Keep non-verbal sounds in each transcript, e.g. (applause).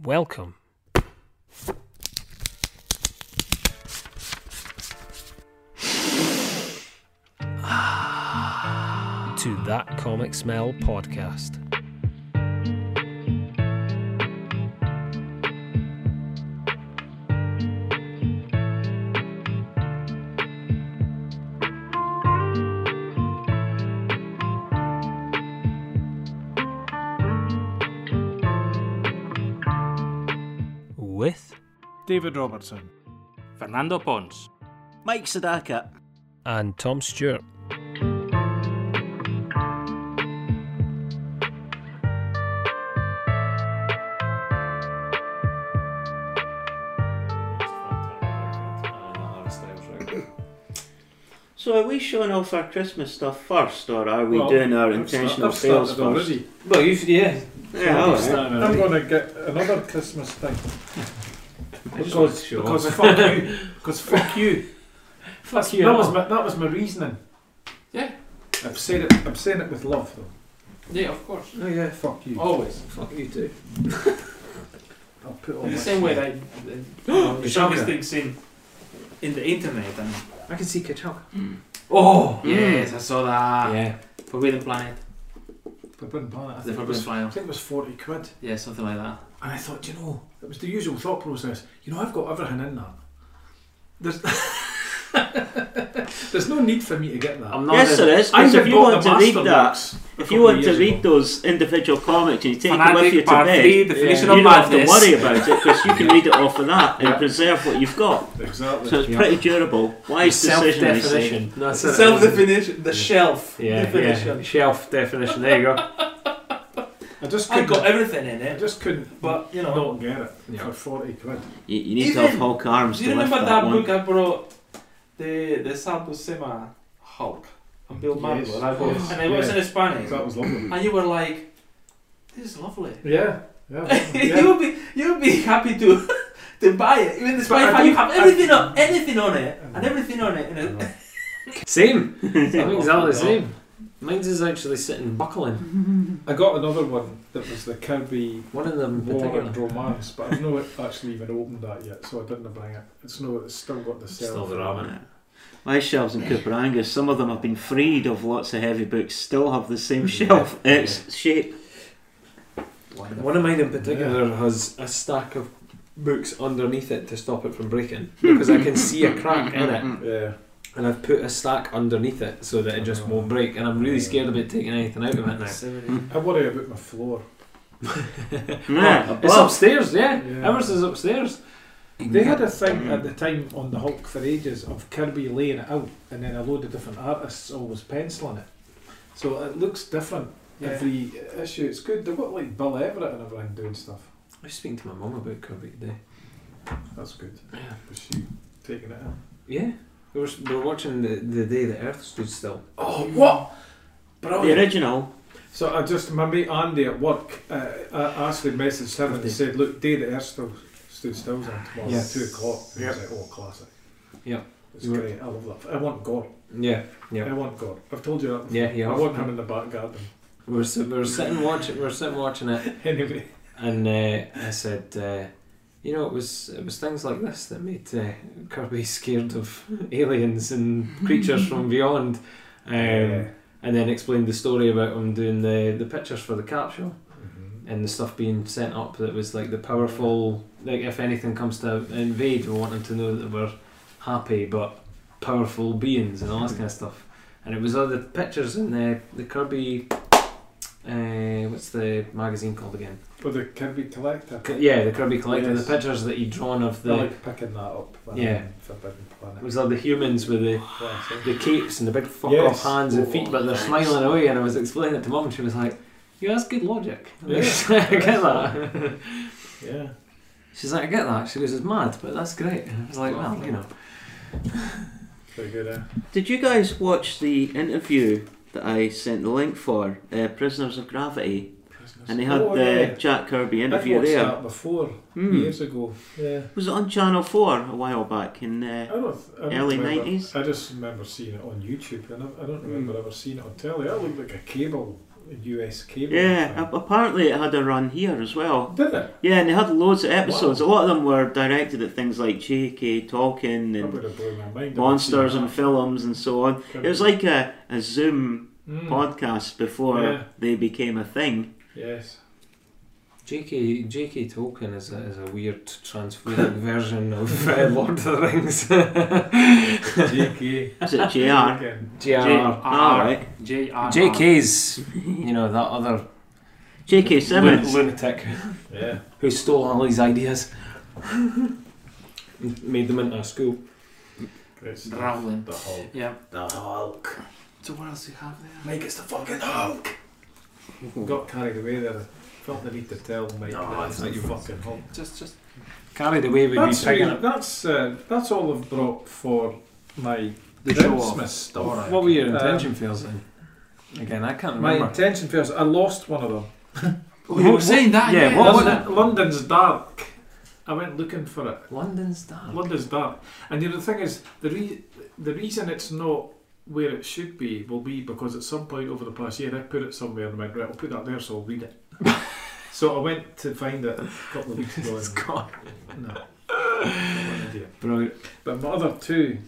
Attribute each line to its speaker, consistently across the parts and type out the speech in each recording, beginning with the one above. Speaker 1: Welcome. (sighs) to That Comic Smell podcast. With
Speaker 2: David Robertson.
Speaker 3: Fernando Pons.
Speaker 4: Mike Sadaka.
Speaker 1: and Tom Stewart.
Speaker 4: So are we showing off our Christmas stuff first, or are we
Speaker 2: Well,
Speaker 4: doing our
Speaker 2: I've
Speaker 4: intentional
Speaker 2: sta- I've
Speaker 4: sales
Speaker 2: started
Speaker 4: first?
Speaker 2: already.
Speaker 3: Well, you've, yeah.
Speaker 4: Yeah, all
Speaker 2: I've
Speaker 4: right.
Speaker 3: started
Speaker 2: I'm
Speaker 3: already.
Speaker 2: going to get another Christmas thing.
Speaker 3: just wanted to
Speaker 2: Because,
Speaker 3: show
Speaker 2: because
Speaker 3: off.
Speaker 2: fuck you. Because fuck you.
Speaker 3: (laughs) Fuck
Speaker 2: That was my, that was my reasoning.
Speaker 3: Yeah.
Speaker 2: I've said it. I'm saying it with love, though.
Speaker 3: Yeah, of course.
Speaker 2: Oh yeah, fuck you.
Speaker 3: Always. Fuck you too.
Speaker 2: (laughs) I'll put all
Speaker 3: In
Speaker 2: my
Speaker 3: the same way that (gasps) the sharpest things in in the internet and
Speaker 2: I can see Kachuk.
Speaker 3: oh
Speaker 4: Mm.
Speaker 3: yes, I saw that
Speaker 1: yeah.
Speaker 3: Forbidden Planet,
Speaker 2: Forbidden Planet. I
Speaker 3: the
Speaker 2: think, it
Speaker 3: Forbidden
Speaker 2: was, I
Speaker 3: Planet,
Speaker 2: think it was forty quid,
Speaker 3: yeah, something like that.
Speaker 2: and I thought, you know, it was the usual thought process. You know, I've got everything in that. There's (laughs) there's no need for me to get that.
Speaker 3: I'm not.
Speaker 4: Yes,
Speaker 3: a-
Speaker 4: there is.
Speaker 2: I
Speaker 4: Because if
Speaker 2: have
Speaker 4: you
Speaker 2: bought
Speaker 4: want
Speaker 2: the
Speaker 4: to read that,
Speaker 2: Masterworks a
Speaker 4: if
Speaker 2: couple
Speaker 4: you want
Speaker 2: of
Speaker 4: to
Speaker 2: years
Speaker 4: read
Speaker 2: ago.
Speaker 4: those individual comics and you take it
Speaker 3: Fanatic
Speaker 4: with you to
Speaker 3: Part
Speaker 4: bed,
Speaker 3: Three,
Speaker 4: you
Speaker 3: definition
Speaker 2: Yeah.
Speaker 3: of
Speaker 4: don't have to
Speaker 3: madness.
Speaker 4: worry
Speaker 3: (laughs)
Speaker 4: about it
Speaker 2: (laughs)
Speaker 4: because you can read it off of that and preserve what you've got.
Speaker 2: Exactly.
Speaker 4: So it's pretty durable. Wise decision, I say.
Speaker 5: Self-definition. No, it's
Speaker 3: Self-definition, the shelf
Speaker 5: Yeah,
Speaker 3: definition.
Speaker 5: yeah. Shelf definition. There you go.
Speaker 2: I just
Speaker 3: I
Speaker 2: couldn't.
Speaker 3: got everything in
Speaker 2: I
Speaker 3: it,
Speaker 2: just couldn't.
Speaker 3: but you know.
Speaker 2: not get it
Speaker 5: Yeah.
Speaker 2: for forty quid.
Speaker 4: You, you need to
Speaker 3: Even-
Speaker 4: have Hulk arms
Speaker 3: Do
Speaker 4: to
Speaker 3: you
Speaker 4: lift
Speaker 3: remember
Speaker 4: that,
Speaker 3: that,
Speaker 4: one.
Speaker 3: book I brought, the the Santo Sema Hulk and Bill Marvel,
Speaker 2: Yes.
Speaker 3: and I bought,
Speaker 2: Yes.
Speaker 3: and it was
Speaker 2: Yeah.
Speaker 3: in Spanish,
Speaker 2: That was lovely.
Speaker 3: and you were like, "This is lovely."
Speaker 2: Yeah. (laughs) Yeah. yeah.
Speaker 3: (laughs) you'll be you'll be happy to (laughs) to buy it, even
Speaker 2: But
Speaker 3: despite
Speaker 2: I
Speaker 3: the fact you
Speaker 2: do-
Speaker 3: have
Speaker 2: I-
Speaker 3: everything on anything on it
Speaker 2: I know.
Speaker 3: and everything on it. And it
Speaker 5: Same. I'm
Speaker 3: Oh,
Speaker 5: exactly the
Speaker 3: God.
Speaker 5: same. Mine's is actually sitting buckling.
Speaker 2: I got another one that was the Kirby
Speaker 5: One of them. in
Speaker 2: War
Speaker 5: particular.
Speaker 2: and Romance, but I've not actually even opened that yet, so I didn't bring it. It's no, it's still got the shelf.
Speaker 5: Still the ramen.
Speaker 4: My shelves in Cooper Angus, some of them have been freed of lots of heavy books, still have the same shelf
Speaker 5: Yeah.
Speaker 4: it's shape.
Speaker 5: One of mine in particular has a stack of books underneath it to stop it from breaking because I can see a crack in
Speaker 4: (laughs)
Speaker 5: it
Speaker 2: Yeah.
Speaker 5: and I've put a stack underneath it so that it just won't break and I'm really scared about taking anything out of it now.
Speaker 2: I worry about my floor.
Speaker 4: Yeah,
Speaker 5: Oh,
Speaker 4: above.
Speaker 5: it's upstairs, yeah.
Speaker 2: Yeah.
Speaker 5: Ours is upstairs.
Speaker 2: They had a thing at the time on the Hulk for ages of Kirby laying it out, and then a load of different artists always penciling it. So it looks different
Speaker 3: Yeah.
Speaker 2: every issue. It's good. They've got like Bill Everett and everything doing stuff.
Speaker 5: I was speaking to my mum about Kirby today.
Speaker 2: That's good.
Speaker 5: Yeah.
Speaker 2: Was she taking it out?
Speaker 5: Yeah. We were, we were watching the, the day the earth stood still.
Speaker 2: Oh, what?
Speaker 4: The original.
Speaker 2: So I just, my mate Andy at work, uh, I actually messaged him and
Speaker 5: Andy.
Speaker 2: said, look, day that Earth still stood still is on tomorrow
Speaker 5: Yes.
Speaker 2: at 2 o'clock. He
Speaker 5: Yep.
Speaker 2: was like, oh, classic.
Speaker 5: Yep.
Speaker 2: It's
Speaker 5: You were-
Speaker 2: great. I love that. I want God.
Speaker 5: Yeah, yeah.
Speaker 2: I want God. I've told you that.
Speaker 5: Yeah, yeah.
Speaker 2: I want him in the back garden. (laughs)
Speaker 5: We were, sit- we were sitting watching. We were sitting watching it,
Speaker 2: Anyway.
Speaker 5: and uh, I said, uh, "You know, it was it was things like this that made uh, Kirby (laughs) scared of aliens and creatures from beyond." Um,
Speaker 2: Yeah.
Speaker 5: And then explained the story about him doing the, the pictures for the capsule
Speaker 2: Mhm.
Speaker 5: and the stuff being sent up that was like the powerful, like if anything comes to invade, we want them to know that we're happy but powerful beings and all this kind of stuff. And it was all the pictures in the, the Kirby, uh, what's the magazine called again?
Speaker 2: But the Kirby Collector.
Speaker 5: C- Yeah, the Kirby collector.
Speaker 2: Yes.
Speaker 5: The pictures that he'd drawn of
Speaker 2: I
Speaker 5: the
Speaker 2: like picking that up. that
Speaker 5: Yeah.
Speaker 2: Forbidden
Speaker 5: it
Speaker 2: Planet.
Speaker 5: was like the humans with the
Speaker 2: Classic.
Speaker 5: the capes and the big fuck
Speaker 2: Yes.
Speaker 5: off hands and feet, but they're
Speaker 4: Nice.
Speaker 5: smiling away. And I was explaining it to mum, and she was like, "Yeah, that's good logic." (laughs) And I
Speaker 2: Yeah.
Speaker 5: was like, I get
Speaker 2: (laughs)
Speaker 5: that.
Speaker 2: Yeah.
Speaker 5: She's like, "I get that." She goes, "It's mad, but that's great." And I was like, "Well, you know."
Speaker 2: Very good, eh?
Speaker 4: Did you guys watch the interview that I sent the link for, uh, Prisoners of Gravity? And they had
Speaker 2: Oh,
Speaker 4: the
Speaker 2: yeah.
Speaker 4: Jack Kirby
Speaker 2: I've
Speaker 4: interview
Speaker 2: watched
Speaker 4: there.
Speaker 2: that before,
Speaker 4: Hmm.
Speaker 2: years ago. Yeah.
Speaker 4: It was on Channel 4 a while back in
Speaker 2: I
Speaker 4: uh,
Speaker 2: don't, I don't
Speaker 4: Early
Speaker 2: remember-
Speaker 4: 90s?
Speaker 5: Hmm.
Speaker 2: I just remember seeing it on YouTube, and I, I don't remember ever seeing it on telly. I looked like a cable. US cable.
Speaker 4: Yeah,
Speaker 2: thing.
Speaker 4: ap- apparently it had a run here as well.
Speaker 2: Did it?
Speaker 4: Yeah, and they had loads of episodes. A lot of them were directed at things like Cheeky, Tolkien,
Speaker 2: That
Speaker 4: and
Speaker 2: would have blown my mind.
Speaker 4: monsters and films and so on. It was like a, a Zoom
Speaker 2: Mm,
Speaker 4: podcast before
Speaker 2: Yeah.
Speaker 4: they became a thing.
Speaker 2: Yes. (laughs)
Speaker 5: J.K. J.K. Tolkien is a, is a weird
Speaker 2: (laughs)
Speaker 5: transforming version of uh, Lord of the Rings. (laughs)
Speaker 2: JK.
Speaker 4: Is it JR?
Speaker 5: J.R.
Speaker 4: Alright.
Speaker 3: J.R.
Speaker 5: J.K.'s, you know, that other
Speaker 4: JK Simmons.
Speaker 5: lun- lunatic
Speaker 2: Yeah.
Speaker 5: who stole all his ideas, (laughs) and made them into a school.
Speaker 2: Great stuff.
Speaker 3: Rowling.
Speaker 2: The Hulk.
Speaker 3: Yeah.
Speaker 2: The Hulk.
Speaker 3: So what else do you have there?
Speaker 2: Mike, it's the fucking Hulk. Got carried away there. Felt the need to tell Mike
Speaker 5: No,
Speaker 2: that
Speaker 5: it's
Speaker 2: it's not
Speaker 5: not
Speaker 2: you
Speaker 5: fun.
Speaker 2: fucking Hulk.
Speaker 3: Just, just.
Speaker 5: Carried away with me
Speaker 2: That's
Speaker 5: picking
Speaker 2: all-
Speaker 5: up.
Speaker 2: that's uh, that's all I've brought for my
Speaker 3: The show off.
Speaker 2: Christmas stuff.
Speaker 3: Alright.
Speaker 5: What were your
Speaker 2: Um,
Speaker 5: intention fails then? Again, I can't
Speaker 2: My
Speaker 5: Uh, remember.
Speaker 2: intention first. I lost one of them.
Speaker 3: Oh, you were
Speaker 5: What-
Speaker 3: saying that?
Speaker 5: yeah,
Speaker 3: Yeah.
Speaker 5: what was
Speaker 2: London, London's dark. I went looking for it.
Speaker 5: London's dark.
Speaker 2: London's dark, and you know the thing is the re- the reason it's not where it should be will be because at some point over the past year I put it somewhere and went right, I'll put that there so I'll read it.
Speaker 5: (laughs)
Speaker 2: so I went to find it a couple of weeks ago.
Speaker 5: It's gone.
Speaker 2: and, no, I'm an idiot.
Speaker 5: Brilliant.
Speaker 2: But my other two,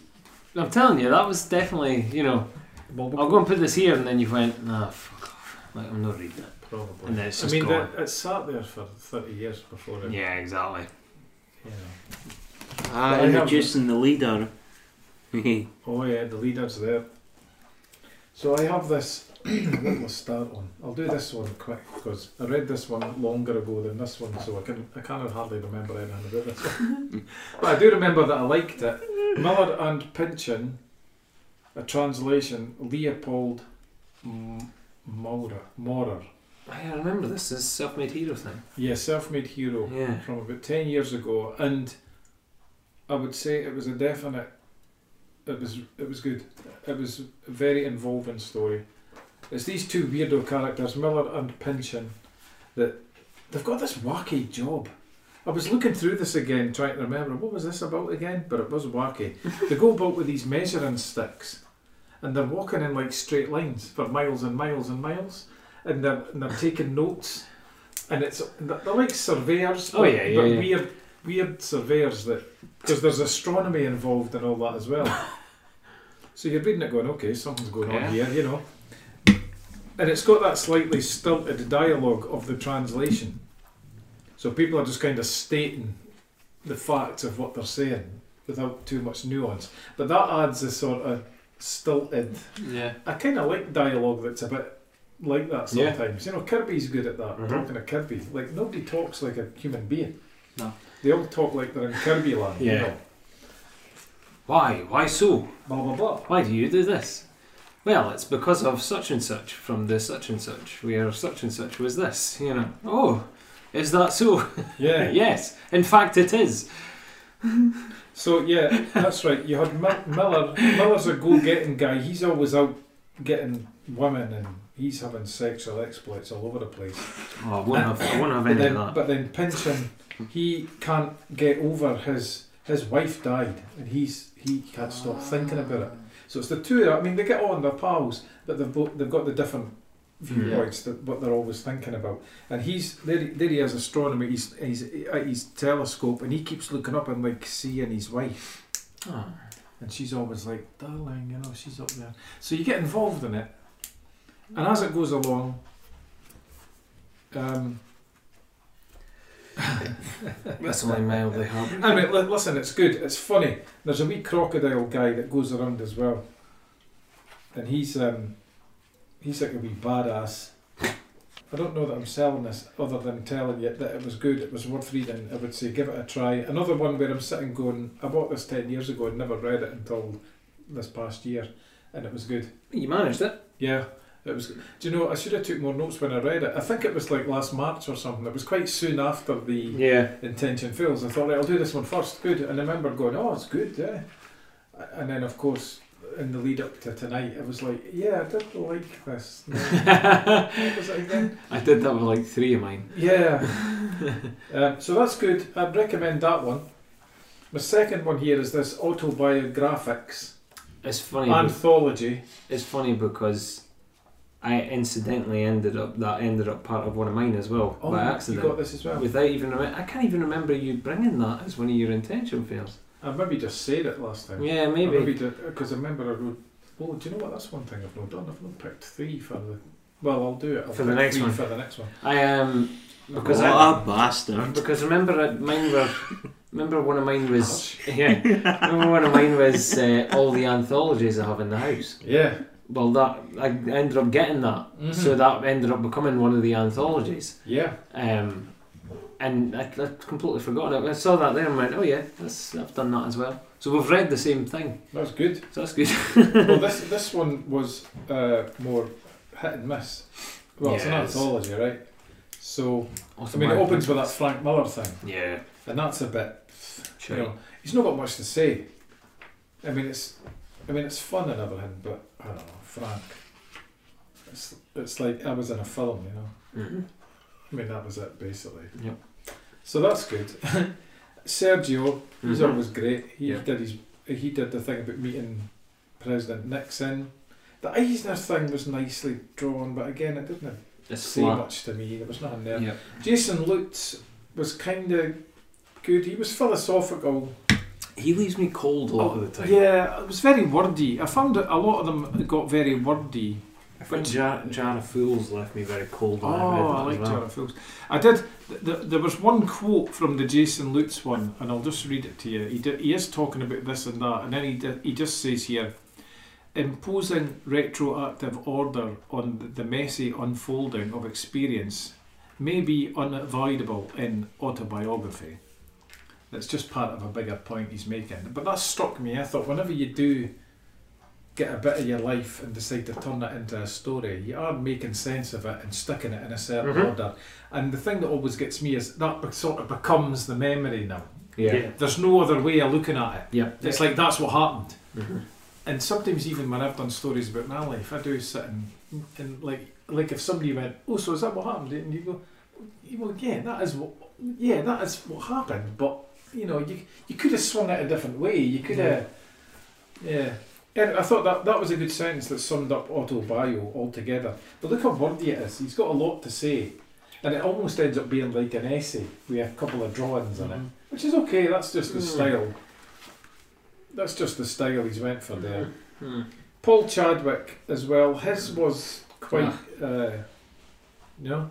Speaker 5: I'm telling you, that was definitely, you know, I'll
Speaker 2: Bulbasaur,
Speaker 5: go and put this here, and then you went, nah, fuck off. Like, I'm not reading it.
Speaker 2: probably.
Speaker 5: And then it's
Speaker 2: I
Speaker 5: just
Speaker 2: mean,
Speaker 5: gone.
Speaker 2: the, it sat there for thirty years before it.
Speaker 5: Yeah, exactly.
Speaker 2: You know.
Speaker 4: Ah,
Speaker 2: I have-
Speaker 4: introducing the leader.
Speaker 2: Oh yeah, the leader's there. So I have this. (clears throat) what will start on? I'll do this one quick because I read this one longer ago than this one, so I can I can hardly remember anything about this one. but I do remember that I liked it. Miller and Pynchon, a translation Leopold M- Maurer. Maurer,
Speaker 5: I remember this is self-made hero thing.
Speaker 2: yeah, self-made hero
Speaker 5: Yeah.
Speaker 2: from about 10 years ago and I would say it was a definite it was it was good it was a very involving story it's these two weirdo characters Miller and Pynchon that they've got this wacky job I was looking through this again trying to remember what was this about again but it was wacky they go about with these measuring sticks and they're walking in like straight lines for miles and miles and miles and they're, and they're taking notes and it's they're they're like surveyors
Speaker 5: Oh,
Speaker 2: but-
Speaker 5: yeah, yeah,
Speaker 2: but
Speaker 5: yeah.
Speaker 2: weird weird surveyors that because there's astronomy involved and all that as
Speaker 5: (laughs)
Speaker 2: well. so you're reading it going, okay, something's going
Speaker 5: Yeah.
Speaker 2: on here, you know. And it's got that slightly stilted dialogue of the translation. So people are just kind of stating the facts of what they're saying without too much nuance. But that adds a sort of stilted.
Speaker 3: Yeah.
Speaker 2: I kind of like dialogue that's a bit like that
Speaker 5: Yeah.
Speaker 2: sometimes. You know, Kirby's good at that,
Speaker 5: Mhm.
Speaker 2: talking to Kirby. Like, nobody talks like a human being.
Speaker 3: No.
Speaker 2: They all talk like they're in Kirby land, you
Speaker 5: Yeah.
Speaker 2: know.
Speaker 5: Why? Why so?
Speaker 2: Blah, blah, blah.
Speaker 5: Why do you do this? Well, it's because of such and such from the such and such, where such and such was this. You know. Oh, is that so?
Speaker 2: Yeah.
Speaker 5: yes. In fact, it is.
Speaker 2: So yeah, that's right. You had Mil- Miller. Miller's a go-getting guy. He's always out getting women, and he's having sexual exploits all over the place.
Speaker 5: Oh, I won't have. I won't have
Speaker 2: (laughs) But
Speaker 5: any
Speaker 2: then,
Speaker 5: of that.
Speaker 2: but then Pynchon, he can't get over his his wife died, and he's he can't stop thinking about it. So it's the two. of them. I mean, they get on. They're pals, but they've both, they've got the different viewpoints that what they're always thinking about. And he's there. he- There he is, astronomy. He's he's at his telescope, and he keeps looking up and like seeing his wife.
Speaker 5: Oh.
Speaker 2: And she's always like, darling, you know, she's up there. So you get involved in it. And as it goes along, um,
Speaker 5: That's only mildly hard.
Speaker 2: I mean, li- listen, it's good, it's funny. There's a wee crocodile guy that goes around as well. And he's um, he's like a wee badass. I don't know that I'm selling this other than telling you that it was good, it was worth reading. I would say give it a try. Another one where I'm sitting going, I bought this 10 years ago and never read it until this past year, and it was good.
Speaker 5: You managed it.
Speaker 2: Yeah, it was. Do you know? I should have took more notes when I read it. I think it was like last March or something. It was quite soon after the
Speaker 5: Yeah. (laughs)
Speaker 2: intention fails. I thought, right, I'll do this one first. Good. And I remember going, oh, it's good. Yeah. And then, of course, in the lead up to tonight, I was like, yeah, I did like this. (laughs) what was it again?
Speaker 5: I did that with like three of mine.
Speaker 2: Yeah.
Speaker 5: (laughs)
Speaker 2: um, so that's good. I'd recommend that one. My second one here is this autobiographics
Speaker 5: It's funny.
Speaker 2: anthology.
Speaker 5: It's funny because I incidentally ended up that ended up part of one of mine as well
Speaker 2: Oh,
Speaker 5: by
Speaker 2: you
Speaker 5: accident.
Speaker 2: got this as well.
Speaker 5: Without even remem- I can't even remember you bringing that as one of your intention fails.
Speaker 2: I maybe just said it last time.
Speaker 5: Yeah, maybe.
Speaker 2: Because I remember I wrote, well, do you know what? That's one thing I've not done. I've not picked three for the. Well, I'll do it. I'll
Speaker 5: For the
Speaker 2: pick
Speaker 5: next
Speaker 2: three
Speaker 5: one.
Speaker 2: For the next one.
Speaker 5: I um because
Speaker 4: what
Speaker 5: I
Speaker 4: a bastard.
Speaker 5: because remember uh, mine were remember one of mine was (laughs) yeah remember one of mine was uh, all the anthologies I have in the house.
Speaker 2: Yeah.
Speaker 5: Well, that I ended up getting that,
Speaker 2: Mm-hmm.
Speaker 5: so that ended up becoming one of the anthologies.
Speaker 2: Yeah.
Speaker 5: Um, and I, I completely forgot it. I saw that there and went, oh yeah, that's, I've done that as well. So we've read the same thing,
Speaker 2: That was good.
Speaker 5: so that's good. (laughs)
Speaker 2: well, this this one was uh, more hit and miss. Well, it's an
Speaker 5: Yes.
Speaker 2: anthology, right? So I mean, it opens with that Frank Miller thing,
Speaker 5: Yeah,
Speaker 2: and that's a bit.
Speaker 5: sure.
Speaker 2: You know, he's not got much to say. I mean, it's, I mean, it's fun and everything, but I don't know, Frank. It's it's like I was in a film, you know.
Speaker 5: Mhm.
Speaker 2: I mean, that was it basically.
Speaker 5: Yep.
Speaker 2: So that's good. (laughs) Sergio, he's
Speaker 5: Mhm.
Speaker 2: always great. He
Speaker 5: Yeah.
Speaker 2: did his he did the thing about meeting President Nixon. The Eisner thing was nicely drawn, but again, it didn't
Speaker 5: Mm-hmm. It's
Speaker 2: say
Speaker 5: flat.
Speaker 2: much to me. There was nothing there.
Speaker 5: Yeah.
Speaker 2: Jason Lutz was kind of good. He was philosophical.
Speaker 5: He leaves me cold a lot of the time.
Speaker 2: Oh, Yeah, it was very wordy. I found that a lot of them got very wordy.
Speaker 5: I think Jar, Jar of Fools left me very cold when I read
Speaker 2: Oh,
Speaker 5: that
Speaker 2: I
Speaker 5: as
Speaker 2: like
Speaker 5: well.
Speaker 2: Jar of Fools. I did. Th- th- there was one quote from the Jason Lutz one, and I'll just read it to you. He, di- he is talking about this and that, and then he, di- he just says here imposing retroactive order on th- the messy unfolding of experience may be unavoidable in autobiography. That's just part of a bigger point he's making. But that struck me. I thought, whenever you do get a bit of your life and decide to turn it into a story, you are making sense of it and sticking it in a certain
Speaker 5: Mhm.
Speaker 2: order. And the thing that always gets me is that be- sort of becomes the memory now.
Speaker 5: Yeah.
Speaker 2: There's no other way of looking at it.
Speaker 5: Yeah.
Speaker 2: It's like that's what happened.
Speaker 5: Mhm.
Speaker 2: And sometimes even when I've done stories about my life, I do sit and, and like like if somebody went, oh, so is that what happened? And you go, well, yeah, that is what, yeah, that is what happened. But you know, you you could have swung it a different way. You could have, yeah. And I thought that that was a good sentence that summed up Otto Bio altogether. But look how wordy it is. He's got a lot to say, and it almost ends up being like an essay with a couple of drawings in it which is okay. That's just the
Speaker 5: Mm.
Speaker 2: style. That's just the style he's went for there.
Speaker 5: Hmm.
Speaker 2: Paul Chadwick as well. His was quite.
Speaker 5: Ah.
Speaker 2: Uh, no,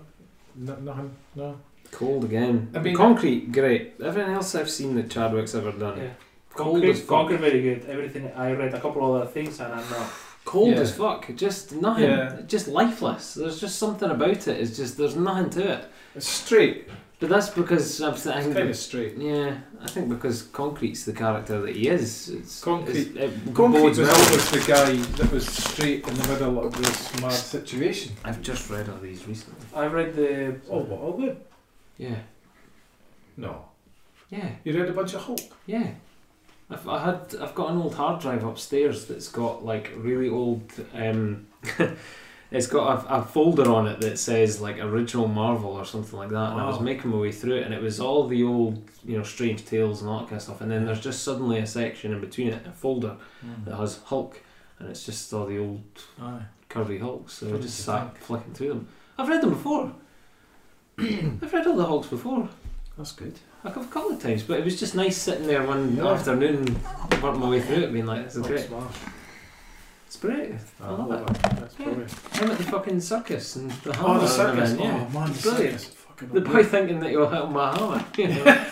Speaker 2: no, nothing. No.
Speaker 5: Cold again.
Speaker 2: I mean-
Speaker 5: Concrete, great. Everything else I've seen that Chadwick's ever done.
Speaker 6: Yeah.
Speaker 5: Cold as
Speaker 6: Concrete,
Speaker 5: fuck.
Speaker 6: concrete, very good. Everything I read a couple other things and I'm not.
Speaker 5: cold
Speaker 2: Yeah.
Speaker 5: as fuck. Just nothing.
Speaker 2: Yeah.
Speaker 5: Just lifeless. There's just something about it. It's just there's nothing to it.
Speaker 2: It's straight.
Speaker 5: But that's because I'm th- I
Speaker 2: It's
Speaker 5: think
Speaker 2: kind of straight.
Speaker 5: yeah, I think because Concrete's the character that he is. It's,
Speaker 2: Concrete-
Speaker 5: it's- it
Speaker 2: Concrete
Speaker 5: bodes
Speaker 2: was
Speaker 5: well.
Speaker 2: always the guy that was straight in the middle of this mad situation.
Speaker 5: I've just read all these recently.
Speaker 6: I read the
Speaker 2: Oh, what? All good?
Speaker 5: Yeah,
Speaker 2: No.
Speaker 5: yeah,
Speaker 2: You read a bunch of Hulk.
Speaker 5: yeah. I've I had I've got an old hard drive upstairs that's got like really old. Um, (laughs) it's got a, a folder on it that says like original Marvel or something like that. And I was
Speaker 2: Wow.
Speaker 5: making my way through it, and it was all the old you know strange tales and all that kind of stuff. And then there's just suddenly a section in between it, a folder that has Hulk, and it's just all the old
Speaker 2: Aye.
Speaker 5: curvy Hulks. So I
Speaker 2: What
Speaker 5: just
Speaker 2: did you
Speaker 5: sat flicking through them. I've read them before. (clears throat) I've read all the Hulks before,
Speaker 2: That's good.
Speaker 5: like a couple of times, but it was just nice sitting there one
Speaker 2: Yeah.
Speaker 5: afternoon, working my way through it, being like, "This is
Speaker 2: Hulk
Speaker 5: great,
Speaker 2: smash.
Speaker 5: it's great." I
Speaker 2: Ah,
Speaker 5: love it.
Speaker 2: That's
Speaker 5: Yeah.
Speaker 2: brilliant.
Speaker 5: I'm at the fucking circus and the hammer.
Speaker 2: Oh, the
Speaker 5: and
Speaker 2: circus.
Speaker 5: everything, yeah.
Speaker 2: Oh, man, the
Speaker 5: Brilliant.
Speaker 2: circus. Fucking
Speaker 5: The boy
Speaker 2: unreal.
Speaker 5: thinking that he'll hit my hammer. (laughs) You know?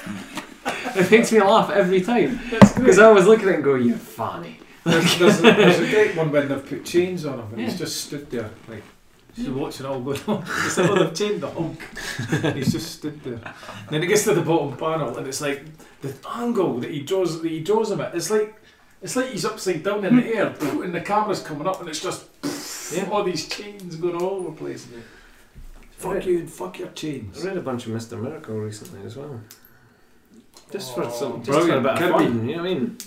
Speaker 5: it makes me laugh every time
Speaker 2: That's great.
Speaker 5: because I always look at it and go, "You funny."
Speaker 2: (laughs) There's, there's, a, there's a great one when they've put chains on him and he's
Speaker 5: Yeah.
Speaker 2: just stood there like Hmm. just watching it all go on. (laughs) It's like, oh, they've chained the (laughs) Hulk. he's just stood there. And then it gets to the bottom panel and it's like the angle that he draws that he draws him at. It's like it's like he's upside down in the air and the camera's coming up and it's just
Speaker 5: Yeah.
Speaker 2: all these chains going all over the place. Fuck
Speaker 5: Right.
Speaker 2: you and fuck your
Speaker 5: I
Speaker 2: chains.
Speaker 5: read a bunch of Mister Miracle recently as well. Just
Speaker 6: Oh,
Speaker 5: for some, just for a
Speaker 2: brilliant.
Speaker 5: bit of
Speaker 2: Kirby.
Speaker 5: fun. You know what I mean?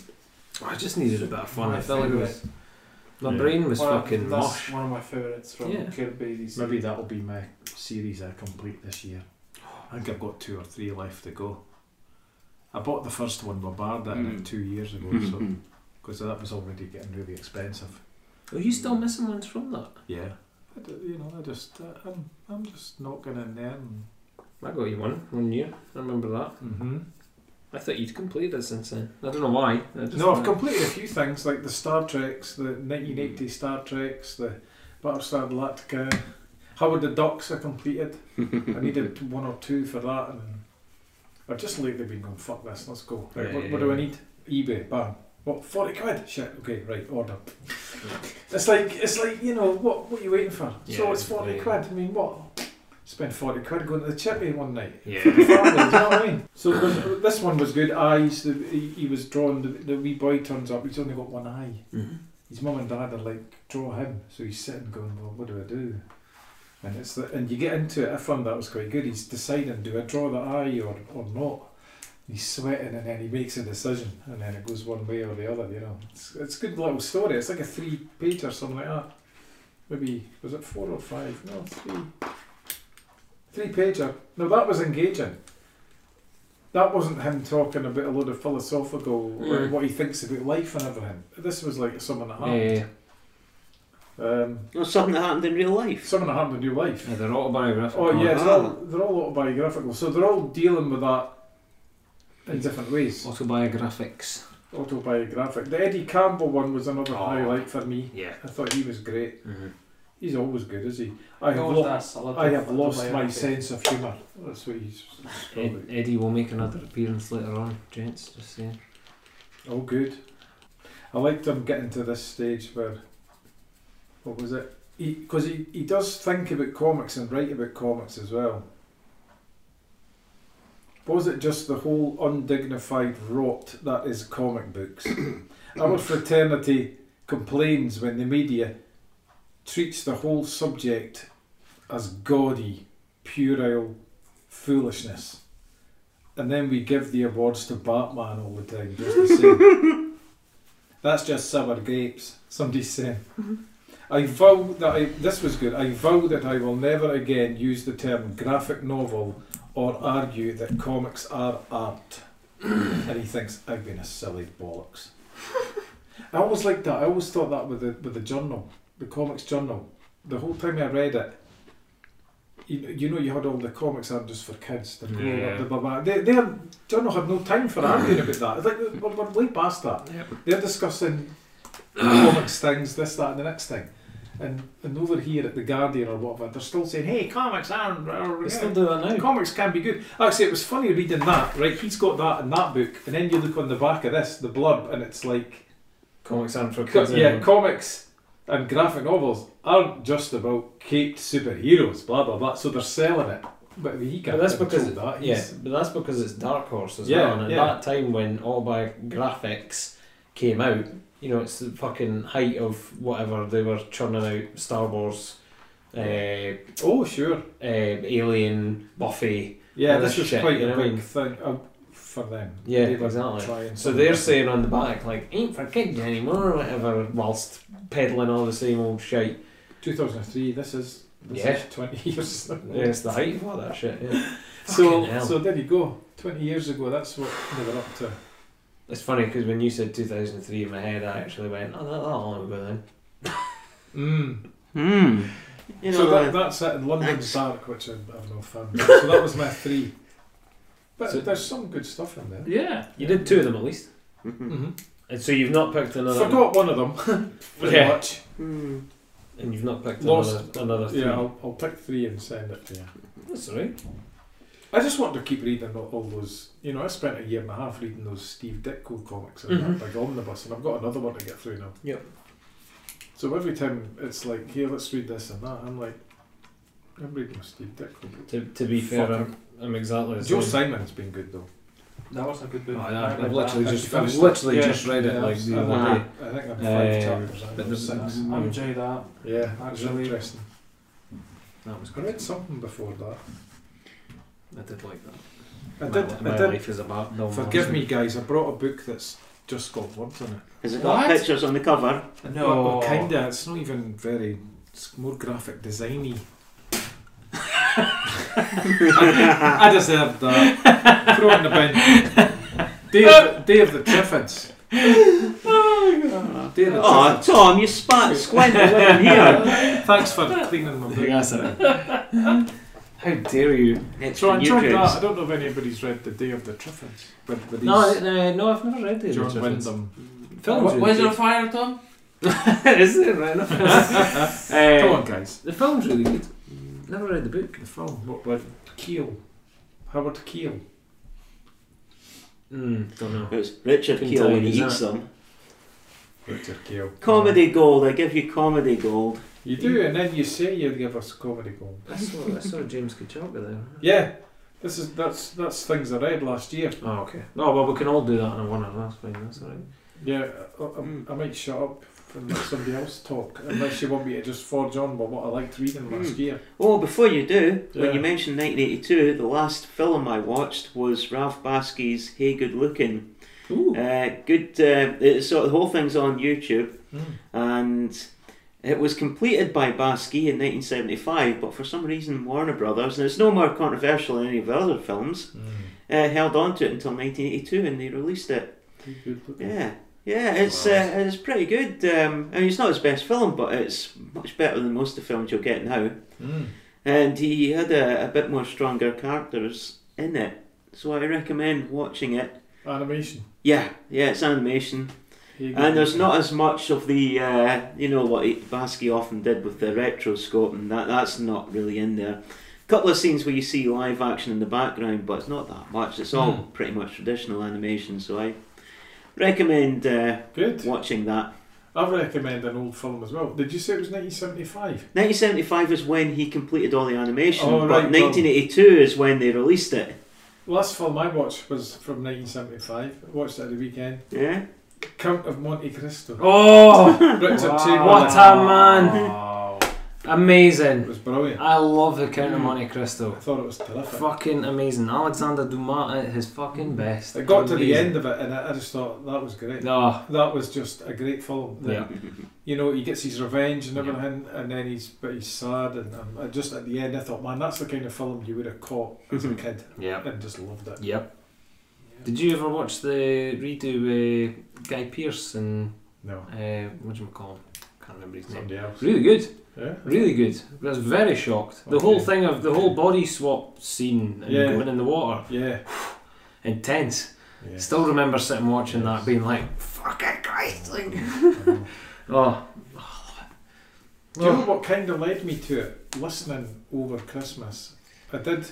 Speaker 5: I just needed a bit of fun.
Speaker 6: My
Speaker 5: I felt like it was, my
Speaker 2: Yeah.
Speaker 5: brain was
Speaker 6: one of-
Speaker 5: fucking
Speaker 6: that's
Speaker 5: mush.
Speaker 6: one of my favourites from
Speaker 5: Yeah.
Speaker 6: Kirby's.
Speaker 2: Maybe that'll be my series I complete this year. I think I've got two or three left to go. I bought the first one, but barred it
Speaker 4: Mm.
Speaker 2: about two years ago, (laughs) so because that was already getting really expensive.
Speaker 5: Are you still missing ones from that?
Speaker 2: Yeah, I d- you know, I just, I, I'm, I'm just not going in there. And,
Speaker 5: I got you one one year. I remember that.
Speaker 2: mm-hmm.
Speaker 5: I thought you'd completed it since then. I don't know why. I just
Speaker 2: No, I've completed a few things like the Star Treks, the
Speaker 5: Hmm.
Speaker 2: 1980 Star Treks, the Battlestar Galactica, Howard the Ducks. I completed.
Speaker 5: (laughs)
Speaker 2: I needed one or two for that, and I just lately been going fuck this. Let's go. Right,
Speaker 5: Yeah,
Speaker 2: what,
Speaker 5: yeah,
Speaker 2: what do I
Speaker 5: yeah.
Speaker 2: need? eBay. Bam. What? Forty quid? Shit. Okay. Right. Order. it's like it's like you know what what you waiting for? so
Speaker 5: Yeah,
Speaker 2: it's forty
Speaker 5: yeah.
Speaker 2: quid. I mean what? Spend forty quid going to the chippy one night.
Speaker 5: Yeah. (laughs)
Speaker 2: (laughs) Family, do you know what I mean? So when- this one was good. Eyes, the, he, he was drawn. The, the wee boy turns up. He's only got one eye.
Speaker 5: Mhm.
Speaker 2: His mum and dad are like, draw him. So he's sitting, going, well, what do I do? And it's the, and you get into it. I found that was quite good. He's deciding, do I draw the eye or or not? He's sweating, and then he makes a decision, and then it goes one way or the other. You know, it's it's a good little story. It's like a three page or something like that. Maybe was it four or five? No, three. Three pager. No, that was engaging. That wasn't him talking about a load of philosophical or
Speaker 5: Mm.
Speaker 2: what he thinks about life and everything. This was like something that
Speaker 5: Yeah,
Speaker 2: happened.
Speaker 5: yeah,
Speaker 2: Um,
Speaker 4: Well, something that happened in real life.
Speaker 2: something that happened in your life.
Speaker 5: yeah. They're autobiographical.
Speaker 2: Oh yeah, it's all,
Speaker 4: Ah.
Speaker 2: they're all autobiographical, so they're all dealing with that in different ways.
Speaker 5: Autobiographics.
Speaker 2: Autobiographic. The Eddie Campbell one was another
Speaker 6: Oh.
Speaker 2: highlight for me.
Speaker 5: Yeah.
Speaker 2: I thought he was great.
Speaker 5: Mm-hmm.
Speaker 2: He's always good, is he? I have,
Speaker 6: Knows
Speaker 2: lo-
Speaker 6: that's a lot
Speaker 2: I
Speaker 6: of
Speaker 2: have lost my
Speaker 6: autobiography.
Speaker 2: sense of humour. That's what he's.
Speaker 5: Ed, Eddie will make another appearance later on, gents. Just saying.
Speaker 2: Oh, good. I liked him getting to this stage where, what was it? Because he, he, does think about comics and write about comics as well. Was it just the whole undignified rot that is comic books? Our fraternity complains when the media treats the whole subject as gaudy, puerile foolishness. And then we give the awards to Batman all the time, just the same. That's just sour grapes, somebody's saying. I vow that I, this was good. I vow that I will never again use the term graphic novel or argue that comics are art. and he thinks I've been a silly bollocks. (laughs) I always liked that. I always thought that with the with the journal, the comics journal. The whole time I read it, you, you know, you had all the comics aren't just for kids. They're grown
Speaker 5: Yeah.
Speaker 2: up, blah, blah, blah. They, they are, journal had no time for arguing about that. It's like we're, we're way past that
Speaker 5: Yep.
Speaker 2: they're discussing comics things, this, that, and the next thing. And, and over here at the Guardian or whatever, they're still saying, "Hey, comics aren't, are,
Speaker 5: They still do that now.
Speaker 2: comics can be good." Actually, it was funny reading that. Right, he's got that in that book, and then you look on the back of this, the blurb, and it's like,
Speaker 5: Comics aren't for
Speaker 2: co-
Speaker 5: kids.
Speaker 2: "Yeah,
Speaker 5: anymore.
Speaker 2: comics and graphic novels aren't just about caped superheroes, blah blah blah." So they're selling it, but he can't
Speaker 5: But that's
Speaker 2: control
Speaker 5: because
Speaker 2: that.
Speaker 5: yeah,
Speaker 2: He's-
Speaker 5: but that's because it's Dark Horse as
Speaker 2: Yeah,
Speaker 5: well. And at
Speaker 2: yeah.
Speaker 5: that time when autobiographics came out, you know, it's the fucking height of whatever they were churning out Star Wars, uh, uh,
Speaker 2: oh sure,
Speaker 5: Alien, Buffy.
Speaker 2: yeah,
Speaker 5: All this
Speaker 2: this was
Speaker 5: Oh, shit,
Speaker 2: quite
Speaker 5: you know
Speaker 2: a
Speaker 5: what I
Speaker 2: big
Speaker 5: mean?
Speaker 2: thing uh, for them.
Speaker 5: Yeah,
Speaker 2: They were
Speaker 5: exactly.
Speaker 2: trying
Speaker 5: So
Speaker 2: something
Speaker 5: they're
Speaker 2: different.
Speaker 5: saying on the back like ain't for kids anymore or whatever, whilst peddling all the same old shit.
Speaker 2: (laughs) 2003. This is this
Speaker 5: Yeah.
Speaker 2: is 20 (laughs) years. ago.
Speaker 5: Yeah, it's the height of all that shit. Yeah. Fucking
Speaker 2: So
Speaker 5: hell.
Speaker 2: so there you go. 20 years ago, that's what they were up to.
Speaker 5: It's funny because when you said 2003 in my head, I actually went, oh, not that long ago then.
Speaker 2: Mm.
Speaker 4: Hmm. You know,
Speaker 2: so that,
Speaker 4: uh, (laughs)
Speaker 2: that's it in London's
Speaker 4: thanks.
Speaker 2: Dark, which I, I've no fan. of. so that was my three. But
Speaker 5: So-
Speaker 2: there's some good stuff in there.
Speaker 5: Yeah, you did two of them at least.
Speaker 4: hmm.
Speaker 2: Mm-hmm.
Speaker 5: And so you've not picked another.
Speaker 2: Forgot one of them. Pretty
Speaker 5: (laughs) Yeah.
Speaker 2: much. Mm-hmm.
Speaker 4: hmm.
Speaker 5: And you've not picked
Speaker 2: Lost.
Speaker 5: another, another three.
Speaker 2: Yeah, I'll, I'll pick three and send it to you.
Speaker 5: That's all right.
Speaker 2: I just want to keep reading all, all those. You know, I spent a year and a half reading those Steve Ditko comics and
Speaker 5: Mhm.
Speaker 2: that big omnibus, and I've got another one to get through now.
Speaker 5: Yep.
Speaker 2: So every time it's like, here, let's read this and that. I'm like, I'm reading Steve Ditko. book.
Speaker 5: To, to be fair,
Speaker 2: Fuck.
Speaker 5: I'm, I'm exactly the
Speaker 2: Joe
Speaker 5: same.
Speaker 2: Simon's been good though.
Speaker 6: That was a good book.
Speaker 5: Oh,
Speaker 6: I
Speaker 5: yeah, I've
Speaker 6: read
Speaker 5: literally
Speaker 6: that.
Speaker 2: Have
Speaker 5: just
Speaker 2: you
Speaker 5: I've
Speaker 2: finished
Speaker 5: literally
Speaker 6: that?
Speaker 5: just read it
Speaker 2: Yeah,
Speaker 5: like the
Speaker 2: I've-
Speaker 5: other day.
Speaker 2: I think I'm
Speaker 5: Um,
Speaker 2: five chapters. I
Speaker 5: but
Speaker 2: think
Speaker 5: there's-
Speaker 2: six.
Speaker 6: I enjoyed that.
Speaker 2: Yeah, actually
Speaker 6: Actually-
Speaker 2: interesting.
Speaker 5: That was
Speaker 2: I
Speaker 5: great.
Speaker 2: read something before that.
Speaker 5: I did like that.
Speaker 2: I
Speaker 5: my,
Speaker 2: did.
Speaker 5: My
Speaker 2: I did.
Speaker 5: life is about Bill
Speaker 2: Forgive
Speaker 5: Marsden. (laughs)
Speaker 2: me, guys. I brought a book that's just got words in it.
Speaker 4: Has it got
Speaker 6: What?
Speaker 4: pictures on the cover?
Speaker 6: No.
Speaker 2: Well, kinda. It's not even very. It's more graphic
Speaker 4: (laughs)
Speaker 2: designy. I, I deserve that. Throw it in the bin. Day of, the- Day of the Tiffins.
Speaker 4: Ah.
Speaker 2: Day of the
Speaker 4: Oh, Tom, you spat squint
Speaker 2: (laughs)
Speaker 4: in here.
Speaker 2: Thanks for cleaning my brain.
Speaker 5: That's it. (laughs) How dare you?
Speaker 4: It's
Speaker 2: So
Speaker 4: for
Speaker 2: I tried that.
Speaker 4: neutrons.
Speaker 2: I don't know if anybody's read The Day of the Triffids with, with these
Speaker 5: No, no, no, I've never read the
Speaker 2: John
Speaker 5: original
Speaker 2: Wyndham.
Speaker 5: films.
Speaker 3: Wh- Where's your fire, Tom?
Speaker 5: (laughs) Is it right? (laughs)
Speaker 2: Come
Speaker 5: uh,
Speaker 2: on, guys.
Speaker 5: the film's really good. Never read the book.
Speaker 2: The film. What with Keel. Howard Keel.
Speaker 5: Mm, don't know.
Speaker 4: It's Richard
Speaker 5: Couldn't
Speaker 4: Keel
Speaker 5: tell
Speaker 4: when
Speaker 5: you, is
Speaker 4: he eats them.
Speaker 2: Richard Keel.
Speaker 4: Comedy gold. I give you comedy gold.
Speaker 2: You do, and then you say you'd give us comedy gold.
Speaker 5: I saw, I saw James Kachalka there.
Speaker 2: Yeah. This is that's that's things I read last year.
Speaker 5: Oh, okay. No, well, we can all do that in a one hour. That's fine. That's all right.
Speaker 2: Yeah, I, I, I might shut up and let somebody else talk unless you want me to just forge on with what I liked reading last year.
Speaker 4: Oh, before you do,
Speaker 2: Yeah.
Speaker 4: when you mentioned 1982, the last film I watched was Ralph Basky's Hey Good Looking.
Speaker 5: Ooh.
Speaker 4: Uh, good. Uh, it, so the whole thing's on YouTube, and it was completed by Basky in 1975. But for some reason, Warner Brothers, and it's no more controversial than any of the other films, uh, held on to it until 1982, and they released it.
Speaker 2: Good looking.
Speaker 4: Yeah, yeah, it's uh, it's pretty good. Um, I mean, it's not his best film, but it's much better than most of the films you'll get now.
Speaker 2: Mm.
Speaker 4: And he had a, a bit more stronger characters in it, so I recommend watching it.
Speaker 2: Animation.
Speaker 4: Yeah, yeah, it's animation,
Speaker 2: Hey, good
Speaker 4: and there's
Speaker 2: looking.
Speaker 4: not as much of the uh, you know what he- Basky often did with the retroscope, and that that's not really in there. A couple of scenes where you see live action in the background, but it's not that much. It's all
Speaker 2: Hmm.
Speaker 4: pretty much traditional animation, so I recommend uh,
Speaker 2: Good.
Speaker 4: watching that.
Speaker 2: I recommend an old film as well. Did you say it was 1975?
Speaker 4: 1975 is when he completed all the animation,
Speaker 2: Oh,
Speaker 4: but
Speaker 2: right,
Speaker 4: 1982 is when they released it.
Speaker 2: Last film I watched was from 1975. I watched it at the weekend. (laughs)
Speaker 4: Yeah. (laughs)
Speaker 2: Count of Monte Cristo.
Speaker 5: (laughs) Oh,
Speaker 2: Richard
Speaker 6: Wow.
Speaker 2: Chamberlain.
Speaker 5: what a man! (laughs)
Speaker 6: Wow.
Speaker 2: It
Speaker 5: Amazing.
Speaker 2: was brilliant.
Speaker 5: I love the Count of Monte
Speaker 2: I
Speaker 5: Cristo.
Speaker 2: thought it was terrific.
Speaker 5: Fucking amazing. Alexander Dumas at his fucking best.
Speaker 2: I Hmm. got to the
Speaker 5: Amazing.
Speaker 2: end of it and I I just thought that was great.
Speaker 5: Oh,
Speaker 2: That was just a great film. The-
Speaker 5: Yeah.
Speaker 2: You know, he gets his revenge and everything, and then he's but he's sad. And um, I just at the end, I thought, man, that's the kind of film you would have caught as
Speaker 5: Mhm.
Speaker 2: a kid
Speaker 5: yeah.
Speaker 2: and just loved it.
Speaker 5: Yep. Did you ever watch the redo uh, Guy Pearce and
Speaker 2: No,
Speaker 5: uh, what do you call him? Can't remember his name.
Speaker 2: somebody else.
Speaker 5: Really good,
Speaker 2: Yeah.
Speaker 5: really good. I was very shocked. The whole
Speaker 2: Okay.
Speaker 5: thing of the whole body swap scene and
Speaker 2: Yeah.
Speaker 5: going in the water,
Speaker 2: Yeah.
Speaker 5: intense.
Speaker 2: yeah.
Speaker 5: Still remember sitting watching
Speaker 2: Yes. Mm.
Speaker 5: that, being like, "Fucking Christ!" Like,
Speaker 2: (laughs) I know.
Speaker 5: oh,
Speaker 2: Do you know what kind of led me to it? Listening over Christmas. I did,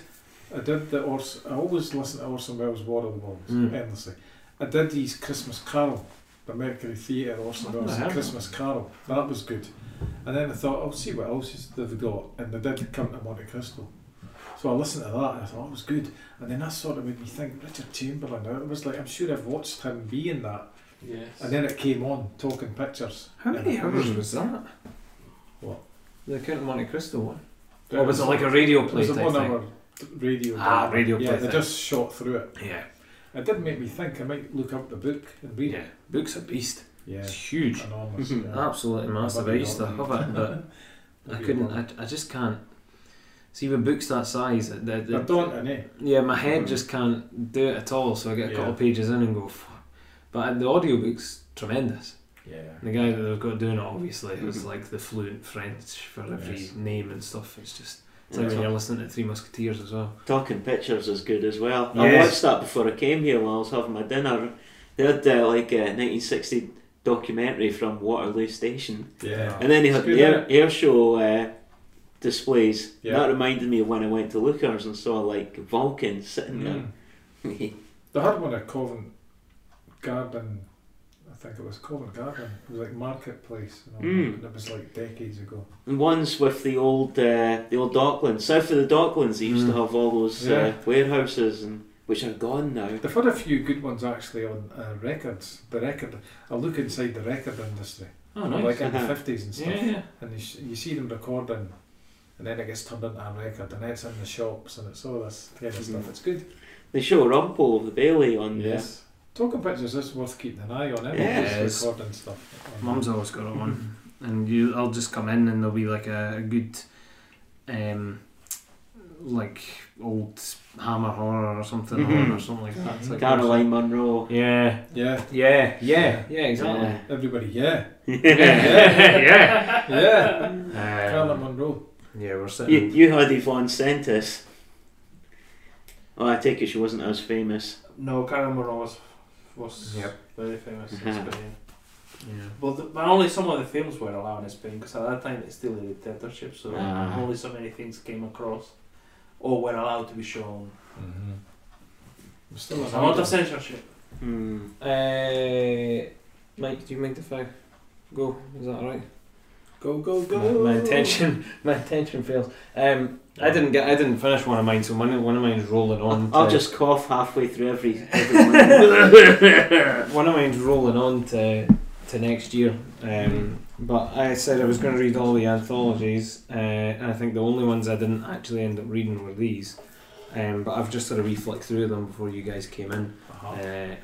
Speaker 2: I did the Ors. I always listen to Orson Welles' War of the Worlds
Speaker 5: Mm.
Speaker 2: endlessly. I did his Christmas Carol, the Mercury Theatre, Orson
Speaker 5: I've never
Speaker 2: Welles'
Speaker 5: heard of
Speaker 2: Christmas Carol. That was good. And then I thought, I'll see what else is- they've got, and they did come to Monte Cristo. So I listened to that and I thought it was good. And then that sort of made me think Richard Chamberlain. It was like I'm sure I've watched him be in that.
Speaker 3: Yes.
Speaker 2: And then it came on talking pictures.
Speaker 5: how many
Speaker 2: And-
Speaker 5: hours was that?
Speaker 2: What?
Speaker 5: The Count of Monte Cristo one. Or was it like a radio play
Speaker 2: It was a
Speaker 5: type
Speaker 2: one
Speaker 5: thing?
Speaker 2: hour radio.
Speaker 5: Ah,
Speaker 2: drama.
Speaker 5: radio
Speaker 2: Yeah,
Speaker 5: play
Speaker 2: they
Speaker 5: thing.
Speaker 2: just shot through it.
Speaker 5: Yeah,
Speaker 2: It did make me think I might look up the book and read
Speaker 5: yeah.
Speaker 2: it.
Speaker 5: Book's a beast.
Speaker 2: Yeah.
Speaker 5: It's huge. (laughs)
Speaker 2: Enormous.
Speaker 4: Mhm.
Speaker 2: yeah.
Speaker 5: Absolutely massive. I used to have it,
Speaker 2: (laughs)
Speaker 5: but I couldn't. I, I just can't. See, with books that size, the,
Speaker 2: They're
Speaker 5: the,
Speaker 2: daunting, eh?
Speaker 5: yeah, my head just can't do it at all. So I get a couple
Speaker 2: Yeah.
Speaker 5: pages in and go, Fuck. but uh, the audiobook's tremendous.
Speaker 2: Yeah.
Speaker 5: And the guy that they've got doing it, obviously, is like the fluent French for every
Speaker 2: Yes.
Speaker 5: name and stuff. It's just it's
Speaker 4: Yeah.
Speaker 5: like when you're listening to Three Musketeers as well.
Speaker 4: Talking pictures is good as well. I
Speaker 5: Yes.
Speaker 4: watched that before I came here while I was having my dinner. They had uh, like a 1960 documentary from Waterloo Station,
Speaker 2: Yeah.
Speaker 4: and then they had
Speaker 2: It's good,
Speaker 4: the air, air show uh, displays.
Speaker 2: Yeah.
Speaker 4: That reminded me of when I went to Lucas and saw like Vulcan sitting
Speaker 2: Mm.
Speaker 4: there.
Speaker 2: They had one at Covent Garden. I think it was Covent Garden. It was like marketplace. And all
Speaker 4: Mm.
Speaker 2: that, and it was like decades ago.
Speaker 4: (laughs) And ones with the old uh, the old Docklands, south of the Docklands, they used to
Speaker 5: Mm.
Speaker 4: have all those uh,
Speaker 2: Yeah.
Speaker 4: warehouses and which are gone now.
Speaker 2: They've had a few good ones actually on uh, records. The record. I look inside the record industry,
Speaker 5: Oh, nice.
Speaker 2: like in the
Speaker 4: Uh-huh.
Speaker 2: fifties and stuff.
Speaker 5: yeah, yeah.
Speaker 2: and you, sh- you see them recording and then it gets turned into a record and then it's in the shops and it's all this kind of stuff it's good
Speaker 4: They show Rumpel of the Bailey on there.
Speaker 2: talking pictures is worth keeping an eye on
Speaker 5: Yes.
Speaker 2: everybody's recording stuff Um, on
Speaker 5: Mum's always got it on, and you, I'll just come in and there'll be like a, a good, um, like old Hammer horror or something
Speaker 4: Mhm.
Speaker 5: on or something like that. It's like
Speaker 4: Caroline Munro.
Speaker 5: Yeah,
Speaker 2: Yeah.
Speaker 5: yeah, yeah, yeah, exactly.
Speaker 2: Everybody, yeah.
Speaker 4: (laughs)
Speaker 5: Yeah, yeah. (laughs)
Speaker 2: Yeah. Carla
Speaker 5: Um,
Speaker 2: Monroe.
Speaker 5: yeah, we're
Speaker 4: You,
Speaker 5: sitting.
Speaker 4: you had Yvonne Sentis. Oh, I take it she wasn't as famous.
Speaker 6: No, Karen Moran was, was
Speaker 5: Yep. Mm-hmm.
Speaker 6: very famous in
Speaker 4: Mhm.
Speaker 6: Spain.
Speaker 5: Yeah.
Speaker 6: But, the, but only some of the films were allowed in Spain because at that time it's still a dictatorship, so
Speaker 4: Ah.
Speaker 6: only so many things came across or were allowed to be shown.
Speaker 2: Mm-hmm. I'm still
Speaker 6: There's a
Speaker 2: annoyed
Speaker 6: lot of
Speaker 2: that-
Speaker 6: censorship.
Speaker 4: Hmm.
Speaker 5: Uh, Mike, do you make the fire? Go. Is that all right?
Speaker 2: Go, go,
Speaker 5: My,
Speaker 2: go.
Speaker 5: my intention, (laughs) my intention fails. Um, I didn't get, I didn't finish one of mine, so one, one of mine's rolling on.
Speaker 4: I'll
Speaker 5: to-
Speaker 4: just cough halfway through every,
Speaker 5: (laughs)
Speaker 4: every one. (laughs)
Speaker 5: one of mine's rolling on to to next year. Um, but I said I was going to read all the anthologies, uh, and I think the only ones I didn't actually end up reading were these. Um, but I've just had a reflick through them before you guys came in, uh,
Speaker 2: (laughs) Uh-huh.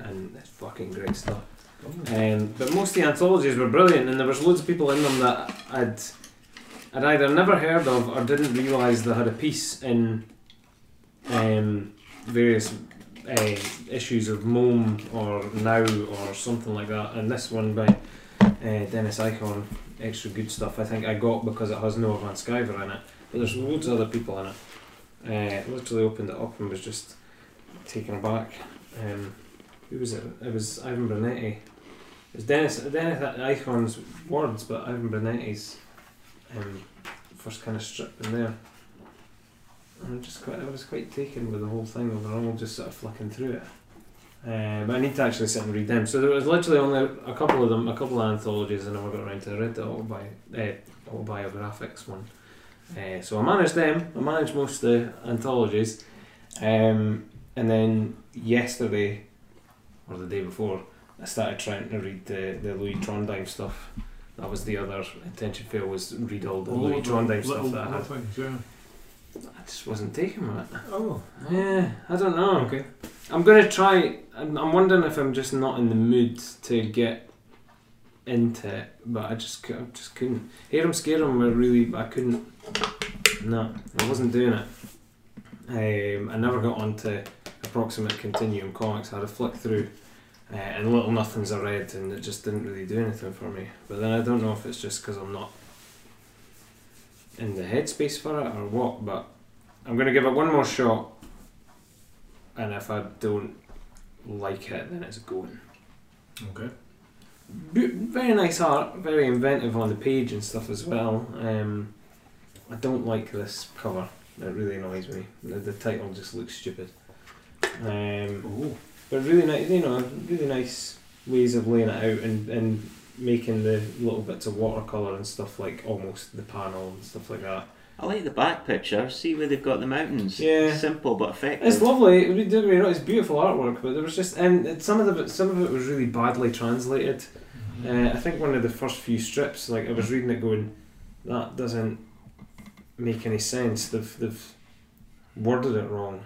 Speaker 5: and it's fucking great stuff.
Speaker 2: Lovely.
Speaker 5: Um, but most of the anthologies were brilliant, and there was loads of people in them that I'd, I'd either never heard of or didn't realise they had a piece in um, various uh, issues of MoM or Now or something like that. And this one by uh, Dennis Icon, extra good stuff, I think I got because it has Noah Van Skyver in it. But there's loads of other people in it. Uh, literally opened it up and was just taken aback. Um, who was it? It was Ivan Brunetti. It was Dennis, Dennis Icon's words, but Ivan Brunetti's um, first kind of strip in there. And I'm just quite, I was quite taken with the whole thing overall, just sort of flicking through it. Uh, but I need to actually sit and read them. So there was literally only a couple of them, a couple of anthologies, and I never got around to. I read the autobi- uh, autobiographics one. Uh, so I managed them, I managed most of the anthologies. Um, and then yesterday, or the day before, I started trying to read the, the Louis Trondheim stuff. That was the other intention fail was read all the Louis Trondheim stuff that I had.
Speaker 2: things, yeah.
Speaker 5: I just wasn't taking with it.
Speaker 2: Oh,
Speaker 5: Yeah, I don't know.
Speaker 2: okay.
Speaker 5: I'm gonna try. I'm, I'm wondering if I'm just not in the mood to get into it, but I just, cou- I just couldn't. Hear 'em, scare 'em. Were really, I couldn't. No, I wasn't doing it. Um, I never got onto approximate continuum comics. I had a flick through, uh, and little nothings I read, and it just didn't really do anything for me. But then I don't know if it's just because I'm not in the headspace for it or what. But I'm gonna give it one more shot and if I don't like it, then it's going.
Speaker 2: Okay.
Speaker 5: B- very nice art, very inventive on the page and stuff as well. Um, I don't like this cover. It really annoys me. The, the title just looks stupid. Um,
Speaker 2: Oh,
Speaker 5: but really nice, you know, really nice ways of laying it out and, and making the little bits of watercolor and stuff like almost the panel and stuff like that.
Speaker 4: I like the back picture. See where they've got the mountains.
Speaker 5: Yeah.
Speaker 4: Simple but effective.
Speaker 5: It's lovely. We did we it's beautiful artwork, but there was just and it- some of the some of it was really badly translated.
Speaker 2: Mm-hmm.
Speaker 5: Uh, I think one of the first few strips, like I was reading it, going, that doesn't make any sense. They've they've worded it wrong.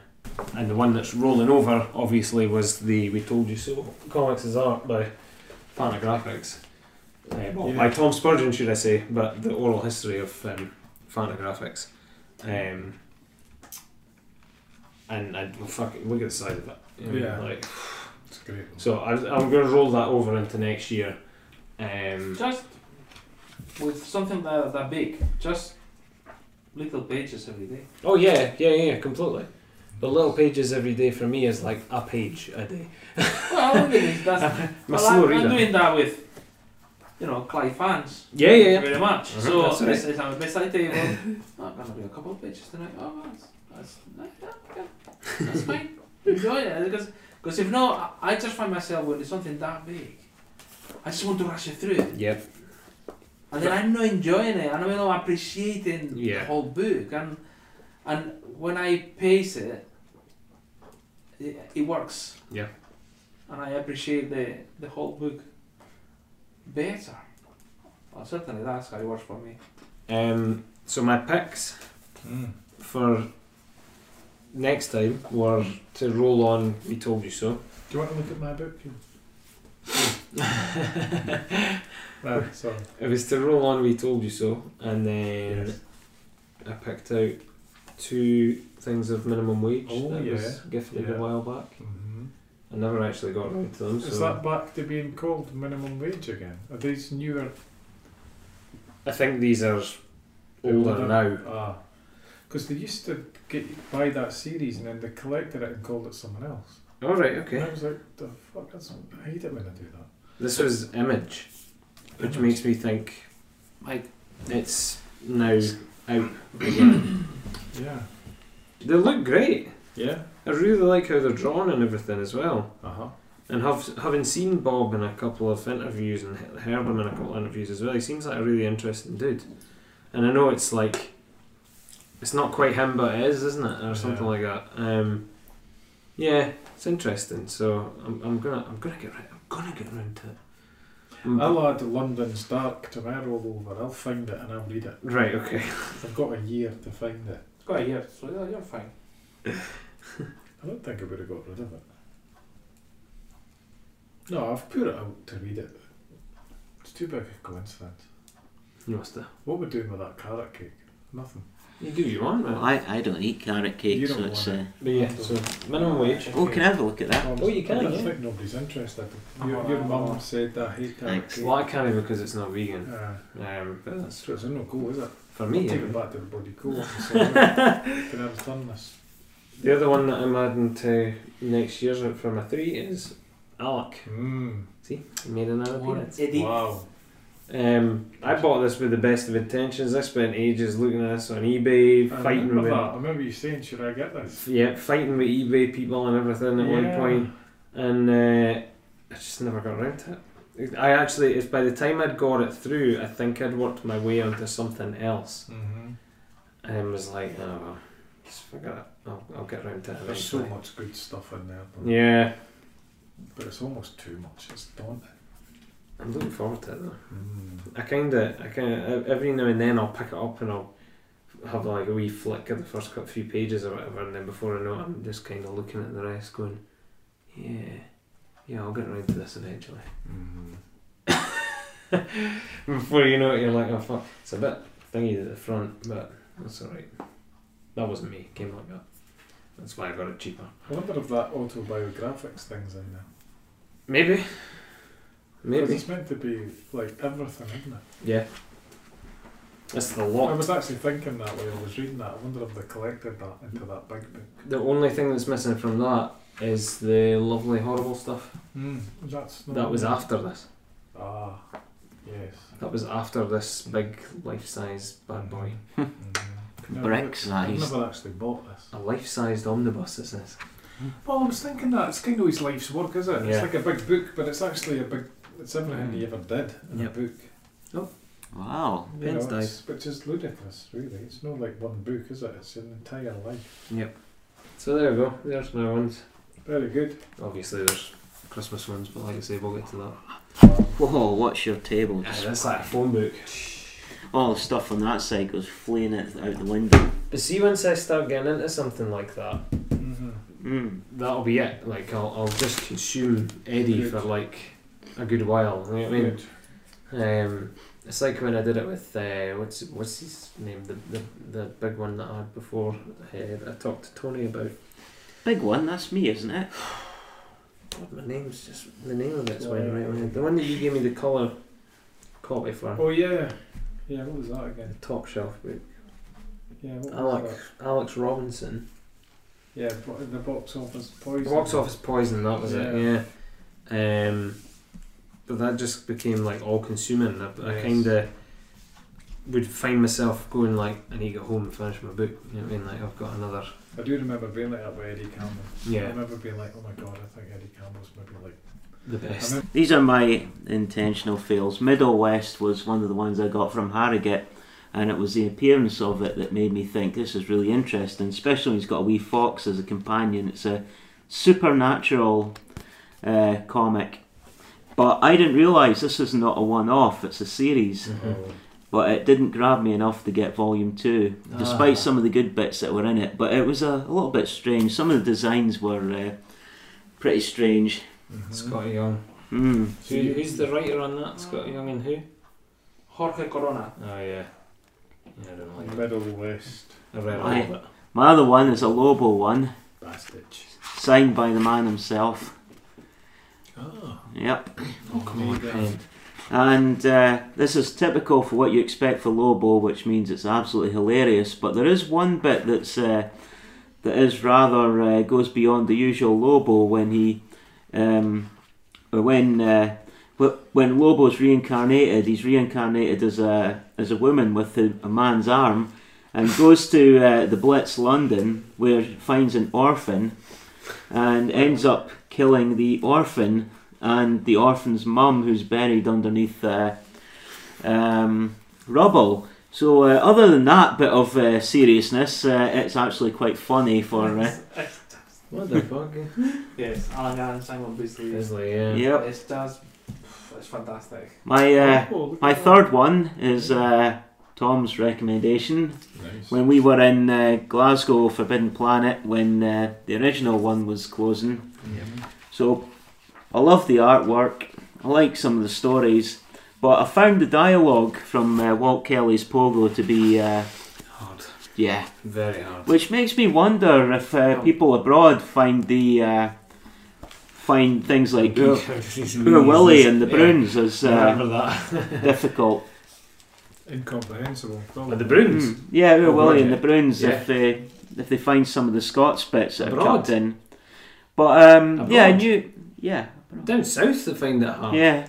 Speaker 5: And the one that's rolling over, obviously, was the "We Told You So" comics is art by Fantagraphics, uh, well,
Speaker 2: Yeah.
Speaker 5: by Tom Spurgeon, should I say? But the oral history of um, Fantagraphics. Um, and I well, fuck it, look at the side of it. You know,
Speaker 2: Yeah.
Speaker 5: Like,
Speaker 2: it's great.
Speaker 5: so I, I'm going to roll that over into next year. Um,
Speaker 6: Just with something that, that big, just little pages every day.
Speaker 5: Oh yeah, yeah, yeah, completely. But little pages every day for me is like a page a day.
Speaker 6: Well, that's
Speaker 5: My
Speaker 6: well,
Speaker 5: slow
Speaker 6: I'm,
Speaker 5: reader.
Speaker 6: I'm doing that with, you know, Clive fans.
Speaker 5: yeah, yeah, yeah.
Speaker 6: Very much.
Speaker 5: Mhm.
Speaker 6: So
Speaker 5: That's
Speaker 6: it's
Speaker 5: right.
Speaker 6: it's on the bedside table. (laughs) Oh, I'm gonna do a couple of pages tonight. Oh, that's that's, that, yeah, that's fine. (laughs) Enjoy it because because if not, I I just find myself when it's something that big, I just want to rush it through,
Speaker 5: Yep.
Speaker 6: and then I'm not enjoying it, and I'm not appreciating
Speaker 5: Yeah.
Speaker 6: the whole book, and and when I pace it, it, it works.
Speaker 5: Yeah.
Speaker 6: And I appreciate the the whole book better. Well, certainly that's how it works for me.
Speaker 5: Um, so my picks
Speaker 2: Mm.
Speaker 5: for next time were to roll on. We told you so.
Speaker 2: Do you want to look at my book? No, sorry.
Speaker 5: It was to roll on. We told you so, and then I picked out two things of minimum wage
Speaker 2: Oh,
Speaker 5: that
Speaker 2: yeah,
Speaker 5: was gifted
Speaker 2: yeah.
Speaker 5: a while back.
Speaker 2: Mm-hmm.
Speaker 5: I never actually got round to them.
Speaker 2: Is
Speaker 5: so-
Speaker 2: that back to being called minimum wage again? Are these newer?
Speaker 5: I think these are older now.
Speaker 2: Ah, because they used to get buy that series and then they collected it and called it something else.
Speaker 5: All right,
Speaker 2: And I
Speaker 5: okay.
Speaker 2: was like, the fuck, that's, I hate it when I do that.
Speaker 5: This was Image, which
Speaker 2: Image.
Speaker 5: makes me think
Speaker 6: Mike,
Speaker 5: it's now out again.
Speaker 2: Yeah.
Speaker 5: (clears throat) they look great.
Speaker 2: Yeah.
Speaker 5: I really like how they're drawn and everything as well.
Speaker 2: Uh huh.
Speaker 5: And have, having seen Bob in a couple of interviews and he- heard him in a couple of interviews as well, he seems like a really interesting dude. And I know it's like, it's not quite him, but it is, isn't it, or something
Speaker 2: Yeah.
Speaker 5: like that. Um, yeah, it's interesting. So I'm, I'm gonna, I'm gonna get, ri- I'm gonna get round to it. Mm. I'm-
Speaker 2: I'll add London's Dark to my rollover. I'll find it and I'll read it.
Speaker 5: right, okay.
Speaker 2: I've got a year to find it.
Speaker 6: go here. So you're- you're fine.
Speaker 2: I don't think I would have got rid of it. No, I've put it out to read it. It's too big a coincidence.
Speaker 5: You must have.
Speaker 2: What we're doing with that carrot cake? Nothing.
Speaker 5: You do you want, man.
Speaker 4: Well, I, I don't eat carrot
Speaker 2: You
Speaker 4: cake,
Speaker 2: don't
Speaker 4: so it's.
Speaker 2: want
Speaker 4: Uh,
Speaker 5: But yeah, so minimum wage.
Speaker 4: oh, can I have a look at that?
Speaker 2: Um,
Speaker 5: Oh, you can,
Speaker 2: I
Speaker 5: yeah.
Speaker 2: think nobody's interested. Your, your mum said that I hate carrot
Speaker 4: Thanks.
Speaker 2: cake.
Speaker 5: Well, I can't because it's not vegan.
Speaker 2: Uh,
Speaker 5: Um, but that's
Speaker 2: so it's no cool, is it?
Speaker 5: for me.
Speaker 2: Take
Speaker 5: anyway.
Speaker 2: it back to the body (laughs) cool. and say, "Right, Can I have done this?
Speaker 5: The other one that I'm adding to next year's for my three is Alec.
Speaker 2: Mm.
Speaker 5: Made another
Speaker 6: What
Speaker 5: peanuts.
Speaker 6: an idiot.
Speaker 2: Wow.
Speaker 5: Um, I bought this with the best of intentions. I spent ages looking at this on eBay,
Speaker 2: I
Speaker 5: fighting
Speaker 2: remember
Speaker 5: with
Speaker 2: that. I remember you saying, should I get this?
Speaker 5: yeah, fighting with eBay people and everything at one
Speaker 2: Yeah.
Speaker 5: point, and uh, I just never got around to it. I actually, if by the time I'd got it through, I think I'd worked my way onto something else,
Speaker 2: Mm-hmm.
Speaker 5: and was like, oh well, just forget it. I'll, I'll get around to it.
Speaker 2: There's so
Speaker 5: eventually."
Speaker 2: much good stuff in there, but,
Speaker 5: Yeah.
Speaker 2: but it's almost too much. It's daunting.
Speaker 5: I'm looking forward to it though.
Speaker 2: Mm.
Speaker 5: I kind of, I kind of, every now and then I'll pick it up and I'll have like a wee flick of the first cou- few pages or whatever, and then before I know it, I'm just kind of looking at the rest, going, yeah, yeah, I'll get around to this eventually. (laughs)
Speaker 2: Mm-hmm.
Speaker 5: Before you know it, you're like, oh fuck, it's a bit thingy at the front, but that's alright. That wasn't me. It came like that. That's why I got it cheaper.
Speaker 2: I wonder if that autobiographics thing's in there.
Speaker 5: Maybe.
Speaker 2: 'Cause
Speaker 5: Maybe.
Speaker 2: it's meant to be like everything, isn't it?
Speaker 5: Yeah. That's the
Speaker 2: I
Speaker 5: lot.
Speaker 2: was actually thinking that while I was reading that. I wonder if they collected that into that big book.
Speaker 5: The only thing that's missing from that is the lovely horrible stuff.
Speaker 2: Mm. That's not
Speaker 5: That was after this.
Speaker 2: Ah, yes.
Speaker 5: That was after this big life-size bad boy.
Speaker 4: (laughs)
Speaker 2: Mm-hmm.
Speaker 4: Bricks, that
Speaker 2: I've
Speaker 4: is.
Speaker 2: never actually bought this.
Speaker 5: A life-sized omnibus this is.
Speaker 2: Well, I was thinking that it's kind of his life's work, is it?
Speaker 5: Yeah.
Speaker 2: It's like a big book, but it's actually a big. It's everything he ever did in
Speaker 5: Yep.
Speaker 2: a book.
Speaker 4: Wow.
Speaker 2: You
Speaker 4: Pens
Speaker 2: know,
Speaker 4: died.
Speaker 2: it's- Which is ludicrous, really. It's not like one book, is it? It's an entire life.
Speaker 5: Yep. So there we go. There's my ones.
Speaker 2: Very good.
Speaker 5: Obviously there's Christmas ones, but like I say, we'll get to that.
Speaker 4: Whoa, what's your table? Just-
Speaker 5: that's like a phone book.
Speaker 4: All the stuff on that side goes fleeing out out the window.
Speaker 5: But see, once I start getting into something like that,
Speaker 2: Mm-hmm.
Speaker 4: Mm.
Speaker 5: that'll be it. Like I'll, I'll just consume Eddie
Speaker 2: Good.
Speaker 5: for like a good while. You know what I mean?
Speaker 2: Good.
Speaker 5: Um, it's like when I did it with uh, what's what's his name the, the the big one that I had before uh, that I talked to Tony about.
Speaker 4: Big one, that's me, isn't it?
Speaker 5: God, my name's just the name of it's went right. Man. The one that you gave me the colour copy for
Speaker 2: Oh, yeah. Yeah, what was that again?
Speaker 5: the top shelf book.
Speaker 2: Yeah, what was
Speaker 5: Alec
Speaker 2: that?
Speaker 5: Alex Robinson.
Speaker 2: Yeah, bo- the box office poison.
Speaker 5: Box office poison. That was
Speaker 2: Yeah.
Speaker 5: it. Yeah. Um, but that just became like all consuming. I, I
Speaker 2: Yes.
Speaker 5: kind of would find myself going like I need to go home and finish my book. You know what I mean? Like I've got another.
Speaker 2: I do remember being like that with Eddie Campbell. I
Speaker 5: Yeah,
Speaker 2: remember being like, oh my god, I think Eddie Campbell's maybe like.
Speaker 5: the
Speaker 2: I
Speaker 5: best.
Speaker 2: remember
Speaker 4: These are my intentional fails. Middle West was one of the ones I got from Harrogate, and it was the appearance of it that made me think this is really interesting, especially when he's got a wee fox as a companion. It's a supernatural uh, comic. But I didn't realise this is not a one off, it's a series.
Speaker 2: Oh,
Speaker 5: Mhm.
Speaker 4: But it didn't grab me enough to get volume two, despite
Speaker 5: Ah.
Speaker 4: some of the good bits that were in it. But it was a, a little bit strange. Some of the designs were uh, pretty strange.
Speaker 2: Mhm.
Speaker 5: Scott Young.
Speaker 4: Hmm.
Speaker 2: So you-
Speaker 5: who's the writer on that? Scott Young and who?
Speaker 6: Jorge Corona.
Speaker 5: Oh yeah. Yeah, I don't
Speaker 2: Middle West.
Speaker 5: I read all
Speaker 4: I-
Speaker 5: of it.
Speaker 4: My other one is a Lobo one,
Speaker 2: Bastard.
Speaker 4: signed by the man himself.
Speaker 2: Oh.
Speaker 4: Ah. Yep.
Speaker 5: Oh, come on, pen.
Speaker 4: And uh, this is typical for what you expect for Lobo, which means it's absolutely hilarious. But there is one bit that's uh, that is rather uh, goes beyond the usual Lobo when he, um, or when uh, wh- when Lobo's reincarnated, he's reincarnated as a as a woman with a, a man's arm, and goes to uh, the Blitz London where he finds an orphan, and ends up killing the orphan and the orphan's mum who's buried underneath uh, um, rubble. So, uh, other than that bit of uh, seriousness, uh, it's actually quite funny for. Uh,
Speaker 5: What the (laughs) fuck?
Speaker 6: (laughs) Yes, Alan Allen, Simon Beasley. It's,
Speaker 5: Isley, yeah.
Speaker 4: yep.
Speaker 6: just, it's fantastic.
Speaker 4: My uh,
Speaker 2: Oh, look
Speaker 4: my
Speaker 2: at that.
Speaker 4: third one is uh, Tom's recommendation.
Speaker 2: Nice.
Speaker 4: When we were in uh, Glasgow, Forbidden Planet, when uh, the original one was closing, So I love the artwork. I like some of the stories, but I found the dialogue from uh, Walt Kelly's Pogo to be uh,
Speaker 5: Hard.
Speaker 4: yeah,
Speaker 5: Very hard.
Speaker 4: which makes me wonder if uh, people abroad find the uh, find
Speaker 5: (laughs)
Speaker 4: things like poor, poor Willie and the Bruins as uh,
Speaker 5: Remember that.
Speaker 4: difficult.
Speaker 2: Incomprehensible.
Speaker 5: But the Bruins.
Speaker 4: Mm. Yeah, poor
Speaker 5: Oh,
Speaker 4: Willie and
Speaker 5: yeah.
Speaker 4: the Bruins
Speaker 5: Yeah.
Speaker 4: if they if they find some of the Scots bits that are
Speaker 5: Abroad.
Speaker 4: cut in. But um, yeah, I
Speaker 5: Abroad.
Speaker 4: knew yeah. abroad.
Speaker 5: Down south they find it hard. (laughs)
Speaker 4: Yeah.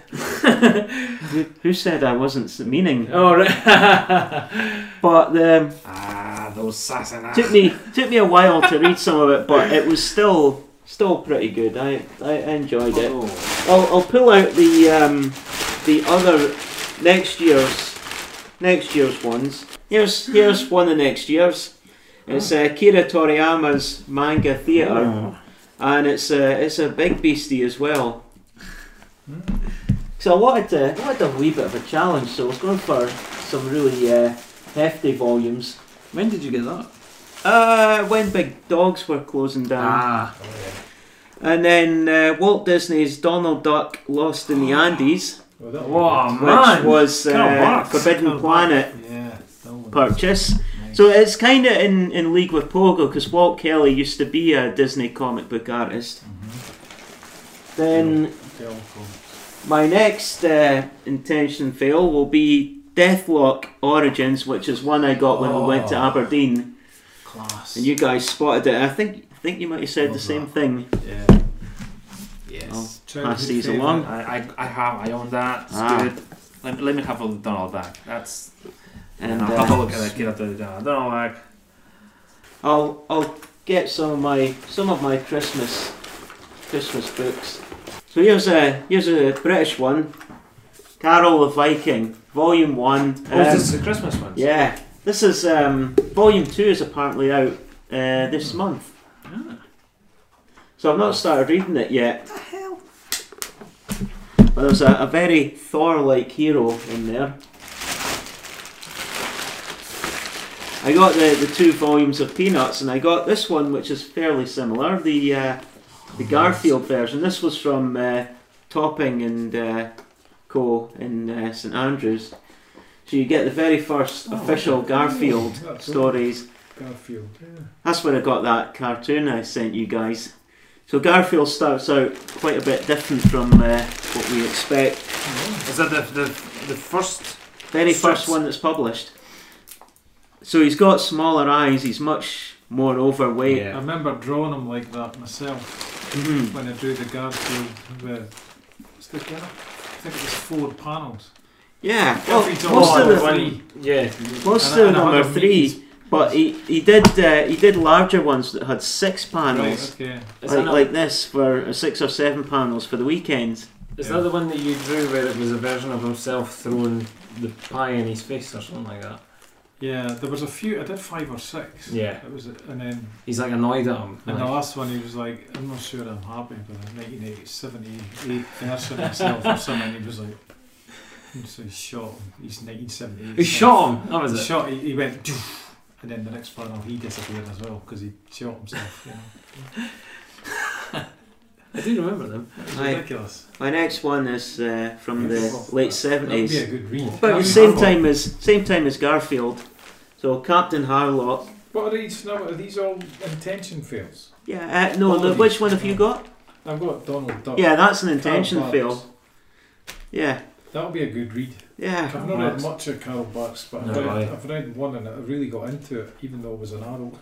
Speaker 4: who, who said I wasn't s- meaning?
Speaker 5: Oh,
Speaker 4: (laughs)
Speaker 5: right.
Speaker 4: But um,
Speaker 6: Ah, those Sassanach.
Speaker 4: took me took me a while to read some of it, but it was still still pretty good. I I enjoyed it.
Speaker 5: oh.
Speaker 4: I'll, I'll pull out the um, the other next year's next year's ones. Here's here's one of next year's. It's uh, Kira Toriyama's manga
Speaker 5: Oh.
Speaker 4: theater, and it's a it's a big beastie as well. So I wanted to I wanted a wee bit of a challenge, so I was going for some really uh, hefty volumes.
Speaker 5: When did you get that?
Speaker 4: Uh, when big dogs were closing down.
Speaker 2: Oh,
Speaker 5: Ah.
Speaker 4: And then uh, Walt Disney's Donald Duck Lost in the Andes,
Speaker 2: Well, that
Speaker 5: Wow,
Speaker 4: which
Speaker 5: man.
Speaker 4: was
Speaker 5: Kinda
Speaker 4: uh,
Speaker 5: works.
Speaker 4: Forbidden Planet
Speaker 2: Yeah. That one.
Speaker 4: purchase.
Speaker 2: Nice.
Speaker 4: So it's kind of in, in league with Pogo because Walt Kelly used to be a Disney comic book artist.
Speaker 2: Mhm.
Speaker 4: Then
Speaker 2: Tell from-
Speaker 4: my next uh, intention fail will be Deathlock Origins, which is one I got when we went to
Speaker 2: Oh.
Speaker 4: Aberdeen,
Speaker 2: Class.
Speaker 4: and you guys spotted it. I think I think you might have said the same thing. oh,
Speaker 2: Yeah.
Speaker 6: Yes.
Speaker 4: I'll
Speaker 2: Childhood
Speaker 4: pass these
Speaker 2: favourite.
Speaker 4: along.
Speaker 6: I, I, I have, I own that. It's
Speaker 4: Ah.
Speaker 6: good. Let, let me have a Donald Duck. That's.
Speaker 4: And
Speaker 6: I'll have a
Speaker 4: uh,
Speaker 6: look at that kid after the Donald Duck.
Speaker 4: I'll I'll get some of my some of my Christmas Christmas books. So here's a here's a British one, Carol the Viking, Volume One.
Speaker 6: Oh,
Speaker 4: Um,
Speaker 6: this is the Christmas one.
Speaker 4: yeah, this is um, Volume Two is apparently out uh, this month.
Speaker 2: Ah.
Speaker 4: So I've not started reading it yet. The hell. But there's a, a very Thor-like hero in there. I got the, the two volumes of Peanuts, and I got this one, which is fairly similar, the uh, the Garfield version. This was from uh, Topping and uh, Co. in uh, St Andrews. So you get the very first
Speaker 2: Oh,
Speaker 4: official
Speaker 2: okay.
Speaker 4: Garfield
Speaker 2: Oh, that's cool.
Speaker 4: stories.
Speaker 2: Garfield. Yeah.
Speaker 4: That's where I got that cartoon I sent you guys. So Garfield starts out quite a bit different from uh, what we expect.
Speaker 5: Is that the, the, the first?
Speaker 4: Very first
Speaker 5: Strips.
Speaker 4: one that's published. So he's got smaller eyes. He's much more overweight.
Speaker 2: I
Speaker 5: Yeah.
Speaker 2: remember drawing him like that myself
Speaker 4: Mhm.
Speaker 2: when I drew the Garfield. The, it's the Gar- I think it was four panels.
Speaker 4: Yeah. Well,
Speaker 2: Every
Speaker 4: most
Speaker 2: time I
Speaker 4: of them,
Speaker 2: went-
Speaker 5: funny. Oh, Yeah.
Speaker 4: most
Speaker 2: And I-
Speaker 4: of
Speaker 2: and I
Speaker 4: them
Speaker 2: had
Speaker 4: are
Speaker 2: a meat-
Speaker 4: three, but he, he did uh, he did larger ones that had six panels,
Speaker 2: Right, okay.
Speaker 5: Is,
Speaker 4: like,
Speaker 5: that,
Speaker 4: like this for uh, six or seven panels for the weekend.
Speaker 5: is that the one that you drew where it was a version of himself throwing the pie in his face or something like that?
Speaker 2: Yeah, there was a few. I did five or six.
Speaker 5: Yeah.
Speaker 2: It was, and then
Speaker 5: He's like annoyed at him.
Speaker 2: and the
Speaker 5: like-
Speaker 2: last one, he was like, "I'm not sure I'm happy with the 1978 version of myself or something." He was like, and "So he shot him. He's 1978."
Speaker 5: He shot him. That was
Speaker 2: He
Speaker 5: it.
Speaker 2: shot. He, he went, and then the next panel, he disappeared as well because he shot himself. You know,
Speaker 5: I do remember them.
Speaker 2: it was
Speaker 4: Aye.
Speaker 2: ridiculous.
Speaker 4: My next one is uh, from the
Speaker 2: Yes.
Speaker 4: late
Speaker 2: That'd be
Speaker 4: seventies.
Speaker 2: a good read.
Speaker 4: About the same time as same time as Garfield. So Captain Harlock,
Speaker 2: What are these now? Are these all intention fails?
Speaker 4: Yeah, uh, no, the, which one have you got?
Speaker 2: I've got Donald Duck.
Speaker 4: Yeah, that's an intention
Speaker 2: Carl Barks.
Speaker 4: fail. Yeah,
Speaker 2: That'll be a good read.
Speaker 4: yeah.
Speaker 2: I've not read
Speaker 5: Barks.
Speaker 2: much of Carol Barks, but I've,
Speaker 5: No,
Speaker 2: read,
Speaker 5: aye.
Speaker 2: I've read one and I really got into it, even though I was an adult.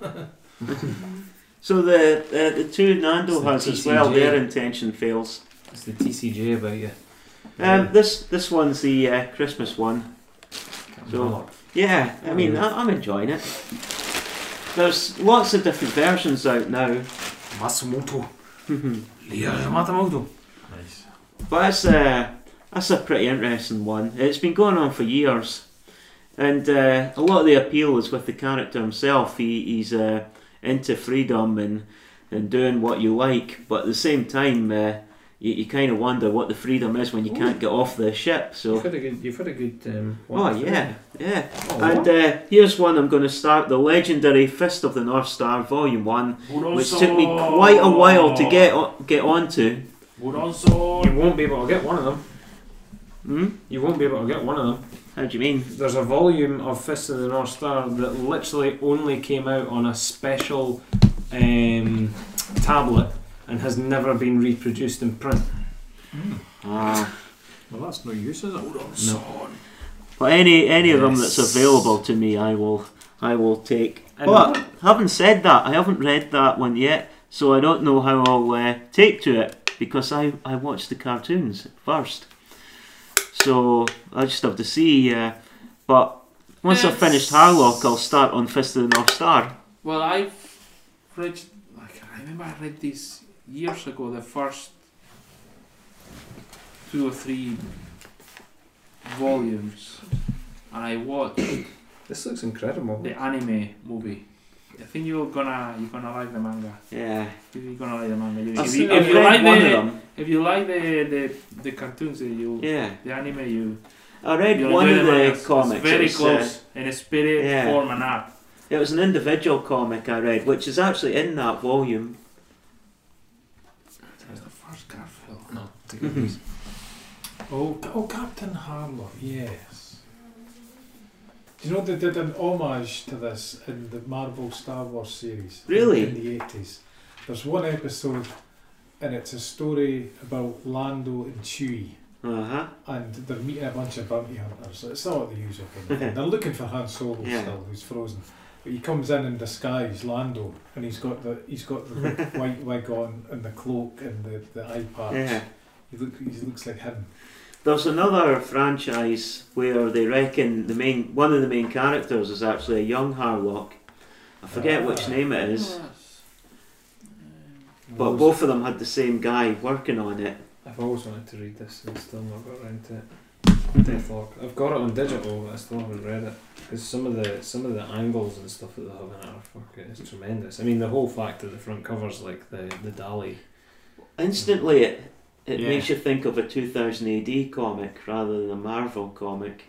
Speaker 4: So the uh, the two Nando
Speaker 5: It's the
Speaker 4: has as well,
Speaker 5: TCG.
Speaker 4: their intention fails.
Speaker 5: It's the TCG about you.
Speaker 4: Um, this this one's the uh, Christmas one. So- Yeah, I mean, I, I'm enjoying it. There's lots of different versions out now, (laughs)
Speaker 5: Matsumoto.
Speaker 4: but
Speaker 5: Leon Matsumoto.
Speaker 2: Nice.
Speaker 4: that's uh, that's a pretty interesting one. It's been going on for years, and uh, a lot of the appeal is with the character himself. He, he's uh, into freedom and and doing what you like, but at the same time, uh, you, you kind of wonder what the freedom is when you can't get off the
Speaker 5: (laughs)
Speaker 4: ship. So,
Speaker 5: had a good. You've had a good. Um,
Speaker 4: oh yeah, yeah.
Speaker 5: Oh,
Speaker 4: And uh, here's one I'm going to start the legendary Fist of the North Star Volume 1, which took me quite a while to get o- get onto.
Speaker 2: Hmm.
Speaker 5: You won't be able to get one of them.
Speaker 4: Hmm?
Speaker 5: You won't be able to get one of them.
Speaker 4: How do you mean?
Speaker 5: There's a volume of Fist of the North Star that literally only came out on a special um, tablet and has never been reproduced in print.
Speaker 4: Ah.
Speaker 2: Well, that's no use, is it?
Speaker 5: No.
Speaker 4: But any any of them that's
Speaker 5: Yes.
Speaker 4: available to me, I will I will take.
Speaker 5: And-
Speaker 4: But having said that, I haven't read that one yet, so I don't know how I'll uh, take to it because I I watched the cartoons first, so I just have to see. Uh, but once I've finished Harlock, I'll start on Fist of the North Star.
Speaker 6: Well, I've read. I can't remember I read this years ago. The first two or three volumes, and I watched
Speaker 5: This looks incredible.
Speaker 6: the anime movie. I think you're gonna you're gonna like the manga.
Speaker 4: Yeah.
Speaker 6: You're gonna like the manga. If
Speaker 4: I've,
Speaker 6: you,
Speaker 4: seen,
Speaker 6: if
Speaker 4: I've
Speaker 6: you like
Speaker 4: read one
Speaker 6: the
Speaker 4: of them.
Speaker 6: if you like the the, the cartoons, you
Speaker 4: Yeah.
Speaker 6: the anime you.
Speaker 4: I read
Speaker 6: you'll
Speaker 4: one
Speaker 6: enjoy
Speaker 4: of
Speaker 6: manga.
Speaker 4: the
Speaker 6: It's
Speaker 4: comics. It
Speaker 6: very
Speaker 4: was, uh,
Speaker 6: close in a spirit,
Speaker 4: yeah.
Speaker 6: form, and art.
Speaker 4: it was an individual comic I read, which is actually in that volume.
Speaker 6: That was the first Garfield.
Speaker 5: No,
Speaker 4: (laughs) Mhm.
Speaker 2: Oh, Ca- oh, Captain Harlock, yes. Do you know they did an homage to this in the Marvel Star Wars series? in-
Speaker 4: Really?
Speaker 2: In the 80s. There's one episode, and it's a story about Lando and Chewie,
Speaker 4: Uh huh.
Speaker 2: and they're meeting a bunch of bounty hunters. It's not the usual kind of
Speaker 4: (laughs)
Speaker 2: thing. They're looking for Han Solo
Speaker 4: Yeah.
Speaker 2: still, who's frozen. But he comes in in disguise, Lando, and he's got the he's got
Speaker 4: (laughs)
Speaker 2: the big white wig on and the cloak and the, the eye patch.
Speaker 4: Yeah.
Speaker 2: He, look, he looks like him.
Speaker 4: There's another franchise where they reckon the main one of the main characters is actually a young Harlock. I forget which
Speaker 2: Ah.
Speaker 4: name it is,
Speaker 6: Hmm. Uh,
Speaker 4: but
Speaker 2: Rose-
Speaker 4: both of them had the same guy working on it.
Speaker 5: I've always wanted to read this and still not got around to it. Deathlock. I've got it on digital, but I still haven't read it because some of the some of the angles and stuff that they have in it are fucking it's tremendous. I mean, the whole fact that the front cover's like the the Dali.
Speaker 4: Instantly, it it
Speaker 5: Yeah.
Speaker 4: makes you think of a 2000 AD comic rather than a Marvel comic.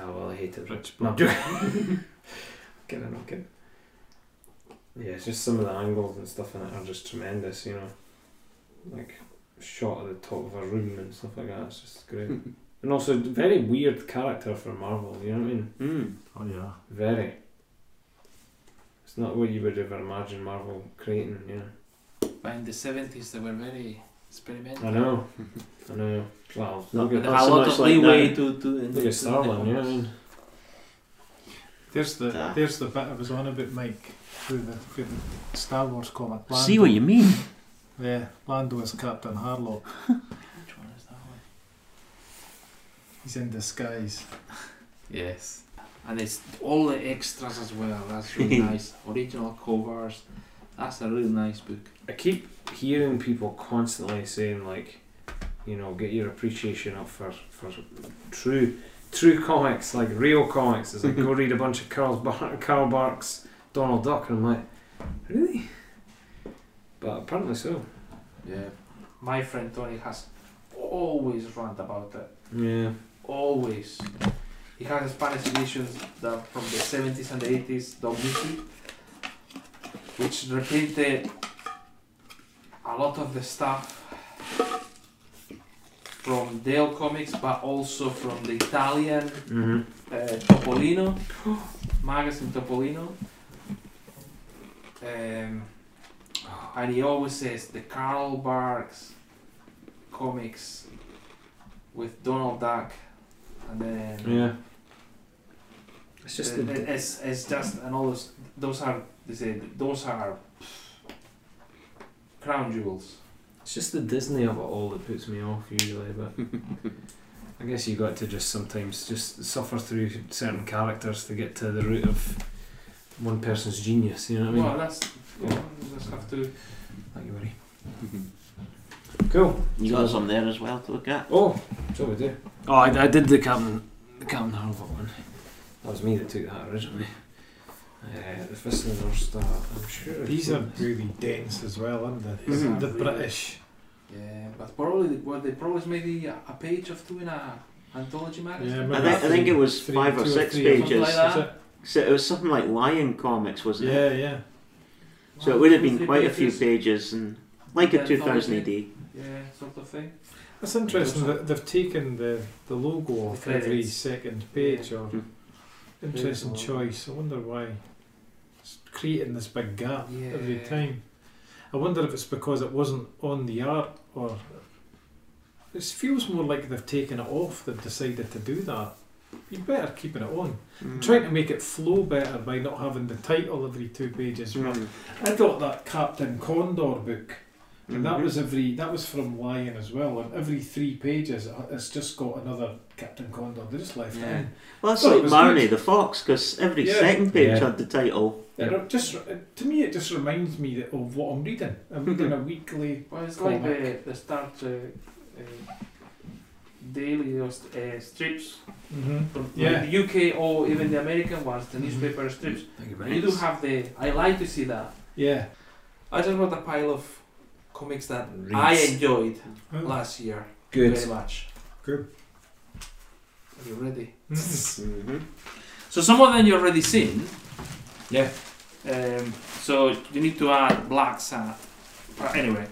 Speaker 5: Oh well, I hate it.
Speaker 3: Rich
Speaker 5: No, I'm (laughs) joking. kidding, I'm kidding. Yeah, it's just some of the angles and stuff in it are just tremendous. You know, like shot at the top of a room and stuff like that. It's just
Speaker 6: (laughs)
Speaker 5: great. and also very weird character for Marvel. You know what I mean?
Speaker 4: Mm.
Speaker 3: Oh yeah.
Speaker 5: Very. It's not what you would ever imagine Marvel creating, you know.
Speaker 6: But in the seventies, they were very experimental.
Speaker 5: I
Speaker 6: (laughs)
Speaker 5: know. I know. Well, look
Speaker 6: They
Speaker 5: at,
Speaker 6: had
Speaker 4: Not
Speaker 6: a
Speaker 4: so
Speaker 6: lot
Speaker 4: much
Speaker 6: of
Speaker 4: like
Speaker 6: leeway
Speaker 4: now.
Speaker 6: to to.
Speaker 5: look at Starlin, you know what I mean?
Speaker 2: There's the
Speaker 4: Ah.
Speaker 2: there's the bit I was on about Mike through the, through the Star Wars comic.
Speaker 4: See what you mean.
Speaker 2: Yeah, Lando is Captain Harlock.
Speaker 6: Which one is that one?
Speaker 2: He's in disguise.
Speaker 6: Yes. And it's all the extras as well.
Speaker 4: (laughs)
Speaker 6: That's really nice. Original covers. That's a really nice book.
Speaker 5: I keep hearing people constantly saying like, you know, get your appreciation up for, for true true comics, like real comics. It's (laughs) like go read a bunch of Carl, Bar- Carl Barks, Donald Duck, and I'm like, really? But apparently so.
Speaker 6: Yeah. My friend Tony has always rant about it.
Speaker 5: Yeah.
Speaker 6: Always. He has Spanish editions that from the 70s and the 80s, obviously, which reprinted a lot of the stuff from Dale Comics, but also from the Italian Eh,
Speaker 5: Mm-hmm.
Speaker 6: uh, Topolino magazine Topolino Um, and he always says the Carl Barks comics with Donald Duck, and then
Speaker 5: Yeah.
Speaker 1: It's just
Speaker 6: it-
Speaker 1: the-
Speaker 6: it- it's, it's just and all those those are they say those are crown jewels.
Speaker 5: It's just the Disney of it all that puts me off usually, but I guess you got to just sometimes just suffer through certain characters to get to the root of one person's genius. You know what I mean?
Speaker 6: well, that's yeah, you just have to.
Speaker 5: Like you worry.
Speaker 2: Cool.
Speaker 4: You got some there as well to look at.
Speaker 5: Oh, so we do. Oh, I, I did the Captain the Captain Harvard one. That was me that took that originally. Uh, the Fist of the North Star. I'm sure.
Speaker 2: These are really dense as well, aren't they?
Speaker 4: Mhm.
Speaker 2: The British.
Speaker 6: Yeah, but probably well, they promised maybe a, a page of two in a anthology magazine.
Speaker 2: Yeah,
Speaker 4: I
Speaker 2: maybe
Speaker 4: think, I think it was
Speaker 2: three-
Speaker 4: five or
Speaker 2: two or
Speaker 4: six
Speaker 2: three or
Speaker 6: Something like
Speaker 4: pages.
Speaker 6: that.
Speaker 2: Is it?
Speaker 4: So it was something like Lion Comics, wasn't it?
Speaker 2: Yeah, yeah.
Speaker 4: So it would have
Speaker 6: Two,
Speaker 4: been
Speaker 6: three
Speaker 4: quite a few
Speaker 6: pages.
Speaker 4: pages, and like a
Speaker 6: Yeah,
Speaker 4: 2000 AD.
Speaker 6: Yeah, sort of thing.
Speaker 2: That's interesting that they've taken the, the logo off
Speaker 6: The
Speaker 2: every
Speaker 6: credits.
Speaker 2: second page. Or
Speaker 4: Hmm.
Speaker 2: interesting
Speaker 6: Credits.
Speaker 2: choice. I wonder why it's creating this big gap every
Speaker 6: Yeah.
Speaker 2: Oh, time. I wonder if it's because it wasn't on the art, or it feels more like they've taken it off. They've decided to do that. You better keeping it on.
Speaker 4: Mm.
Speaker 2: Trying to make it flow better by not having the title every two pages. But
Speaker 4: Mm.
Speaker 2: I thought that Captain Condor book. And that
Speaker 4: Mhm.
Speaker 2: was every that was from Lion as well. And every three pages, it- it's just got another Captain Condor. They just left
Speaker 4: Yeah.
Speaker 2: it
Speaker 4: Well, that's
Speaker 2: Well, it
Speaker 4: like
Speaker 2: was
Speaker 4: Marnie
Speaker 2: good.
Speaker 4: the Fox, because every
Speaker 2: Yeah.
Speaker 4: second page
Speaker 5: Yeah.
Speaker 4: had the title.
Speaker 2: in. It re- just re- to me, it just reminds me that of what I'm reading.
Speaker 4: Mm-hmm.
Speaker 2: I'm reading a weekly.
Speaker 6: Well, it's
Speaker 2: Comic.
Speaker 6: like the, the start uh, uh, daily or st- uh, strips
Speaker 2: Mm-hmm.
Speaker 6: from
Speaker 2: Yeah. Mm-hmm.
Speaker 6: like the UK or even the American ones, the newspaper strips.
Speaker 5: Thank you
Speaker 6: You do have the. I like to see that.
Speaker 2: Yeah.
Speaker 6: I just got a pile of comics that
Speaker 5: Reads.
Speaker 6: I enjoyed
Speaker 2: Mm.
Speaker 6: last year very
Speaker 5: Good.
Speaker 6: much.
Speaker 2: Good.
Speaker 6: Are you ready?
Speaker 2: Mhm.
Speaker 4: Mm-hmm.
Speaker 6: So some of them you already seen.
Speaker 5: Yeah.
Speaker 6: Um, so you need to add Black Sat. But anyway,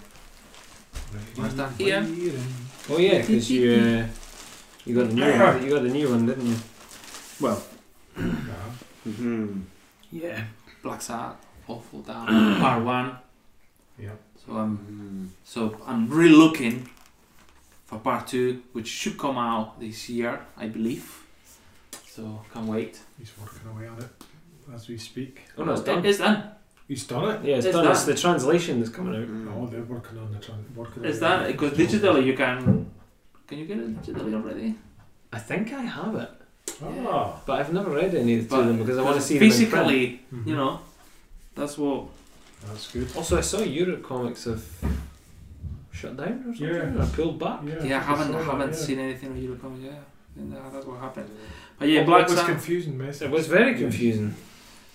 Speaker 6: Where's that here?
Speaker 5: Oh yeah, because you uh, you got the new one. You got the new one, didn't you?
Speaker 2: No.
Speaker 4: Mm-hmm.
Speaker 5: Yeah.
Speaker 6: Black Sat,
Speaker 5: (clears throat)
Speaker 6: awful down part one.
Speaker 2: Yeah.
Speaker 6: So
Speaker 2: Um,
Speaker 6: I'm So I'm really looking for part two, which should come out this year, I believe. So can't wait.
Speaker 2: He's working away on it as we speak.
Speaker 5: Oh no, it's done.
Speaker 6: It's done.
Speaker 2: He's done it.
Speaker 5: Yeah, it's,
Speaker 6: It's
Speaker 5: done.
Speaker 6: done.
Speaker 5: It's the translation that's coming out.
Speaker 4: Mm.
Speaker 2: No, they're working on the tran working.
Speaker 6: It's
Speaker 2: on the-
Speaker 6: done. Because digitally you can. Can you get it digitally already?
Speaker 5: I think I have it,
Speaker 2: Ah.
Speaker 5: but I've never read any of the two of them because I want to see them in print. Mm-hmm.
Speaker 6: physically.
Speaker 2: Mhm.
Speaker 6: Mm-hmm. You know, that's what.
Speaker 2: That's good.
Speaker 5: Also, I saw Europe comics have shut down or something,
Speaker 2: Yeah.
Speaker 5: or pulled back.
Speaker 6: Yeah,
Speaker 2: think
Speaker 6: I haven't
Speaker 2: saw that,
Speaker 6: haven't
Speaker 2: yeah.
Speaker 6: seen anything of you coming. Yeah, and uh, that's what happened. But
Speaker 2: Although
Speaker 6: yeah,
Speaker 2: it
Speaker 6: Black
Speaker 2: was
Speaker 6: Sat.
Speaker 2: confusing message.
Speaker 5: It was very confusing.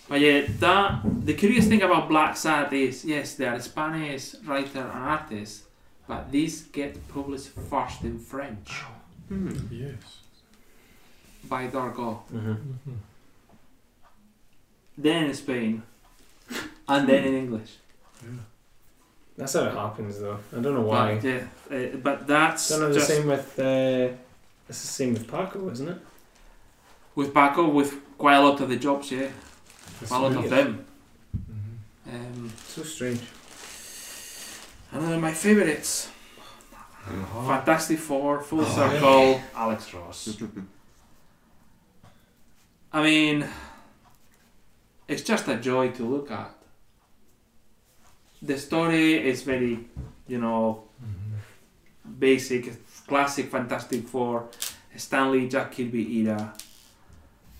Speaker 6: But yeah, that the curious thing about Black Sad is yes, they are Spanish writer and artist, but these get published first in French
Speaker 5: Hmm.
Speaker 4: Mm-hmm.
Speaker 2: Yes.
Speaker 6: by Dargo,
Speaker 5: Mm-hmm.
Speaker 2: Mm-hmm.
Speaker 6: then in Spain, and then in English.
Speaker 2: Yeah.
Speaker 5: That's how it happens, though. I don't know why.
Speaker 6: But, yeah, uh, but that's
Speaker 5: Don't know the
Speaker 6: just
Speaker 5: same with. Uh, it's the same with Paco, isn't it?
Speaker 6: with Paco with quite a lot of the jobs. Yeah,
Speaker 2: It's
Speaker 6: quite a lot
Speaker 2: good.
Speaker 6: of them.
Speaker 2: Mhm.
Speaker 6: Um,
Speaker 5: So strange.
Speaker 6: another of my favorites.
Speaker 5: Oh.
Speaker 6: Fantastic Four, Full Circle, Oh, Alex Ross. I mean, it's just a joy to look at. The story is very, you know,
Speaker 2: Mm-hmm.
Speaker 6: basic, classic Fantastic Four, Stanley Jack Kirby era.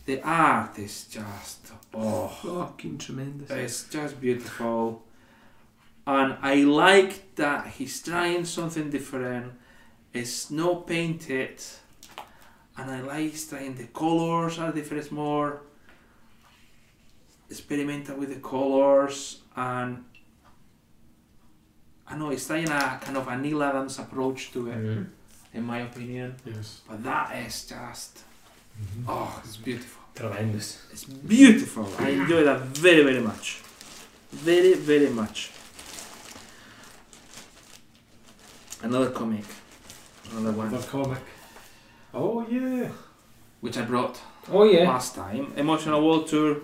Speaker 6: The art is just, oh,
Speaker 5: Fucking tremendous.
Speaker 6: it's just beautiful. And I like that he's trying something different. It's not painted. And I like he's trying the colors are different, it's more experimental with the colors. And I know he's trying a kind of a Neil Adams approach to it,
Speaker 5: Mhm.
Speaker 6: in my opinion.
Speaker 2: Yes.
Speaker 6: But that is just,
Speaker 2: Mhm.
Speaker 6: oh, it's beautiful.
Speaker 5: Tremendous.
Speaker 6: It's beautiful. I enjoy that very, very much. Very, very much. Another comic. Another one.
Speaker 2: Another comic. Oh yeah.
Speaker 6: Which I brought
Speaker 5: Oh yeah.
Speaker 6: last time. Emotional World Tour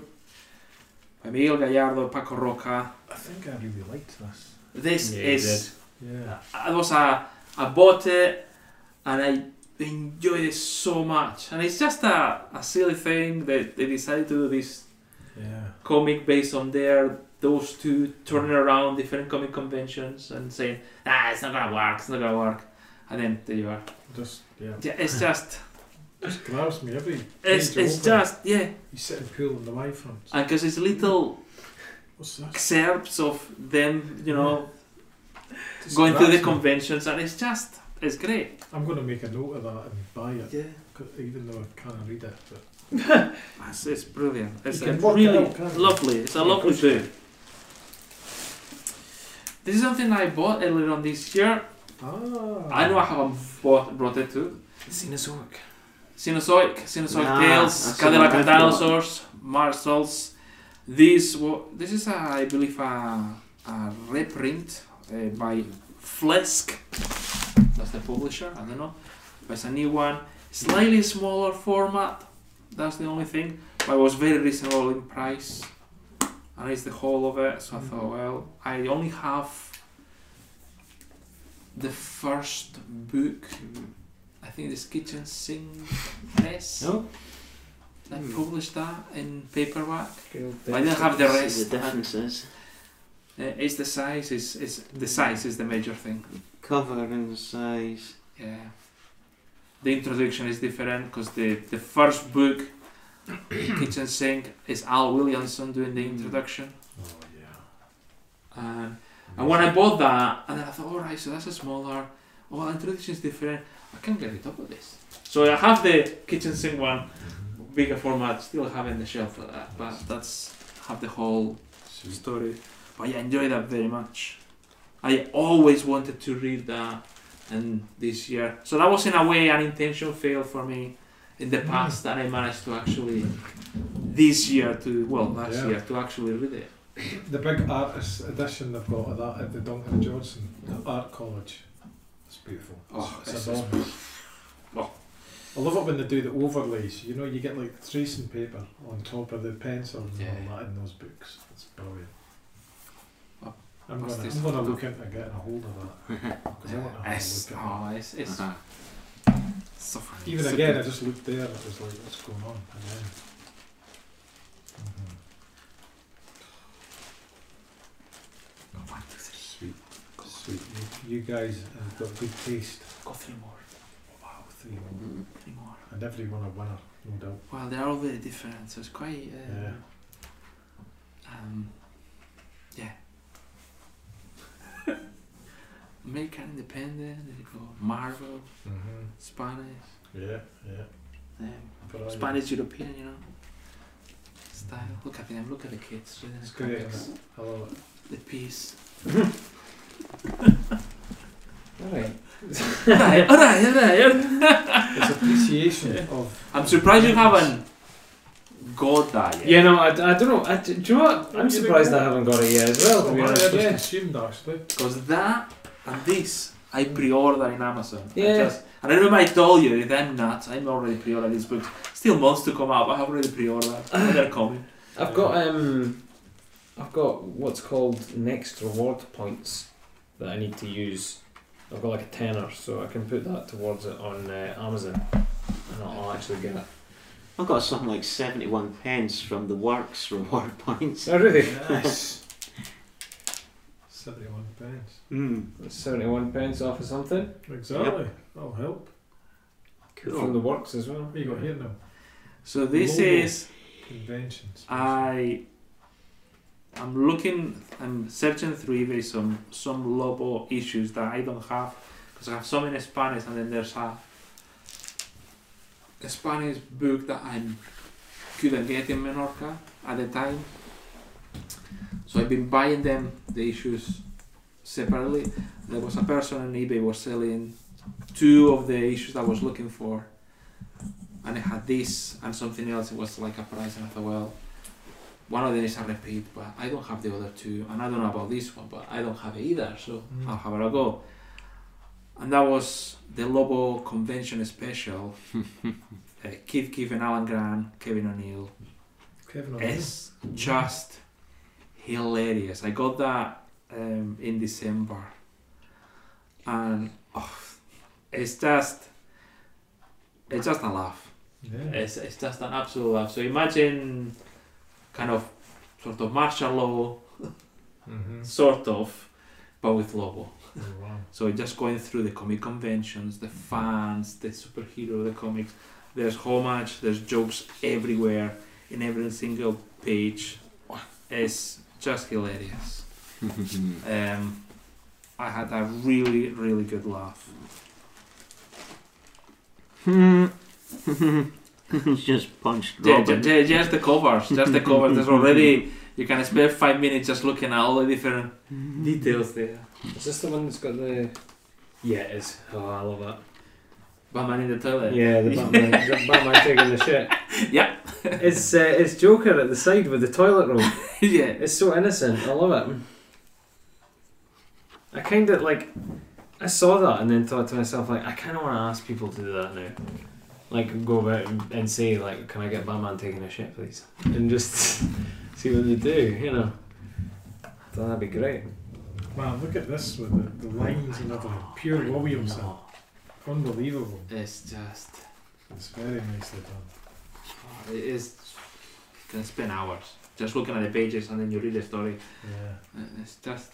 Speaker 6: by Miguel Gallardo, Paco Roca.
Speaker 2: I think I really liked this.
Speaker 6: This
Speaker 5: Yeah, you
Speaker 6: is.
Speaker 2: Yeah.
Speaker 6: I was a, I bought it, and I enjoyed it so much. And it's just a, a silly thing that they decided to do this
Speaker 2: Yeah.
Speaker 6: comic based on their those two turning around different comic conventions and saying, ah, it's not gonna work, it's not gonna work. And then there you are.
Speaker 2: Just, yeah.
Speaker 6: Yeah, it's just,
Speaker 2: Just grabs me every.
Speaker 6: it's,
Speaker 2: page you
Speaker 6: it's
Speaker 2: open.
Speaker 6: just, yeah.
Speaker 2: He's sitting cool in the wife front.
Speaker 6: And because it's little
Speaker 2: What's that?
Speaker 6: excerpts of them, you know,
Speaker 2: Just
Speaker 6: going to
Speaker 2: grabs
Speaker 6: the
Speaker 2: me.
Speaker 6: conventions, and it's just, it's great.
Speaker 2: I'm going to make a note of that and buy it,
Speaker 6: Yeah.
Speaker 2: 'cause even though I can't read it. But
Speaker 6: It's, it's brilliant. It's
Speaker 2: You can
Speaker 6: a
Speaker 2: work it
Speaker 6: really
Speaker 2: out, can't you?
Speaker 6: lovely. It's a
Speaker 2: Yeah, of
Speaker 6: lovely
Speaker 2: course you
Speaker 6: book. This is something I bought earlier on this year.
Speaker 2: ah,
Speaker 6: I know I haven't bought, brought it to
Speaker 5: Cenozoic.
Speaker 6: Cenozoic, Cenozoic
Speaker 4: Nah,
Speaker 6: Tales,
Speaker 4: that's
Speaker 6: Cadillac
Speaker 4: what
Speaker 6: and
Speaker 4: I thought.
Speaker 6: Dinosaurs, Marsals. This wa- this is, a, I believe, a, a reprint uh, by Flesk. That's the publisher. I don't know. But it's a new one, slightly smaller format. That's the only thing. But it was very reasonable in price, and it's the whole of it.
Speaker 4: Mm-hmm.
Speaker 6: So I thought, well, I only have the first book. I think this Kitchen (laughs) Sink Press.
Speaker 5: No?
Speaker 6: I
Speaker 4: Hmm.
Speaker 6: published that in paperback.
Speaker 4: I
Speaker 6: I didn't have the
Speaker 4: See
Speaker 6: rest.
Speaker 4: the differences.
Speaker 6: Uh, it's the size. Is is the size is the major thing.
Speaker 4: Cover and size.
Speaker 6: Yeah. The introduction is different because the the first book, (coughs) Kitchen Sink, is Al Williamson doing the introduction. Um,
Speaker 2: Oh, yeah.
Speaker 6: And and when I bought that, and then I thought, all right, so that's a smaller. Oh, well, introduction is different. I can't get rid of this. So I have the kitchen sink one, bigger format, still having the shelf for that, but that's have the whole story. But yeah, I enjoy that very much. I always wanted to read that, and this year, so that was in a way an intentional fail for me in the past that I managed to actually this year to well last
Speaker 2: Yeah.
Speaker 6: year to actually read it.
Speaker 2: The big artist edition they've got of that at the Duncan Johnson Art College. It's beautiful.
Speaker 6: Oh,
Speaker 2: it's,
Speaker 6: it's-
Speaker 2: it's adorable. I love it when they do the overlays. You know, you get like tracing paper on top of the pencil and all
Speaker 6: Yeah.
Speaker 2: that in those books. It's brilliant.
Speaker 6: Well,
Speaker 2: I'm
Speaker 6: what's
Speaker 2: gonna,
Speaker 6: this
Speaker 2: I'm gonna
Speaker 6: photo?
Speaker 2: look into getting a hold of that because I
Speaker 6: (laughs)
Speaker 2: want to have
Speaker 6: It's,
Speaker 2: a look at
Speaker 6: oh, it's, it's
Speaker 4: Uh-huh.
Speaker 6: so funny.
Speaker 2: it. Even
Speaker 6: So
Speaker 2: again, I
Speaker 6: good.
Speaker 2: just looked there. and It was like, what's going on? And then, Mhm.
Speaker 6: One, two, three.
Speaker 2: sweet, sweet. You, you guys have got good taste.
Speaker 6: Go three more.
Speaker 2: Wow, three more.
Speaker 6: Three more.
Speaker 2: and everyone a winner, no doubt.
Speaker 6: Well, they're all very different, so it's quite. Uh,
Speaker 2: Yeah.
Speaker 6: Um, yeah. (laughs) American Independent, there you go. Marvel,
Speaker 2: Mm-hmm.
Speaker 6: Spanish,
Speaker 2: Yeah, yeah.
Speaker 6: um,
Speaker 2: But I-
Speaker 6: Spanish European, you know. Style. Look at them, look at the kids. reading
Speaker 2: It's
Speaker 6: the
Speaker 2: great.
Speaker 6: comics,
Speaker 2: isn't it? I love it.
Speaker 6: The piece. (laughs)
Speaker 5: Alright.
Speaker 6: alright, alright, alright. (laughs)
Speaker 2: It's appreciation of.
Speaker 6: I'm surprised you haven't got that yet.
Speaker 5: Yeah, no, I, I don't know. I, do you know what? I'm
Speaker 2: You
Speaker 5: surprised
Speaker 2: think-
Speaker 5: I haven't got it yet as well,
Speaker 2: Well,
Speaker 5: to be
Speaker 2: I,
Speaker 5: honest.
Speaker 2: I assumed actually.
Speaker 6: Because that and this, I pre-order in Amazon. I
Speaker 5: Yeah.
Speaker 6: just, and I remember I told you, if I'm nuts, I'm already pre-ordered these books. Still months to come out, but I've already pre-ordered. And they're coming.
Speaker 5: I've got um, I've got what's called next reward points that I need to use. I've got like a tenner, so I can put that towards it on uh, Amazon, and I'll actually get it.
Speaker 4: I've got something like 71 pence from the works reward (laughs) points.
Speaker 5: Oh really?
Speaker 2: Yes. Seventy-one pence.
Speaker 4: Hmm.
Speaker 5: Seventy-one pence off of something
Speaker 2: Exactly. That'll help.
Speaker 5: from
Speaker 4: Cool.
Speaker 5: the works as well.
Speaker 2: What you got here now?
Speaker 6: So this
Speaker 2: Logo.
Speaker 6: is,
Speaker 2: Conventions.
Speaker 6: I, I'm looking, I'm searching through eBay some, some Lobo issues that I don't have. Because I have some in Spanish and then there's a, a Spanish book that I couldn't get in Menorca at the time. So I've been buying them the issues separately. There was a person on eBay was selling two of the issues I was looking for, and it had this and something else. It was like a price, and I thought, well, one of them is a repeat, but I don't have the other two, and I don't know about this one, but I don't have it either, so
Speaker 2: Mm.
Speaker 6: I'll have it a go. And that was the Lobo Convention Special. uh, Keith Giffen, Alan Grant, Kevin O'Neill.
Speaker 2: Kevin O'Neill.
Speaker 6: It's just hilarious. I got that um, in December, and oh, it's just it's just a laugh.
Speaker 2: Yeah.
Speaker 6: It's, it's just an absolute laugh. So imagine kind of sort of martial law,
Speaker 2: Mm-hmm.
Speaker 6: sort of, but with Lobo.
Speaker 2: Oh, wow.
Speaker 6: So just going through the comic conventions, the fans, the superhero, the comics. There's homage, there's jokes everywhere, in every single page. It's just hilarious. Um, I had a really, really good laugh.
Speaker 2: (laughs)
Speaker 4: (laughs) He's just punched
Speaker 6: Yeah, ju-
Speaker 4: Robin.
Speaker 6: ju- just the covers, just the covers. There's already you can spend five minutes just looking at all the different details there.
Speaker 5: Is this the one that's got the? Yeah, it is. Oh, I love that.
Speaker 6: Batman in the toilet.
Speaker 5: Yeah, the Batman, the Batman taking the shit.
Speaker 6: (laughs) Yeah.
Speaker 5: It's uh, it's Joker at the side with the toilet roll.
Speaker 6: (laughs) (laughs) yeah.
Speaker 5: It's so innocent. I love it. I kind of like. I saw that and then thought to myself, like, I kind of want to ask people to do that now. Like, go about and say, like, can I get Batman taking a shit, please? And just (laughs) see what they do, you know. Thought that'd be great.
Speaker 2: Man, look at this with the, the lines and everything. Pure Williams. Unbelievable.
Speaker 6: It's just
Speaker 2: It's very nicely done.
Speaker 6: oh, it is. You can spend hours just looking at the pages and then you read the story. Uh,
Speaker 2: Yeah.
Speaker 6: It's just.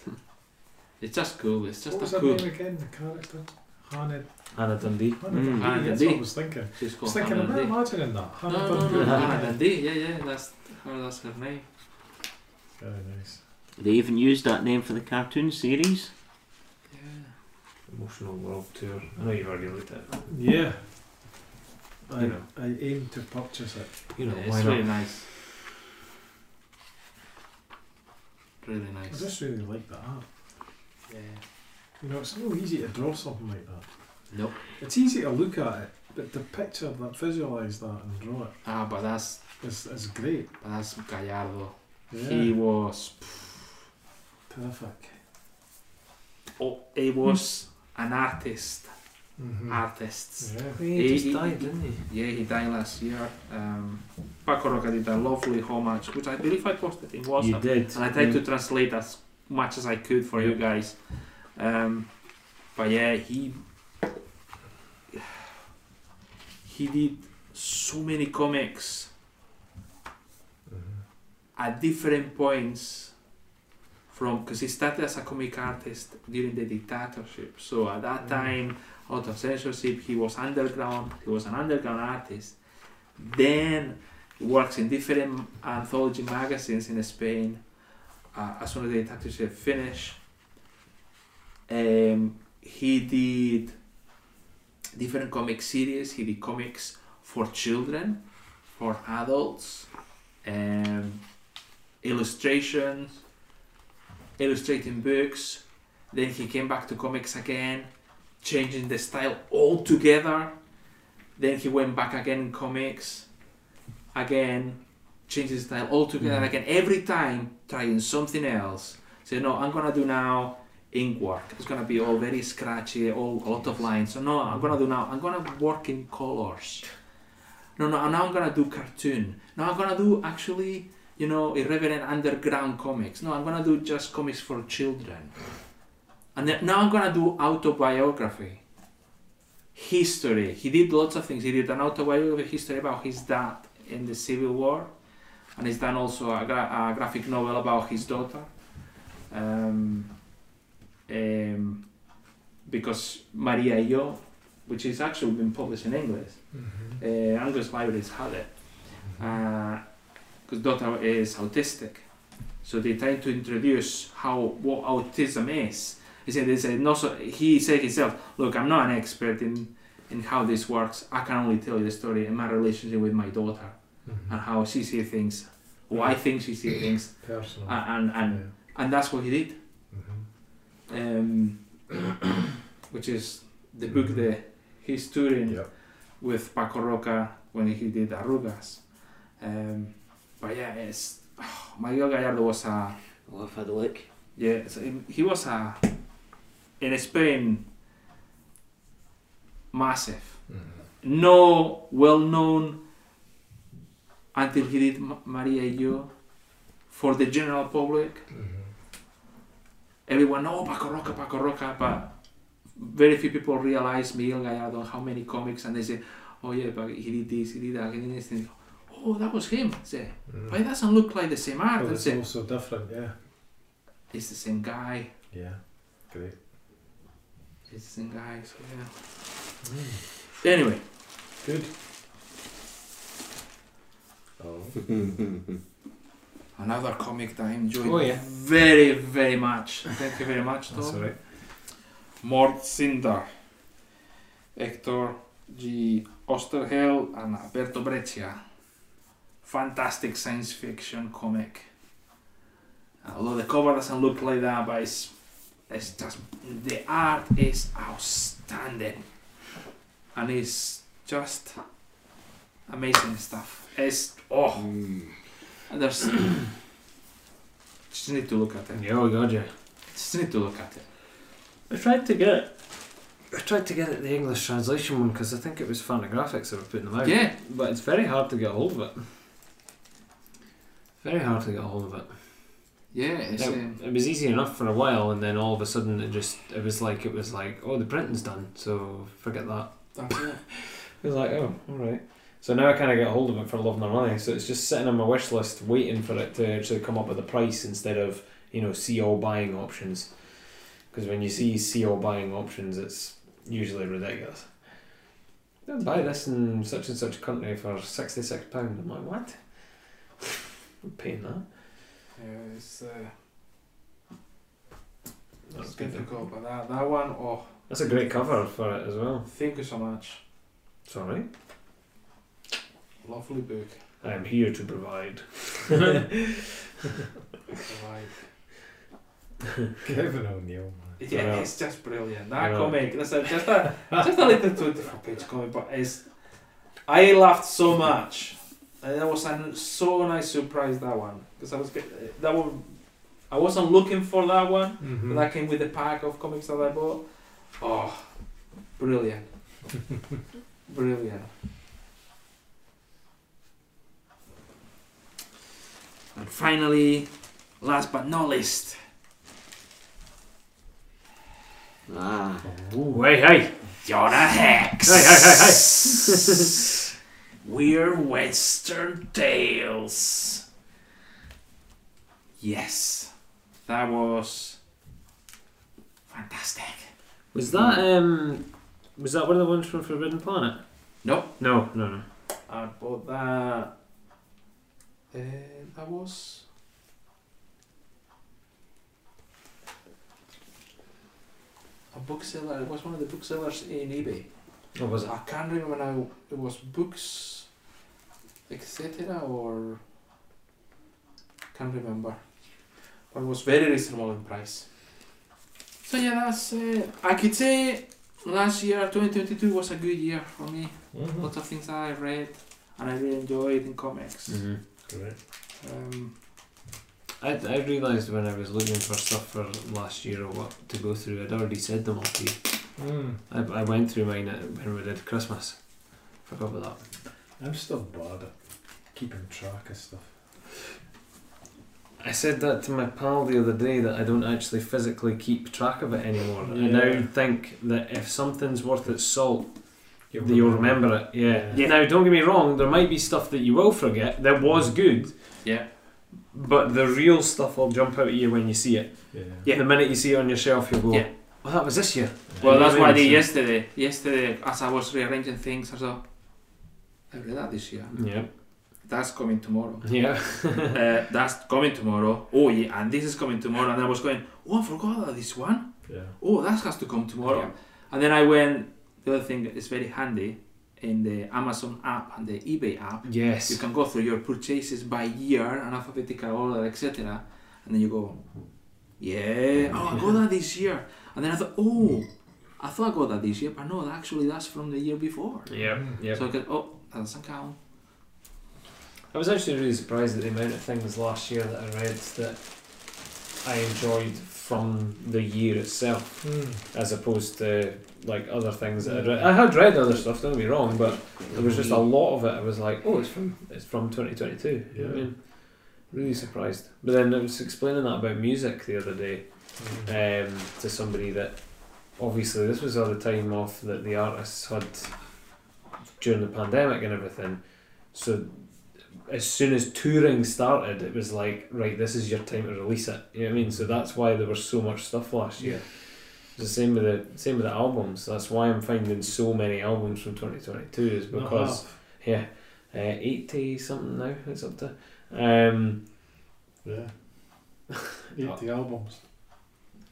Speaker 6: It's just cool. It's just
Speaker 2: what was
Speaker 6: a
Speaker 2: her
Speaker 6: cool.
Speaker 2: name again? The character? Hannah.
Speaker 5: Hannah Dundee.
Speaker 2: Hannah
Speaker 4: Mm.
Speaker 2: Dundee,
Speaker 6: Hannah
Speaker 2: That's
Speaker 6: Dundee.
Speaker 2: what I was thinking.
Speaker 6: She's
Speaker 2: I was
Speaker 6: called
Speaker 2: thinking,
Speaker 6: Hannah
Speaker 2: am I
Speaker 6: Dundee.
Speaker 2: imagining that?
Speaker 6: No,
Speaker 2: Hannah
Speaker 6: no,
Speaker 2: Dundee.
Speaker 6: no, Hannah
Speaker 2: Yeah.
Speaker 6: Dundee. Yeah, yeah. That's her. That's her name.
Speaker 2: Very nice.
Speaker 4: They even used that name for the cartoon series.
Speaker 6: Yeah.
Speaker 5: Emotional World Tour. I know you've already looked at it.
Speaker 2: Yeah. I,
Speaker 5: You know.
Speaker 2: I aim to purchase it.
Speaker 5: You know,
Speaker 6: it's
Speaker 5: why
Speaker 6: really
Speaker 5: not?
Speaker 6: nice. Really
Speaker 2: I
Speaker 6: nice.
Speaker 2: just really like that art.
Speaker 6: Yeah.
Speaker 2: You know, it's no easy to draw something like that.
Speaker 6: Nope.
Speaker 2: It's easy to look at it, but to picture that, visualise that and draw it
Speaker 6: Ah, but that's
Speaker 2: is, is great.
Speaker 6: but that's Gallardo.
Speaker 2: Yeah.
Speaker 6: He was
Speaker 2: Terrific.
Speaker 6: oh, he was an artist.
Speaker 2: Mm-hmm.
Speaker 6: Artists.
Speaker 2: Yeah.
Speaker 5: He
Speaker 6: He-
Speaker 5: just died, didn't he?
Speaker 6: Yeah, he died last year. Um, Paco Roca did a lovely homage, which I believe I posted in WhatsApp.
Speaker 5: You did.
Speaker 6: and I tried to translate as much as I could for you guys. Um, but yeah, he he did so many comics
Speaker 2: Mm-hmm.
Speaker 6: at different points from because he started as a comic artist during the dictatorship. So at that
Speaker 2: Mm.
Speaker 6: time, out of censorship, he was underground. He was an underground artist. Then works in different anthology magazines in Spain. Uh, as soon as the dictatorship finished, um, he did different comic series. He did comics for children, for adults, um, illustrations, illustrating books. Then he came back to comics again, changing the style altogether. Then he went back again in comics, again, changing the style altogether
Speaker 5: Mhm.
Speaker 6: again. Every time trying something else. So no, I'm gonna do now ink work. It's gonna be all very scratchy, all a lot of lines. So no, I'm gonna do now. I'm gonna work in colors. No, no, now I'm gonna do cartoon. Now I'm gonna do actually, you know, irreverent underground comics. No, I'm gonna do just comics for children. And then, now I'm gonna do autobiography. History. He did lots of things. He did an autobiography history about his dad in the Civil War, and he's done also a, gra- a graphic novel about his daughter. Um, um, because Maria y Yo, which is actually been published in English,
Speaker 2: Mm-hmm.
Speaker 6: uh, English libraries had it because Uh, daughter is autistic. So they try to introduce how what autism is. He said, they said no, so he said himself, look, I'm not an expert in, in how this works. I can only tell you the story in my relationship with my daughter
Speaker 2: Mm-hmm.
Speaker 6: and how she sees things, or I think she sees things,
Speaker 2: Personal.
Speaker 6: and, and, and, and that's what he did
Speaker 2: Mm-hmm.
Speaker 6: um, (coughs) which is the book that he's touring
Speaker 2: Yep.
Speaker 6: with Paco Roca when he did Arrugas. Um, but yeah, it's (sighs) Mario Gallardo was a
Speaker 4: Oh, I've had a look.
Speaker 6: yeah so he- he was a in Spain massive,
Speaker 2: Mm-hmm.
Speaker 6: no well known until he did Ma- Maria y Yo, for the general public.
Speaker 2: Mm-hmm.
Speaker 6: Everyone, oh, Bacoroca, Bacoroca, but very few people realize Miguel Gallardo, how many comics, and they say, oh yeah, but he did this, he did that, he did this, and oh, that was him. Say, but it doesn't look like the same
Speaker 5: Ah, Oh,
Speaker 6: art.
Speaker 2: But
Speaker 6: And
Speaker 2: it's
Speaker 6: say,
Speaker 2: all so different, yeah.
Speaker 6: it's the same guy.
Speaker 2: Yeah. Great.
Speaker 6: It's the same guy, so yeah. Anyway,
Speaker 2: Good. (laughs)
Speaker 7: Oh.
Speaker 6: another comic that I enjoyed
Speaker 5: Oh, yeah.
Speaker 6: very, very much. Thank you very much, Tom.
Speaker 5: That's alright.
Speaker 6: Mort Sindar, Hector G. Osterhel, and Alberto Breccia. Fantastic science fiction comic. Although the cover doesn't look like that, but it's, it's just the art is outstanding, and it's just amazing stuff. It's oh, and there's (coughs) just need to look at it.
Speaker 5: Yeah, we got you.
Speaker 6: Just need to look at it.
Speaker 5: I tried to get. I tried to get it the English translation one because I think it was Fantagraphics that were putting them out.
Speaker 6: Yeah,
Speaker 5: But it's very hard to get hold of it. Very hard to get hold of it.
Speaker 6: yeah, it's. um,
Speaker 5: It, it was easy enough for a while, and then all of a sudden it just it was like it was like oh the printing's done, so forget that.
Speaker 6: that's it.
Speaker 5: (laughs) It was like oh all right. So now I kind of get hold of it for love nor money. So it's just sitting on my wish list, waiting for it to actually come up with a price instead of you know see all buying options. Because when you see see all buying options, it's usually ridiculous. "Yeah, Buy this in such and such country for sixty six pound. I'm like what? (laughs) I'm paying that.
Speaker 6: Yeah, it's, uh,
Speaker 5: That's
Speaker 6: it's
Speaker 5: good. though.
Speaker 6: difficult, but that, that one, oh,
Speaker 5: That's a great cover for it as well.
Speaker 6: thank you so much.
Speaker 5: Sorry.
Speaker 6: Lovely book.
Speaker 5: I am here to (laughs) provide.
Speaker 6: Like,
Speaker 7: Kevin O'Neill.
Speaker 6: yeah,
Speaker 5: Yeah.
Speaker 6: it's just brilliant. That
Speaker 5: Yeah.
Speaker 6: comic, that's a, just a just a little twenty-four page comic, but it's. I laughed so much, and that was a so nice surprise that one because I was get- uh, that one, I wasn't looking for that one.
Speaker 2: Mm-hmm.
Speaker 6: That came with a pack of comics that I bought. Oh,
Speaker 5: (laughs)
Speaker 6: brilliant. brilliant. And finally, last but not least,
Speaker 4: ah.
Speaker 5: Ooh, hey, hey!
Speaker 6: Jonah Hex. (laughs) We're Western Tales. Yes, that was fantastic.
Speaker 5: Was that um, was that one of the ones from Forbidden Planet?
Speaker 6: No,
Speaker 5: No, no, no.
Speaker 6: I bought that. Uh, that was. A bookseller. It was one of the booksellers in eBay.
Speaker 5: What was it?
Speaker 6: I can't remember now. It was books, etc. Or can't remember. But it was very reasonable in price. So yeah, that's. Uh, I could say last year, 2022, was a good year for me
Speaker 7: Mm-hmm.
Speaker 6: lots of things that I read and I really enjoyed in comics.
Speaker 5: Mm-hmm.
Speaker 7: Great.
Speaker 6: Um,
Speaker 5: I, I realised when I was looking for stuff for last year or what to go through, I'd already said them all to you.
Speaker 2: Mm.
Speaker 5: I, I went through mine at- when we did Christmas. Forgot about that.
Speaker 7: I'm still bad at keeping track of stuff.
Speaker 5: I said that to my pal the other day that I don't actually physically keep track of it anymore. I
Speaker 2: Yeah.
Speaker 5: now think that if something's worth its salt,
Speaker 2: You'll
Speaker 5: that you'll remember it. Yeah.
Speaker 6: Yeah.
Speaker 5: Now, don't get me wrong. There might be stuff that you will forget that was good,
Speaker 6: yeah.
Speaker 5: but the real stuff will jump out at you when you see it.
Speaker 7: Yeah.
Speaker 6: Yeah.
Speaker 5: The minute you see it on your shelf, you'll go,
Speaker 6: Yeah.
Speaker 5: "Well, that was this year."
Speaker 6: Well,
Speaker 5: Yeah,
Speaker 6: that's what I
Speaker 5: maybe
Speaker 6: did
Speaker 5: so.
Speaker 6: yesterday. Yesterday, as I was rearranging things, I thought, I read that this year.
Speaker 5: Yeah.
Speaker 6: That's coming
Speaker 5: (laughs)
Speaker 6: tomorrow.
Speaker 5: Yeah.
Speaker 6: uh, that's coming tomorrow. Oh, yeah, and this is coming tomorrow. And I was going, oh, I forgot about this one.
Speaker 7: Yeah.
Speaker 6: Oh, that has to come tomorrow. And then I went, the other thing is very handy in the Amazon app and the eBay app. You
Speaker 5: Yes.
Speaker 6: can go through your purchases by year and alphabetical order, etc. And then you go, yeah, oh, I got that this year. And then I thought, oh, I thought I got that this year, but no, actually that's from the year before.
Speaker 5: Yeah. Yeah.
Speaker 6: So I can, oh, that doesn't count.
Speaker 5: I was actually really surprised at the amount of things last year that I read that I enjoyed from the year itself,
Speaker 2: Mm.
Speaker 5: as opposed to like other things that I read. I had read other stuff. Don't be wrong, but there was just a lot of it. I was like, "Oh, it's from it's from 2022." You know what I mean? Really surprised. But then I was explaining that about music the other day um, to somebody that obviously this was all the time off that the artists had during the pandemic and everything. So as soon as touring started, it was like, right, this is your time to release it. You know what I mean? So that's why there was so much stuff last year. It's the same with the same with the albums. That's why I'm finding so many albums from 2022 is
Speaker 2: Not
Speaker 5: because
Speaker 2: half.
Speaker 5: yeah, uh, 80 something now it's up to. Um,
Speaker 2: (laughs) yeah. Eighty
Speaker 7: Oh.
Speaker 2: albums.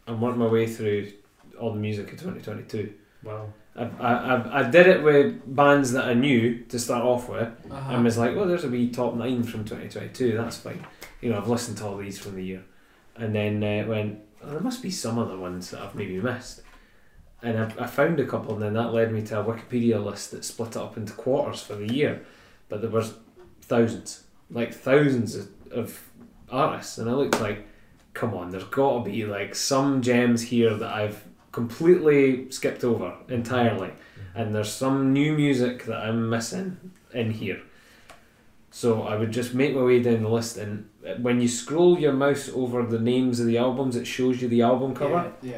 Speaker 5: I'm working my way through all the music of 2022.
Speaker 2: Wow.
Speaker 5: I, I, I, I did it with bands that I knew to start off with,
Speaker 6: Uh-huh.
Speaker 5: and was like, well, there's a wee top nine from 2022, that's fine. You know, I've listened to all these from the year. And then uh, went, oh, there must be some other ones that I've maybe missed. And I, I found a couple, and then that led me to a Wikipedia list that split it up into quarters for the year. But there was thousands, like thousands of, of artists. And I looked like, come on, there's got to be like some gems here that I've completely skipped over entirely. And there's some new music that I'm missing in here. So I would just make my way down the list, and uh, when you scroll your mouse over the names of the albums, it shows you the album cover,
Speaker 6: Yeah,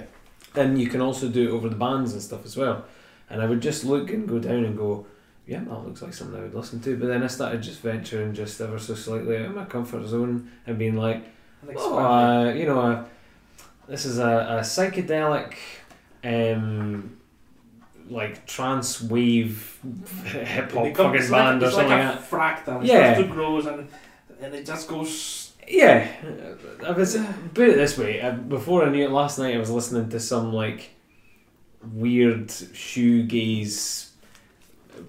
Speaker 6: yeah.
Speaker 5: and you can also do it over the bands and stuff as well. And I would just look and go down and go, yeah, that looks like something I would listen to. But then I started just venturing just ever so slightly out of my comfort zone and being like. Oh,
Speaker 6: And expand
Speaker 5: uh, you know, uh, this is a, a psychedelic, um, like trance wave (laughs) hip
Speaker 6: Mm. it.
Speaker 5: hop
Speaker 6: It becomes-
Speaker 5: fucking
Speaker 6: it's like-
Speaker 5: band or
Speaker 6: it's
Speaker 5: something
Speaker 6: like
Speaker 5: like
Speaker 6: a
Speaker 5: that.
Speaker 6: fractal. It
Speaker 5: Yeah.
Speaker 6: starts to grow and, and it just goes.
Speaker 5: Yeah, I was put it this way. uh, Before I knew it last night, I was listening to some like weird shoegaze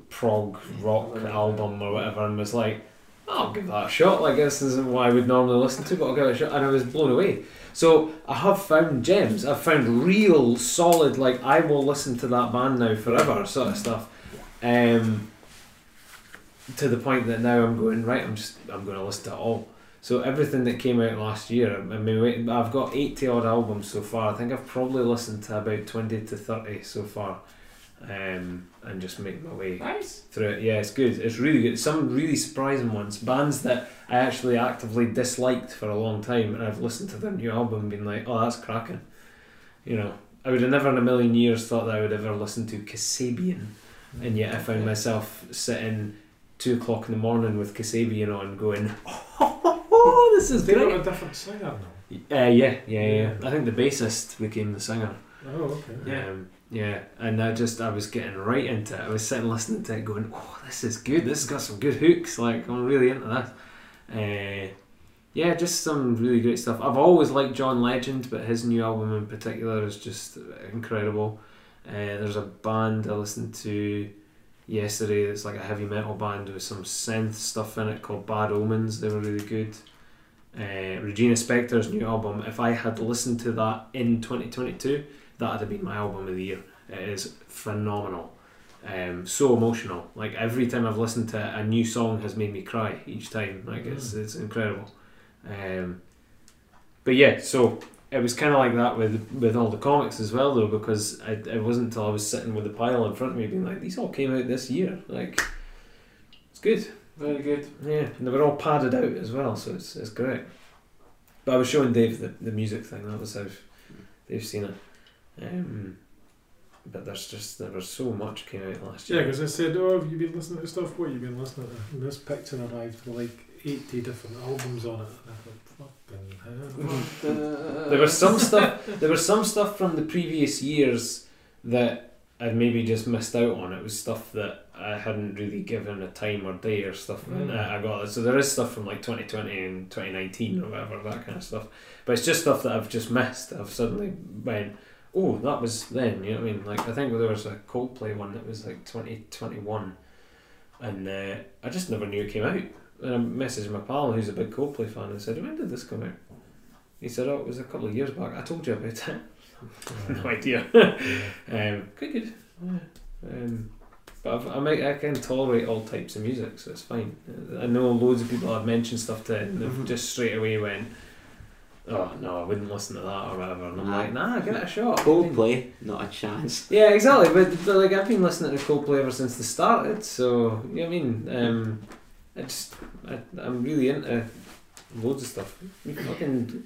Speaker 5: prog rock album or whatever, and was like, "I'll give that a shot." Like this isn't what I would normally listen to, but I'll give it a shot, and I was blown away. So I have found gems. I've found real solid. Like I will listen to that band now forever, sort of stuff. Um, to the point that now I'm going right. I'm just I'm going to listen to it all. So everything that came out last year, I mean, wait, I've got eighty odd albums so far. I think I've probably listened to about twenty to thirty so far, um, and just make my way
Speaker 6: Nice.
Speaker 5: through it. Yeah, it's good. It's really good. Some really surprising ones, bands that I actually actively disliked for a long time, and I've listened to their new album, and been like, oh, that's cracking. You know, I would have never in a million years thought that I would ever listen to Kasabian, and
Speaker 7: Mm.
Speaker 5: yet I found myself sitting two o'clock in the morning with Kasabian on, going, (laughs) oh, this is
Speaker 2: They
Speaker 5: great.
Speaker 2: got a different singer now.
Speaker 5: Uh, yeah, yeah, yeah. I think the bassist became the singer.
Speaker 2: Oh, okay.
Speaker 5: Yeah. Um, yeah, and I just I was getting right into it. I was sitting listening to it, going, "Oh, this is good. This has got some good hooks. Like I'm really into that." Uh, yeah, just some really great stuff. I've always liked John Legend, but his new album in particular is just incredible. Uh, there's a band I listened to yesterday that's like a heavy metal band with some synth stuff in it called Bad Omens. They were really good. Uh, Regina Spektor's new album. If I had listened to that in 2022 that'd have been my album of the year. It is phenomenal. Um, so emotional. Like every time I've listened to it, a new song has made me cry each time. Like it's it's incredible. Um, but yeah, so it was kind of like that with with all the comics as well though, because I, it wasn't until I was sitting with the pile in front of me being like, these all came out this year. Like it's good.
Speaker 6: Very good.
Speaker 5: Yeah, and they were all padded out as well, so it's it's great. But I was showing Dave the, the music thing. That was how they've seen it. Um, but there's just there was so much came out last
Speaker 2: Yeah,
Speaker 5: year.
Speaker 2: because I said, oh, have you been listening to stuff? What have you been listening to? And this picture arrived with like 80 different albums on it. And I thought, fucking
Speaker 5: (laughs)
Speaker 2: hell.
Speaker 5: uh, there was some
Speaker 2: (laughs)
Speaker 5: stuff. There was some stuff from the previous years that I'd maybe just missed out on. It was stuff that I hadn't really given a time or day or stuff. And
Speaker 2: Mm.
Speaker 5: I I got it. So there is stuff from like 2020 and 2019 or whatever that kind of stuff. But it's just stuff that I've just missed. I've suddenly went, oh, that was then. You know what I mean? Like I think there was a Coldplay one that was like 2021, and uh, I just never knew it came out. And I messaged my pal who's a big Coldplay fan and said, when did this come out? He said, oh, it was a couple of years back. I told you about it. (laughs) no idea. um, good, good. Yeah. Um, but I've, I, make, I can tolerate all types of music, so it's fine. I know loads of people I've mentioned stuff to, and
Speaker 4: Mm-hmm.
Speaker 5: they've just straight away went, oh, no, I wouldn't listen to that or whatever. And I'm
Speaker 4: Aye.
Speaker 5: like, nah, give it a shot.
Speaker 4: Coldplay, not a chance.
Speaker 5: Yeah, exactly. But, but like I've been listening to Coldplay ever since they started, so you know what I mean. Um, I just I, I'm really into loads of stuff. You fucking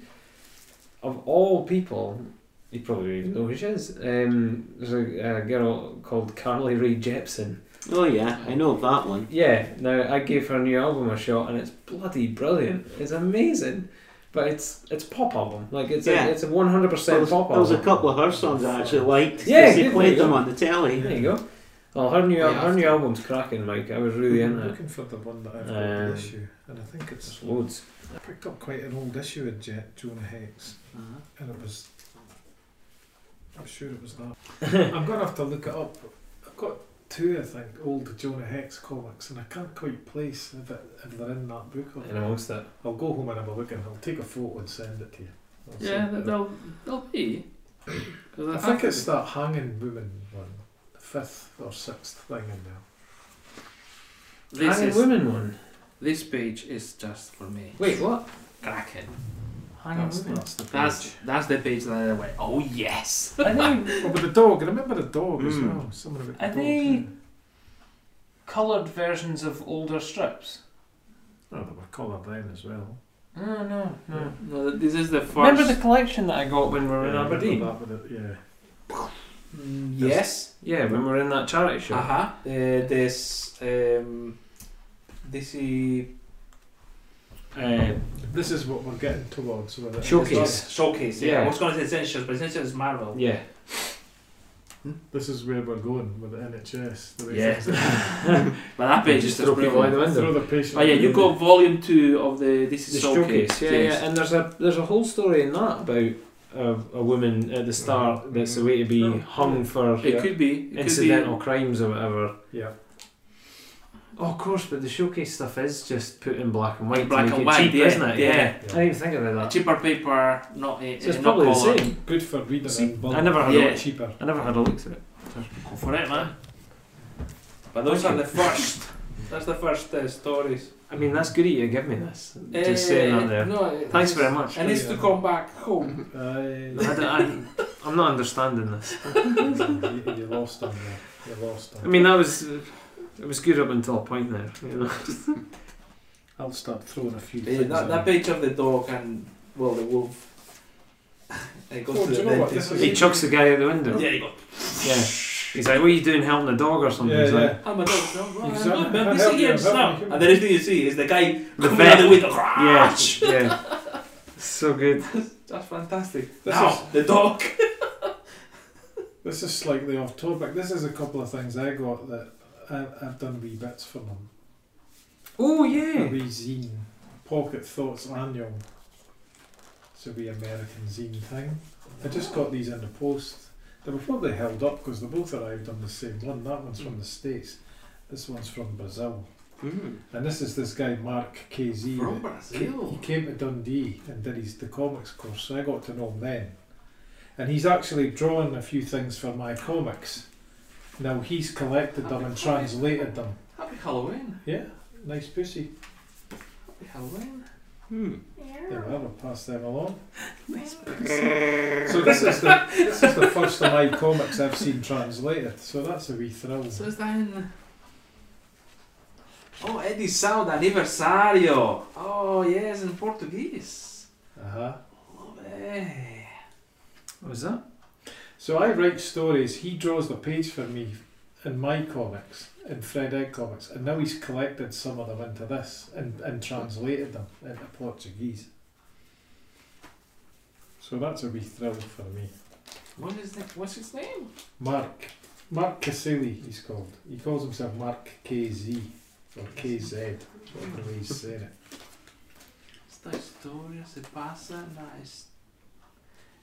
Speaker 5: of all people, you probably don't even know who she is. Um, there's a, a girl called Carly Rae Jepsen.
Speaker 4: Oh yeah, I know that one.
Speaker 5: Yeah. Now I gave her new album a shot, and it's bloody brilliant. It's amazing, but it's it's pop album. Like it's
Speaker 4: Yeah.
Speaker 5: a, it's a one hundred
Speaker 4: There
Speaker 5: percent
Speaker 4: was,
Speaker 5: pop
Speaker 4: there was
Speaker 5: album.
Speaker 4: a couple of her songs I actually liked. 'cause
Speaker 5: Yeah,
Speaker 4: they
Speaker 5: good,
Speaker 4: played
Speaker 5: there
Speaker 4: them
Speaker 5: you
Speaker 4: on the telly.
Speaker 5: There you go. Well, her new
Speaker 6: Yeah.
Speaker 5: her new album's cracking, Mike. I was really
Speaker 2: I'm
Speaker 5: into it.
Speaker 2: looking for the one that I've got
Speaker 5: Um,
Speaker 2: the issue, and I think it's
Speaker 5: There's loads.
Speaker 2: I picked up quite an old issue of Jet Jonah Hex,
Speaker 4: Uh-huh.
Speaker 2: and it was. I'm sure it was
Speaker 5: (laughs)
Speaker 2: that. I'm gonna have to look it up. I've got two, I think, old Jonah Hex comics, and I can't quite place if, it, if they're in that book or
Speaker 5: And amongst it,
Speaker 2: I'll go home and have a look, and I'll take a photo and send it to you. I'll
Speaker 6: Yeah,
Speaker 2: send it
Speaker 6: th-
Speaker 2: out.
Speaker 6: they'll, they'll be. 'Cause
Speaker 2: I
Speaker 6: have
Speaker 2: think
Speaker 6: to
Speaker 2: it's
Speaker 6: be.
Speaker 2: that hanging woman one, the fifth or sixth thing in there.
Speaker 6: This,
Speaker 5: Hanging
Speaker 6: is,
Speaker 5: Women one.
Speaker 6: this page is just for me.
Speaker 5: Wait, what?
Speaker 6: Kraken.
Speaker 2: That's,
Speaker 5: Hmm.
Speaker 2: that's the
Speaker 6: That's
Speaker 2: page.
Speaker 6: that's the page that I went. Oh yes.
Speaker 5: I think
Speaker 2: Oh, but the dog. Remember the dog as
Speaker 5: Hmm.
Speaker 4: Mm.
Speaker 2: well. Someone about the
Speaker 5: Are
Speaker 2: dog.
Speaker 5: they-
Speaker 2: yeah.
Speaker 5: coloured versions of older strips.
Speaker 2: Oh, they were coloured then as well.
Speaker 5: No, no, no.
Speaker 6: No, this is the first.
Speaker 5: Remember the collection that I got when we were in
Speaker 2: Yeah,
Speaker 5: Aberdeen?
Speaker 2: that with it, yeah.
Speaker 6: Mm, yes.
Speaker 5: Yeah, when we were in that charity show.
Speaker 6: Uh huh. Uh, this um, this is
Speaker 5: Uh,
Speaker 2: This is what we're getting towards with it.
Speaker 5: Showcase.
Speaker 6: showcase. Yeah.
Speaker 5: Yeah.
Speaker 6: I was going to say essentials, but essentials is Marvel.
Speaker 5: yeah.
Speaker 2: This is where we're going with the NHS. The way
Speaker 6: Yeah.
Speaker 5: (laughs)
Speaker 2: things are.
Speaker 6: But that page is just
Speaker 5: throw people out
Speaker 6: brilliant.
Speaker 5: the
Speaker 2: Throw
Speaker 5: window.
Speaker 2: the patient.
Speaker 6: Oh yeah,
Speaker 2: out
Speaker 6: you
Speaker 2: the
Speaker 6: got
Speaker 2: window.
Speaker 6: volume two of the this
Speaker 5: The
Speaker 6: is
Speaker 5: showcase. Yeah,
Speaker 6: yes.
Speaker 5: yeah. And there's a there's a whole story in that about a, a woman at the start that's away to be
Speaker 2: Mm.
Speaker 5: hung for
Speaker 6: Mm-hmm. It could be. It
Speaker 5: incidental crimes or whatever.
Speaker 2: Yeah.
Speaker 5: Oh, of course, but the showcase stuff is just put in black and white.
Speaker 6: Black
Speaker 5: to make
Speaker 6: and
Speaker 5: it
Speaker 6: white,
Speaker 5: cheap,
Speaker 6: yeah,
Speaker 5: isn't it?
Speaker 6: yeah.
Speaker 5: I didn't even think about
Speaker 6: could be
Speaker 5: that.
Speaker 6: cheaper paper, not a,
Speaker 5: So it's
Speaker 6: not
Speaker 5: probably the
Speaker 6: colour.
Speaker 5: same.
Speaker 2: Good for reading
Speaker 5: See,
Speaker 2: in bulk.
Speaker 5: I never had
Speaker 6: a Yeah. look.
Speaker 2: cheaper.
Speaker 5: I never had a look through it.
Speaker 6: Go for it, man. But those
Speaker 5: Thank
Speaker 6: are
Speaker 5: you.
Speaker 6: the first. That's the first uh, stories.
Speaker 5: I mean, that's good of you to give me this. Just
Speaker 6: Eh,
Speaker 5: saying that there.
Speaker 6: No, it-
Speaker 5: Thanks very much.
Speaker 6: And it's to come back home.
Speaker 5: I
Speaker 2: Uh,
Speaker 5: don't, I, am not understanding this.
Speaker 2: you, you lost on there. You lost on.
Speaker 5: I mean, that was uh, it was good up until a point there. You
Speaker 6: (laughs)
Speaker 5: know?
Speaker 2: I'll start throwing a few.
Speaker 6: Eh,
Speaker 2: things
Speaker 6: that,
Speaker 2: in.
Speaker 6: that page of the dog and well the wolf. (laughs) it goes
Speaker 2: Oh,
Speaker 6: to
Speaker 2: do
Speaker 6: the
Speaker 2: you know what?
Speaker 6: dentist.
Speaker 2: This
Speaker 5: He chucks the guy out the window.
Speaker 6: Yeah, you got.
Speaker 5: Yeah. He's like, "What are you doing, helping the dog or something?"
Speaker 2: Yeah,
Speaker 5: He's
Speaker 2: yeah.
Speaker 5: like,
Speaker 6: I'm a dog. No,
Speaker 2: You
Speaker 6: I'm
Speaker 2: said-
Speaker 6: not, man.
Speaker 2: I
Speaker 6: You
Speaker 2: help
Speaker 6: see
Speaker 2: you,
Speaker 6: him
Speaker 2: I'm helping
Speaker 6: snap.
Speaker 2: you.
Speaker 6: And the next thing you see is the guy
Speaker 5: The
Speaker 6: coming out
Speaker 5: vet.
Speaker 6: the window.
Speaker 5: yeah, (laughs) yeah. So good.
Speaker 6: That's fantastic.
Speaker 2: This
Speaker 6: now,
Speaker 2: is-
Speaker 6: the dog.
Speaker 2: This is slightly off topic. This is a couple of things I got that I, I've done wee bits for them.
Speaker 5: Oh
Speaker 2: A
Speaker 5: yeah.
Speaker 2: wee zine, Pocket Thoughts Annual. It's a wee American zine thing. I just got these in the post. They were probably held up because they both arrived on the same one. That one's from the States. This one's from Brazil.
Speaker 5: Hmm.
Speaker 4: Mm.
Speaker 2: And this is this guy, Mark KZ. that- He came to Dundee and did his the comics course, so I got to know him then. And he's actually drawn a few things for my comics. Now he's collected them and translated them.
Speaker 6: Happy Halloween.
Speaker 2: Yeah, nice pussy.
Speaker 6: Happy Halloween.
Speaker 4: Mm.
Speaker 2: Yeah, well, I'll pass them along. So this is the this is the first of my comics I've seen translated. So that's a wee thrill.
Speaker 6: So is that in... Oh, edição de aniversário. Oh, yes, in Portuguese.
Speaker 2: Uh huh.
Speaker 6: Lovely.
Speaker 5: What was that?
Speaker 2: So I write stories. He draws the page for me in my comics, in Fred Egg comics, and now he's collected some of them into this and, and translated them into Portuguese. So that's a wee thrill for me.
Speaker 6: What is that? What's his name?
Speaker 2: Mark, Mark Casilli, he's called. He calls himself Mark KZ or KZ, whatever way he's saying it.
Speaker 6: Esta historia se pasa na es-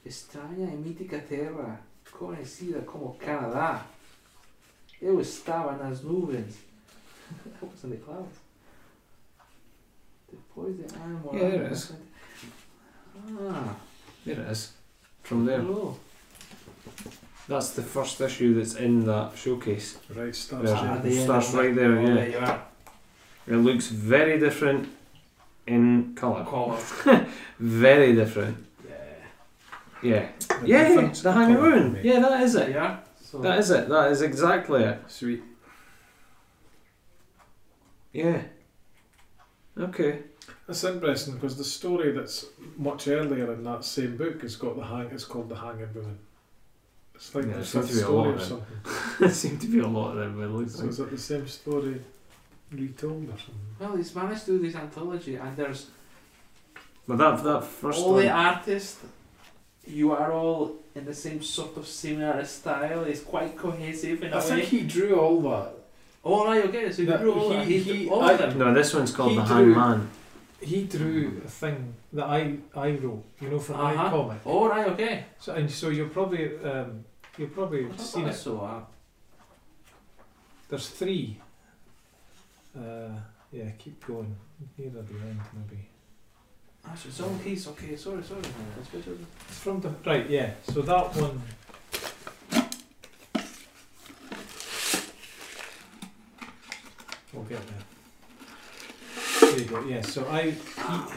Speaker 6: extraña y mítica terra conhecida como Canadá. Eu estava nas nuvens. (laughs) I was in the clouds. Depois de ano
Speaker 5: Yeah, there it is.
Speaker 6: Ah,
Speaker 5: There it is. From there.
Speaker 6: hello.
Speaker 5: That's the first issue that's in that showcase.
Speaker 2: Right, starts
Speaker 5: Yeah.
Speaker 2: there.
Speaker 5: Ah, the- starts right there, yeah.
Speaker 6: you are.
Speaker 5: It looks very different in colour.
Speaker 6: Call
Speaker 5: Very different.
Speaker 6: Yeah.
Speaker 5: Yeah.
Speaker 2: The
Speaker 5: Yeah,
Speaker 2: difference
Speaker 5: the
Speaker 2: in
Speaker 5: hanging
Speaker 2: colour
Speaker 5: moon.
Speaker 2: for me.
Speaker 5: Yeah, that is it.
Speaker 6: Yeah. So
Speaker 5: That is it. That is exactly it.
Speaker 2: Sweet.
Speaker 5: Yeah. Okay. (laughs)
Speaker 8: That's interesting because the story that's much earlier in that same book has got the hang. It's called the Hanged Woman. It's like
Speaker 5: Yeah,
Speaker 8: the
Speaker 5: it seems
Speaker 8: fifth
Speaker 5: to be a
Speaker 8: story
Speaker 5: lot
Speaker 8: or
Speaker 5: then.
Speaker 8: something.
Speaker 5: there seemed to be a lot of them. But it looks
Speaker 8: So
Speaker 5: like.
Speaker 8: is it the same story retold or something?
Speaker 6: Well, he's managed to do this anthology, and there's
Speaker 5: But that that first
Speaker 6: all
Speaker 5: one.
Speaker 6: the artists. You are all in the same sort of similar style. It's quite cohesive in
Speaker 2: I
Speaker 6: a
Speaker 2: think
Speaker 6: way.
Speaker 2: he drew all that.
Speaker 6: All right, okay. So you
Speaker 2: That
Speaker 6: drew all that.
Speaker 2: he-
Speaker 6: He, drew
Speaker 2: he-
Speaker 6: all
Speaker 2: I-
Speaker 6: of them.
Speaker 5: no, this one's called
Speaker 2: He
Speaker 5: the
Speaker 2: drew-
Speaker 5: Hangman.
Speaker 2: He drew
Speaker 5: Hmm.
Speaker 2: a thing that I I wrote, you know, for my
Speaker 6: Uh-huh.
Speaker 2: comic.
Speaker 6: All right, okay.
Speaker 2: So and so you'll probably um, you'll probably have seen it.
Speaker 6: So, uh,
Speaker 2: There's three. Uh, yeah, keep going. Near the end, maybe.
Speaker 6: actually, Ah, it's all keys. Okay, sorry, sorry. That's better.
Speaker 2: It's from the right. Yeah. So that one. We'll get there. There you go. Yeah. So I he,
Speaker 6: Ah,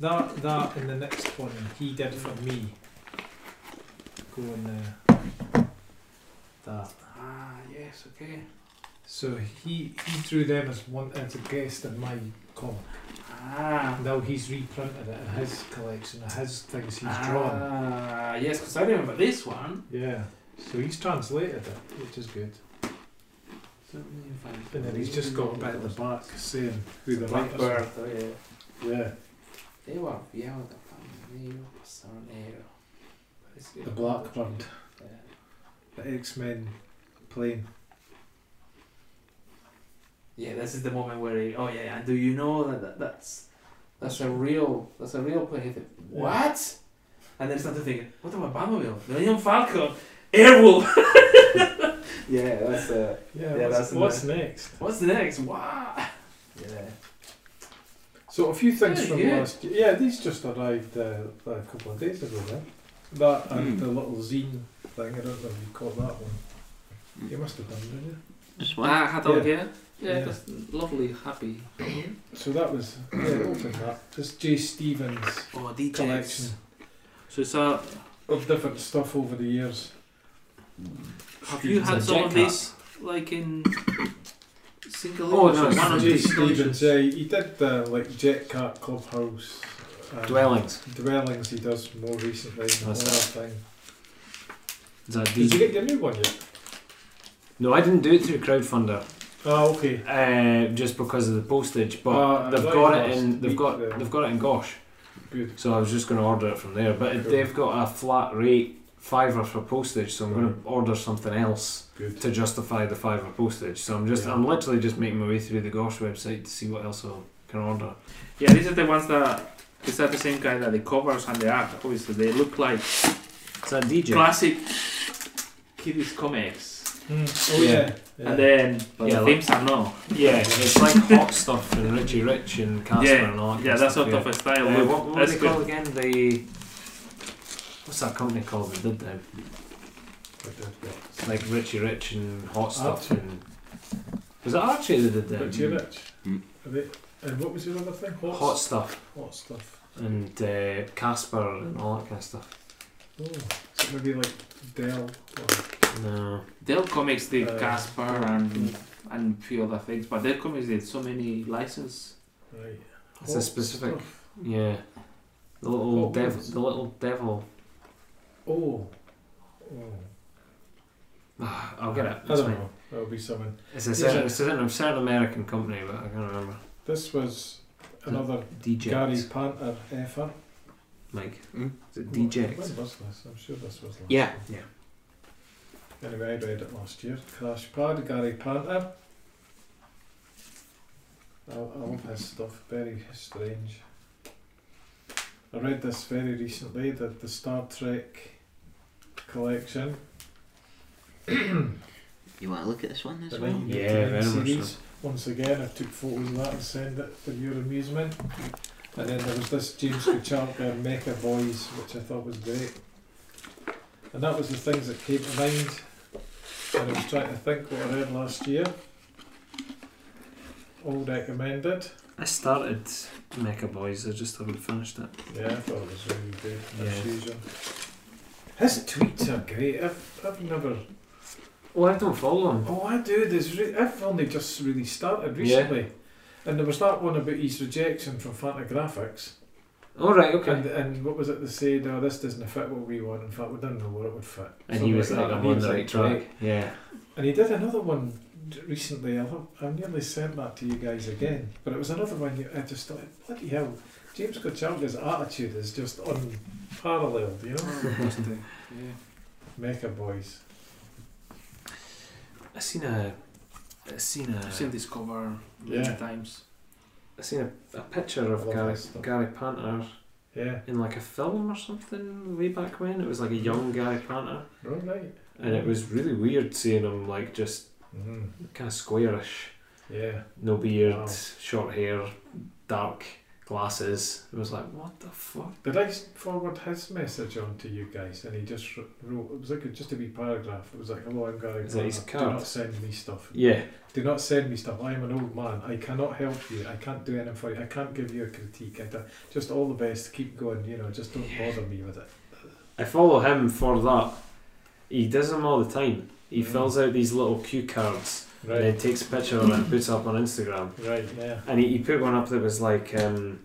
Speaker 2: that that and the next one he did for me. Go on there. That.
Speaker 6: Ah, yes, okay.
Speaker 2: So he he drew them as one as a guest in my comic.
Speaker 6: Ah.
Speaker 2: Now he's reprinted it in his collection, in his things he's drawn.
Speaker 6: Ah, yes, because I remember this one.
Speaker 2: Yeah. So he's translated it, which is good. And then he's just got a bit at the back saying who the writers are.
Speaker 6: Blackbird, oh yeah.
Speaker 2: Yeah.
Speaker 6: They were viejo de panero, pastornero. It's good.
Speaker 2: The Blackbird.
Speaker 6: Yeah.
Speaker 2: The X Men plane.
Speaker 6: Yeah, this is the moment where he, oh yeah, and do you know that, that that's that's a real that's a real plane? He said, What? And then started thinking, what about Batmobile? Millennium Falcon, Airwolf. (laughs) yeah, that's uh,
Speaker 2: Yeah,
Speaker 6: Yeah,
Speaker 2: what's,
Speaker 6: that's in
Speaker 2: what's next?
Speaker 6: what's the next? Wow. Yeah.
Speaker 2: So a few things
Speaker 6: Very
Speaker 2: from
Speaker 6: good.
Speaker 2: last year. Yeah, these just arrived uh, a couple of days ago then. That and
Speaker 4: Mm.
Speaker 2: the little zine thing, I don't know if you caught that one. You must have done, didn't you?
Speaker 4: Just one.
Speaker 6: Ah, had all
Speaker 2: Yeah.
Speaker 6: yeah. Yeah,
Speaker 2: Yeah.
Speaker 6: just lovely, happy.
Speaker 2: So that was yeah, open that. It's Jay Stevens
Speaker 6: Oh, DJs.
Speaker 2: collection
Speaker 6: So, uh, so
Speaker 2: of different stuff over the years.
Speaker 6: have you had some of these like in single?
Speaker 5: Oh,
Speaker 6: use
Speaker 5: no,
Speaker 6: or
Speaker 5: it's
Speaker 6: one of
Speaker 2: Jay
Speaker 6: these
Speaker 2: Stevens,
Speaker 6: collections?
Speaker 2: yeah, he did uh, like Jet Cat Clubhouse. um,
Speaker 5: Dwellings.
Speaker 2: Dwellings he does more recently. Than
Speaker 5: That's
Speaker 2: thing.
Speaker 5: Is that
Speaker 2: Did you
Speaker 5: D?
Speaker 2: get your new one yet?
Speaker 5: No, I didn't do it through crowdfunder. Ah,
Speaker 2: Oh, okay.
Speaker 5: Uh, just because of the postage, but
Speaker 2: Ah, I
Speaker 5: they've
Speaker 2: thought
Speaker 5: got
Speaker 2: you
Speaker 5: it in
Speaker 2: lost
Speaker 5: they've
Speaker 2: week uh,
Speaker 5: got
Speaker 2: then.
Speaker 5: they've got it in Gosh.
Speaker 2: Good.
Speaker 5: So I was just going to order it from there, but it
Speaker 2: Cool.
Speaker 5: they've got a flat rate fiver for postage, so I'm going to order something else
Speaker 2: Good.
Speaker 5: to justify the fiver postage. So I'm just
Speaker 2: Yeah.
Speaker 5: I'm literally just making my way through the Gosh website to see what else I can order.
Speaker 6: Yeah, these are the ones that. Is that the same guy that the covers and the art? Obviously, they look like
Speaker 5: Is that DJ?
Speaker 6: classic kiddies comics,
Speaker 2: Mm. Oh yeah.
Speaker 5: Yeah.
Speaker 2: Yeah.
Speaker 6: and then
Speaker 5: But
Speaker 6: the
Speaker 5: the Oh,
Speaker 6: themes are no.
Speaker 5: yeah, it's like hot stuff and Richie Rich and Casper
Speaker 6: Yeah,
Speaker 5: and all. That
Speaker 6: Yeah,
Speaker 5: kind
Speaker 6: that's
Speaker 5: stuff,
Speaker 6: sort of a
Speaker 5: yeah.
Speaker 6: style.
Speaker 5: Uh,
Speaker 6: look.
Speaker 5: what, what
Speaker 6: that's
Speaker 5: was it
Speaker 6: good.
Speaker 5: called again? The what's that company called that did them?
Speaker 2: But they've got
Speaker 5: Like Richie Rich and hot stuff
Speaker 2: Archie.
Speaker 5: and was it Archie that did them?
Speaker 2: Richie Rich.
Speaker 4: Mm.
Speaker 2: Are they- And what was your other thing? Hot,
Speaker 5: Hmm. Hot stuff.
Speaker 2: hot stuff.
Speaker 5: and uh, Casper and all that kind of stuff.
Speaker 2: Oh, so maybe like Dell or
Speaker 5: No,
Speaker 6: Dell Comics did
Speaker 2: Uh,
Speaker 6: Casper and and few other things, but Dell Comics did so many
Speaker 5: (laughs)
Speaker 6: license.
Speaker 2: right.
Speaker 5: It's a
Speaker 2: Hot
Speaker 5: specific-
Speaker 2: stuff.
Speaker 5: yeah, the little
Speaker 2: Oh,
Speaker 5: devil,
Speaker 2: yes.
Speaker 5: the little devil. (sighs)
Speaker 2: Oh. oh.
Speaker 5: I'll get it.
Speaker 2: I
Speaker 5: It's
Speaker 2: don't
Speaker 5: fine.
Speaker 2: know. That'll be something.
Speaker 5: It's a
Speaker 2: Is
Speaker 5: certain,
Speaker 2: it-
Speaker 5: it's a certain, certain American company, but I can't remember.
Speaker 2: This was another
Speaker 5: DJ
Speaker 2: Gary Panter effort.
Speaker 5: Mike.
Speaker 2: Hmm?
Speaker 4: Mm.
Speaker 5: Is it
Speaker 2: When was
Speaker 5: DJ?
Speaker 2: this? I'm sure this was last
Speaker 4: Yeah.
Speaker 5: Yeah.
Speaker 2: year. Anyway, I read it last year. Crash Pad, Gary Panter. I, I love his stuff. Very strange. I read this very recently, the, the Star Trek collection.
Speaker 4: You want to look at this one
Speaker 2: The
Speaker 4: as well?
Speaker 2: 1999
Speaker 5: Yeah, very much
Speaker 2: series. Once again, I took photos of that and sent it for your amusement. And then there was this James Kucharka Mecha Boys, which I thought was great. And that was the things that came to mind. And I was trying to think what I read last year. All recommended.
Speaker 5: I started Mecha Boys. I just haven't finished it.
Speaker 2: Yeah, I thought it was really good,
Speaker 5: Yeah.
Speaker 2: as usual. His tweets are great. I've, I've never.
Speaker 5: Well, I don't follow him.
Speaker 2: Oh, I do. There's re- I've only just really started
Speaker 5: Yeah.
Speaker 2: recently. And there was that one about his rejection from Fantagraphics.
Speaker 5: All right, okay.
Speaker 2: And, and what was it they said? Oh, this doesn't fit what we want. In fact, we didn't know where it would fit.
Speaker 5: and he
Speaker 2: Something
Speaker 5: was like,
Speaker 2: that.
Speaker 5: I'm
Speaker 2: He
Speaker 5: on
Speaker 2: was
Speaker 5: the
Speaker 2: like,
Speaker 5: right track. Yeah.
Speaker 2: And he did another one d- recently. I, lo- I nearly sent that to you guys again, but it was another one. You, I just thought, bloody hell, James Gocharga's attitude is just unparalleled. You know,
Speaker 3: Yeah.
Speaker 2: Mecha Boys.
Speaker 5: I seen a, I seen a,
Speaker 6: I've seen this cover
Speaker 2: Yeah.
Speaker 6: many times.
Speaker 5: I seen a, a picture
Speaker 2: I
Speaker 5: of
Speaker 2: love
Speaker 5: Gary,
Speaker 2: this stuff.
Speaker 5: Gary Panter
Speaker 2: Yeah,
Speaker 5: in like a film or something way back when. It was like a young Gary Panter,
Speaker 2: all right.
Speaker 5: and it was really weird seeing him like just
Speaker 2: Mm-hmm.
Speaker 5: kind of squarish,
Speaker 2: Yeah,
Speaker 5: no beard,
Speaker 2: Wow.
Speaker 5: short hair, dark glasses. It was like, what the fuck?
Speaker 2: did I s- forward his message on to you guys? And he just wr- wrote. It was like a- just a wee paragraph. It was like, "Hello, I'm Gary.
Speaker 5: Is that his
Speaker 2: Grant. Do
Speaker 5: card?
Speaker 2: not send me stuff.
Speaker 5: Yeah,
Speaker 2: Do not send me stuff. I am an old man. I cannot help you. I can't do anything for you. I can't give you a critique. I don't- just all the best. Keep going. You know, just don't bother me with it.
Speaker 5: I follow him for that. He does them all the time. He
Speaker 2: Mm.
Speaker 5: fills out these little cue cards and then takes a picture of it and puts it up on Instagram.
Speaker 2: Right. Yeah.
Speaker 5: And he, he put one up that was like, um,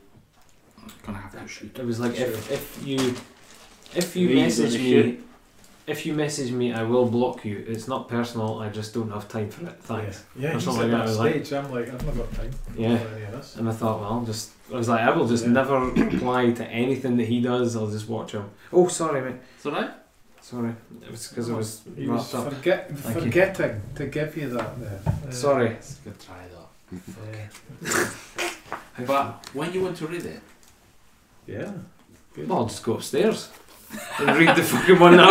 Speaker 6: Gonna have to shoot.
Speaker 5: it was like if, if you if you
Speaker 4: Read on
Speaker 5: message
Speaker 4: the
Speaker 5: me
Speaker 4: shoot.
Speaker 5: if you message me I will block you. It's not personal. I just don't have time for it. Thanks. Or
Speaker 2: Yeah, yeah he's
Speaker 5: something
Speaker 2: at
Speaker 5: like
Speaker 2: that
Speaker 5: that, like-
Speaker 2: stage. I'm like, I've not got time
Speaker 5: Yeah.
Speaker 2: for any of this.
Speaker 5: And I thought, well, I'll just I was like, I will just
Speaker 2: Yeah.
Speaker 5: never reply to anything that he does. I'll just watch him. Oh, sorry, mate.
Speaker 6: It's alright?
Speaker 5: Sorry, it was because I was
Speaker 2: He
Speaker 5: wrapped
Speaker 2: was
Speaker 5: up.
Speaker 2: forget,
Speaker 5: Thank you.
Speaker 2: forgetting to give you that there. Yeah.
Speaker 5: Sorry.
Speaker 6: It's a good try though.
Speaker 2: Yeah.
Speaker 6: But when you want to read it,
Speaker 2: yeah.
Speaker 5: Well, I'll just go upstairs and read the
Speaker 6: (laughs)
Speaker 5: fucking one that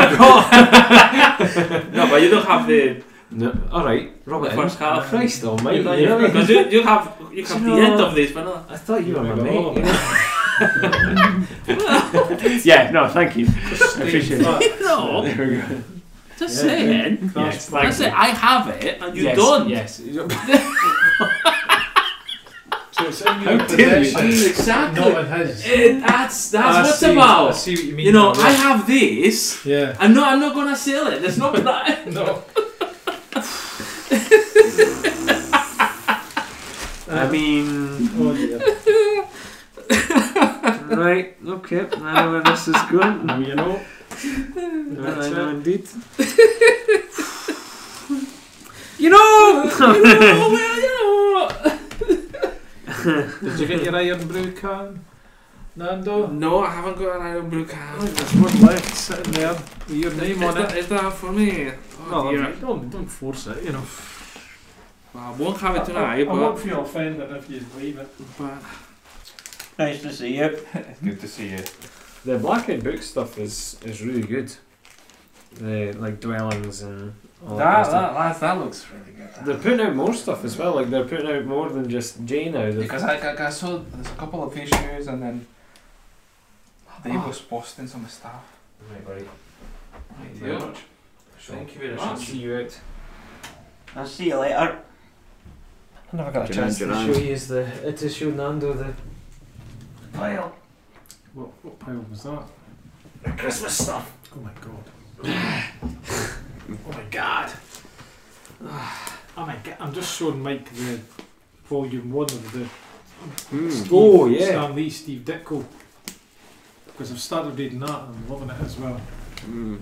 Speaker 5: I've got.
Speaker 6: no, but you don't have the
Speaker 5: no, all right, Robert. eh?
Speaker 6: The first
Speaker 5: Innes.
Speaker 6: half.
Speaker 5: Christ Almighty.
Speaker 6: you,
Speaker 5: you know what I mean?
Speaker 6: because you, you have you have
Speaker 5: No.
Speaker 6: the end of this, but not.
Speaker 5: I thought you were my
Speaker 2: Got all
Speaker 5: mate.
Speaker 2: of
Speaker 5: you know? (laughs) yeah, no, thank you. I appreciate it.
Speaker 6: No,
Speaker 5: There we go.
Speaker 6: just
Speaker 2: Yeah.
Speaker 6: saying.
Speaker 5: Yes,
Speaker 6: I
Speaker 5: thank
Speaker 6: say
Speaker 5: you.
Speaker 6: I have it and you
Speaker 5: yes,
Speaker 6: don't.
Speaker 5: Yes.
Speaker 2: So it's in
Speaker 5: How
Speaker 2: your
Speaker 5: dare you?
Speaker 2: possession,
Speaker 6: Exactly.
Speaker 2: not in his.
Speaker 6: Eh, that's that's
Speaker 2: Ah, I
Speaker 6: what's
Speaker 2: see, I
Speaker 6: about.
Speaker 2: see what you mean.
Speaker 6: You know,
Speaker 2: by
Speaker 6: I
Speaker 2: this.
Speaker 6: have this. (laughs)
Speaker 2: Yeah.
Speaker 6: I'm not. I'm not gonna sell it. (laughs) There's no. that-
Speaker 2: No.
Speaker 5: I mean,
Speaker 2: Oh dear.
Speaker 5: right. Okay. I know where this is (laughs) going.
Speaker 2: Um, you know.
Speaker 5: I
Speaker 2: That's
Speaker 5: know
Speaker 2: it.
Speaker 5: indeed. you know.
Speaker 6: you (laughs) know, well, you
Speaker 2: Did you get your iron brew can,
Speaker 6: know.
Speaker 2: Nando?
Speaker 6: No, I haven't got an iron blue
Speaker 2: Oh,
Speaker 6: card.
Speaker 2: there's one left sitting there with your
Speaker 6: Is
Speaker 2: name on
Speaker 6: that,
Speaker 2: it.
Speaker 6: is that for me?
Speaker 2: No,
Speaker 6: Oh, dear.
Speaker 2: don't don't force it. You know.
Speaker 6: Well, I won't have it
Speaker 2: I, I
Speaker 6: tonight,
Speaker 2: won't
Speaker 6: but,
Speaker 2: feel offended if you leave it.
Speaker 6: but
Speaker 4: Nice to see you.
Speaker 3: Good to see you.
Speaker 5: The Black Eyed Book stuff is is really good. The like dwellings and all that.
Speaker 6: that,
Speaker 5: kind of
Speaker 6: that, that that looks really good.
Speaker 5: stuff. They're putting out more stuff as well. Like they're putting out more than just J now. They're-
Speaker 3: Because I, I, I saw there's a couple of issues and then they
Speaker 6: Oh.
Speaker 3: was posting some stuff.
Speaker 5: Right, buddy.
Speaker 3: Right,
Speaker 5: Very
Speaker 3: yeah.
Speaker 5: much. Sure.
Speaker 3: Thank you very
Speaker 5: I shall
Speaker 3: much.
Speaker 5: See you out.
Speaker 4: I'll see you later.
Speaker 5: I never got
Speaker 4: a Duran chance to Duran. show
Speaker 5: you the to show Nando the
Speaker 4: Well,
Speaker 2: What, what pile was that?
Speaker 4: Christmas stuff.
Speaker 2: Oh my god.
Speaker 4: Oh my god.
Speaker 2: Oh my god. I'm just showing Mike the volume one of the
Speaker 4: Hmm.
Speaker 2: Steve,
Speaker 5: Oh, yeah.
Speaker 2: Stan Lee, Steve Ditko. Because I've started reading that and I'm loving it as well.
Speaker 5: Hmm.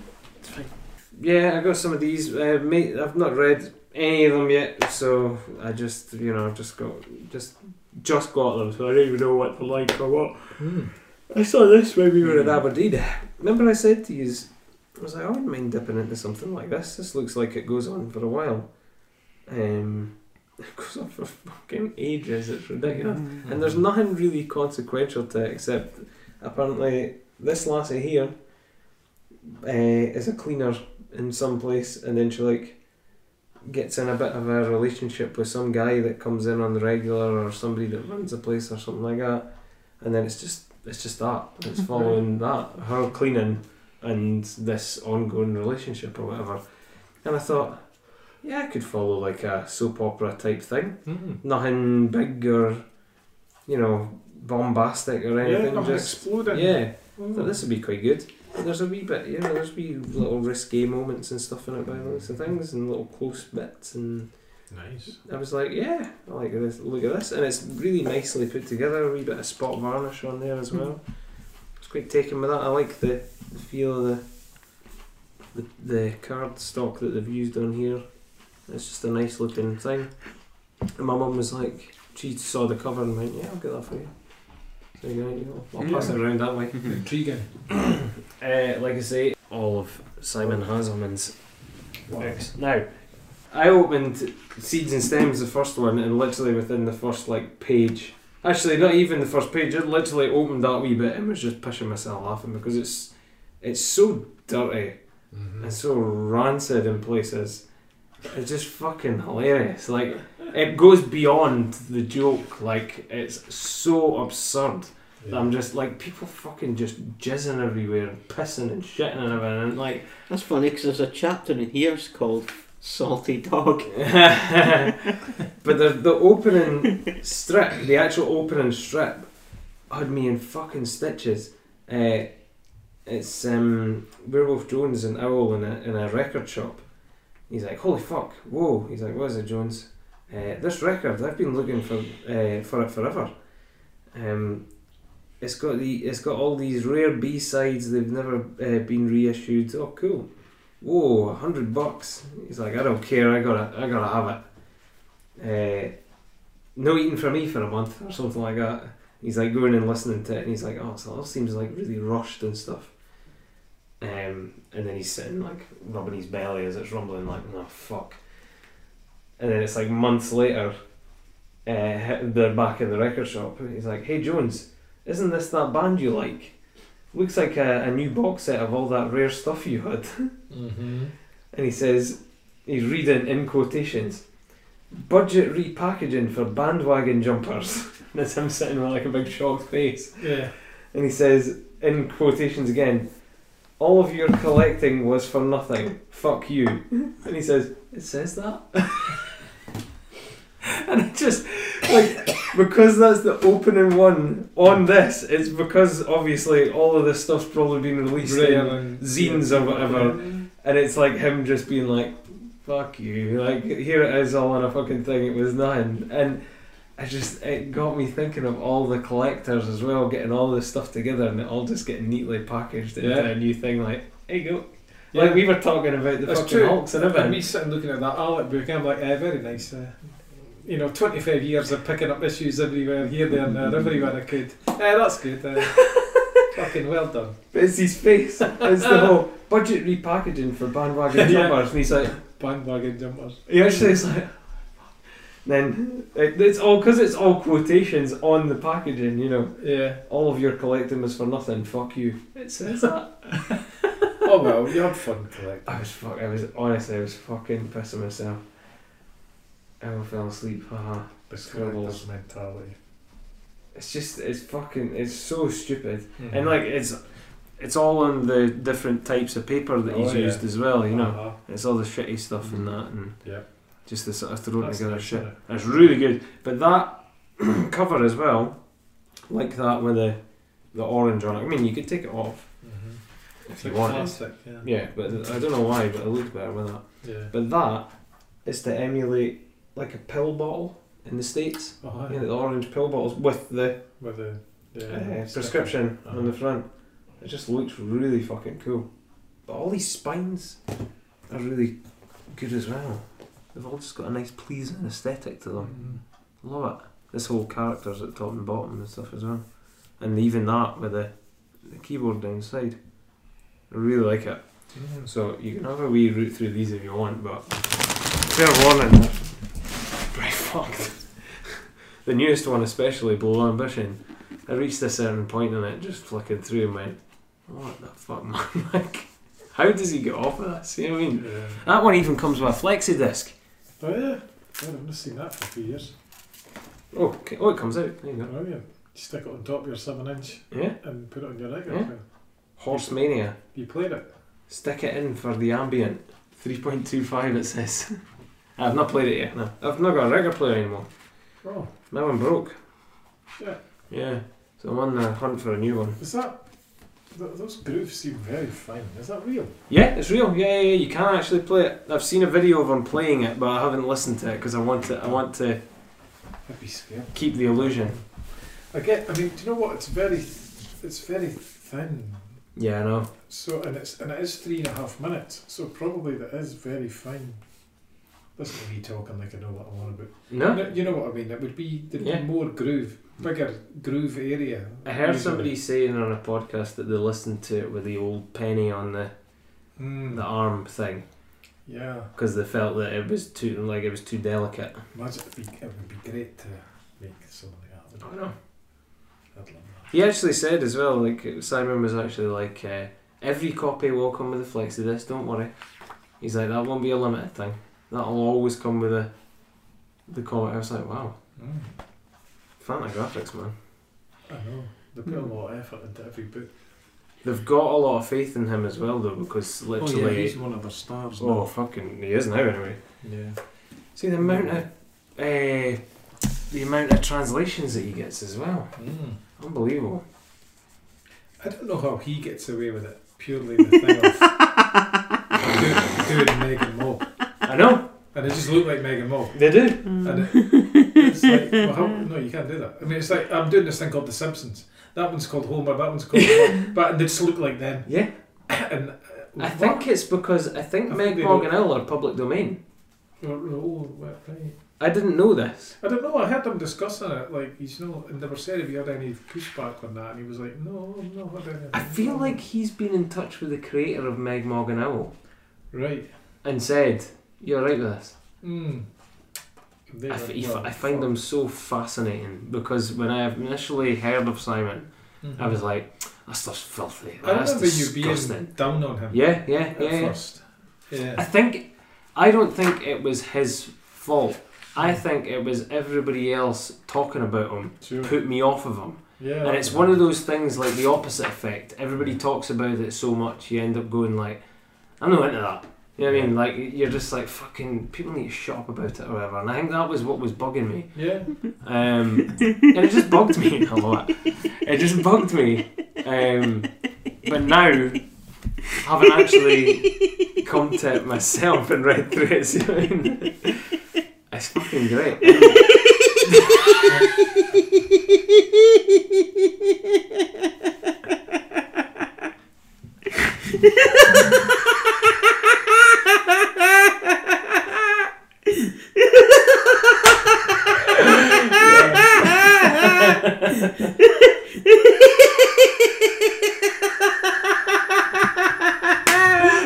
Speaker 5: Yeah, I got some of these. Uh, mate, I've not read any of them yet, so I just you know I've just got just just got them, so I don't even know what to like or what. I saw this when we were at Aberdeen. Remember, I said to you, I was like, I wouldn't mind dipping into something like this. This looks like it goes on for a while. Um, (laughs) it goes on for fucking ages. It's ridiculous, and there's nothing really consequential to it except apparently this lassie here uh, is a cleaner in some place, and then she like gets in a bit of a relationship with some guy that comes in on the regular or somebody that runs a place or something like that, and then it's just it's just that it's following that her cleaning and this ongoing relationship or whatever, and I thought. Yeah, I could follow like a soap opera type thing. Nothing big or, you know, bombastic or anything.
Speaker 2: yeah, I'm
Speaker 5: just
Speaker 2: exploding.
Speaker 5: yeah,
Speaker 2: Mm.
Speaker 5: so this would be quite good. And there's a wee bit, you know, there's wee little risque moments and stuff in it by the looks of things, and little close bits, and
Speaker 2: Nice.
Speaker 5: I was like, yeah, I like this. Look at this, and it's really nicely put together. A wee bit of spot varnish on there as well. I was quite taken with that. I like the, the feel of the, the the card stock that they've used on here. It's just a nice looking thing. And my mum was like, she saw the cover and went, yeah, I'll get that for you. So you know, you know, I'll pass it around that way.
Speaker 2: Hmm. Intriguing.
Speaker 5: Uh, like I say, all of Simon Hazelman's works. Now, I opened Seeds and Stems, the first one, and literally within the first like page, actually not even the first page, I literally opened that wee bit and was just pushing myself laughing because it's it's so dirty
Speaker 2: Mm-hmm.
Speaker 5: and so rancid in places. It's just fucking hilarious. Like it goes beyond the joke. Like it's so absurd. that I'm just like people fucking just jizzing everywhere and pissing and shitting and everything and like (laughs)
Speaker 4: That's funny because there's a chapter in here it's called Salty Dog.
Speaker 5: (laughs)
Speaker 4: (laughs)
Speaker 5: but the the opening strip, the actual opening strip, had me in fucking stitches. Uh, it's um, Werewolf Jones and Owl in a, in a record shop. He's like, holy fuck, whoa. He's like, what is it, Jones? Uh, this record, I've been looking for uh, for it forever. Um, it's got the it's got all these rare B sides. They've never uh, been reissued. Oh, cool whoa, a hundred bucks. He's like, I don't care, I gotta, I gotta have it. Uh, no eating for me for a month or something like that. He's like going and listening to it, and he's like, oh, so that seems like really rushed and stuff. Um, and then he's sitting like rubbing his belly as it's rumbling, like, no fuck. And then it's like months later, uh, they're back in the record shop. and He's like, hey Jones, isn't this that band you like? Looks like a, a new box set of all that rare stuff you had
Speaker 2: Mm-hmm.
Speaker 5: and he says he's reading in quotations budget repackaging for bandwagon jumpers (laughs) and that's him sitting with like a big shocked face
Speaker 2: Yeah.
Speaker 5: and he says in quotations again all of your collecting was for nothing fuck you (laughs) and he says it says that (laughs) and it just like because that's the opening one on this it's because obviously all of this stuff's probably been released in zines or whatever
Speaker 2: Mm-hmm.
Speaker 5: and it's like him just being like, "Fuck you!" Like here it is, all on a fucking thing. It was nothing, and I just it got me thinking of all the collectors as well, getting all this stuff together, and it all just getting neatly packaged into
Speaker 2: Yeah.
Speaker 5: a new thing. Like, there you go.
Speaker 2: Yeah.
Speaker 5: Like we were talking about the
Speaker 2: That's
Speaker 5: fucking
Speaker 2: true.
Speaker 5: Hulks and
Speaker 2: And me
Speaker 5: everything.
Speaker 2: sitting looking at that Alec book, I'm like, eh, very nice. Uh, you know, 25 years of picking up issues everywhere, here, there, and there, everywhere I could. Eh, that's good. eh. fucking well done.
Speaker 5: But it's his face. It's
Speaker 2: (laughs)
Speaker 5: the whole budget repackaging for bandwagon
Speaker 2: Yeah.
Speaker 5: jumpers, and he's like.
Speaker 2: Bandwagon jumpers.
Speaker 5: He actually is like, then it, it's all because it's all quotations on the packaging, you know.
Speaker 2: Yeah.
Speaker 5: All of your collecting was for nothing. Fuck you. It says that.
Speaker 2: Oh well, you had fun
Speaker 5: (laughs)
Speaker 2: collecting.
Speaker 5: I was fuck. I was honestly, I was fucking pissing myself. I fell asleep. Haha.
Speaker 2: The
Speaker 5: Scribbles.
Speaker 2: collector's mentality.
Speaker 5: It's just, it's fucking, it's so stupid.
Speaker 2: Mm-hmm.
Speaker 5: And like, it's, it's all on the different types of paper that he's
Speaker 2: Oh, yeah.
Speaker 5: used as well. You know,
Speaker 2: Uh-huh.
Speaker 5: it's all the shitty stuff and that, and
Speaker 2: Yeah.
Speaker 5: just the sort of thrown
Speaker 2: That's
Speaker 5: together
Speaker 2: nice,
Speaker 5: shit.
Speaker 2: isn't it?
Speaker 5: It's really good. But that (clears throat) cover as well, like that with the the orange on it. I mean, you could take it off
Speaker 2: Mhm.
Speaker 5: if
Speaker 2: It's
Speaker 5: you
Speaker 2: like
Speaker 5: want. it.
Speaker 2: plastic, yeah.
Speaker 5: Yeah, but I don't know why, but it looked better with that.
Speaker 2: Yeah.
Speaker 5: But that is to emulate like a pill bottle in the states.
Speaker 2: Oh,
Speaker 5: Yeah,
Speaker 2: yeah.
Speaker 5: the orange pill bottles with the
Speaker 2: With the yeah, Uh-huh.
Speaker 5: uh, prescription on the front. It just looks really fucking cool. But all these spines are really good as well. They've all just got a nice pleasing aesthetic to them.
Speaker 2: Mhm.
Speaker 5: Love it. This whole characters at top and bottom and stuff as well. And even that with the, the keyboard down the side. I really like it.
Speaker 2: Mhm.
Speaker 5: So you can have a wee route through these if you want, but fair warning, they're pretty fucked. the newest one, especially Below Ambition, I reached a certain point and it just flickered through and went, What the fuck, (laughs) man? like, how does he get off of this? You know what I mean?
Speaker 2: Yeah.
Speaker 5: That one even comes with a flexi disc.
Speaker 2: Oh yeah. Well, I've not seen that for a few years.
Speaker 5: Oh, okay. oh, it comes out. There you go.
Speaker 2: Oh yeah. Stick it on top of your seven inch
Speaker 5: Yeah.
Speaker 2: and put it on your record.
Speaker 5: Yeah.
Speaker 2: player.
Speaker 5: Horse Mania.
Speaker 2: You played it.
Speaker 5: Stick it in for the ambient. 3.25 it says. (laughs) I've not played it yet, no. I've not got a record player anymore.
Speaker 2: Oh,
Speaker 5: My one broke.
Speaker 2: Shit.
Speaker 5: Yeah. So I'm on the hunt for a new one.
Speaker 2: is that Th- those grooves seem very fine. Is that real?
Speaker 5: Yeah, it's real. Yeah, yeah, yeah. You can actually play it. I've seen a video of him playing it, but I haven't listened to it because I want to. I want to
Speaker 2: I'd be scared.
Speaker 5: keep the illusion.
Speaker 2: I get. I mean, do you know what? It's very, it's very thin.
Speaker 5: Yeah, I know.
Speaker 2: So and it's and it is three and a half minutes. So probably that is very fine. Listen to me talking like I know what I'm on about.
Speaker 5: No,
Speaker 2: No, you know what I mean. It would be there'd
Speaker 5: Yeah.
Speaker 2: be more groove, bigger groove area.
Speaker 5: I heard
Speaker 2: Usually.
Speaker 5: somebody saying on a podcast that they listened to it with the old penny on the
Speaker 2: Mm,
Speaker 5: the arm thing
Speaker 2: Yeah,
Speaker 5: because they felt that it was too like it was too delicate.
Speaker 2: imagine it'd be, it would be great to make something like that.
Speaker 5: know.
Speaker 2: I'd love that.
Speaker 5: He actually said as well, like Simon was actually like, uh, every copy will come with a flexi disc. Don't worry. He's like, that won't be a limited thing. That'll always come with a the comic. I was like, wow,
Speaker 2: Mm,
Speaker 5: fantagraphics, man.
Speaker 2: I know. They put a lot of effort into every book.
Speaker 5: They've got a lot of faith in him as well, though, because
Speaker 9: oh, yeah,
Speaker 5: literally,
Speaker 9: he's one of the stars.
Speaker 5: oh, fucking, he is now anyway.
Speaker 9: Yeah.
Speaker 5: See the amount of uh, the amount of translations that he gets as well.
Speaker 2: Mm.
Speaker 5: Unbelievable.
Speaker 2: I don't know how he gets away with it. Purely the thing of doing, doing Megan Moore,
Speaker 5: I know
Speaker 2: and it just looked like Megan Moore.
Speaker 5: they do.
Speaker 2: And it, it's like, well, how, no, you can't do that. I mean, it's like I'm doing this thing called The Simpsons. That one's called Homer. That one's called, Homer, but and they just look like them.
Speaker 5: Yeah,
Speaker 2: And uh,
Speaker 5: I
Speaker 2: what?
Speaker 5: think it's because I think
Speaker 2: I think
Speaker 5: Meg
Speaker 2: they do.
Speaker 5: Morganell are public domain.
Speaker 2: Oh, oh, right, right.
Speaker 5: I didn't know this.
Speaker 2: I don't know. I heard him discussing it. Like he's no, and they were said if he had any pushback on that, and he was like, no, I'm not had any.
Speaker 5: I feel like he's been in touch with the creator of Meg Morganell
Speaker 2: right.
Speaker 5: and said, "You're right with this."
Speaker 2: Mm. They
Speaker 5: I,
Speaker 2: were-
Speaker 5: f- you f-
Speaker 2: well,
Speaker 5: I find
Speaker 2: fuck.
Speaker 5: them so fascinating because when I initially heard of Simon,
Speaker 2: Mhm.
Speaker 5: I was like, "That stuff's filthy.
Speaker 2: I
Speaker 5: That's
Speaker 2: remember you
Speaker 5: disgusting."
Speaker 2: being down on him.
Speaker 5: yeah, yeah,
Speaker 2: At
Speaker 5: yeah. yeah.
Speaker 2: first. Yeah.
Speaker 5: I think I don't think it was his fault. I think it was everybody else talking about him
Speaker 2: Sure.
Speaker 5: put me off of him.
Speaker 2: Yeah.
Speaker 5: And it's one of those things like the opposite effect. Everybody talks about it so much, you end up going like, I'm not into that. You know what I mean? Like you're just like fucking people need to shut up about it or whatever. And I think that was what was bugging me.
Speaker 2: Yeah.
Speaker 5: Um, and it just bugged me (laughs) a lot. It just bugged me. Um, but now, having actually come to it myself and read through it, (laughs) so I mean, it's fucking great. (laughs)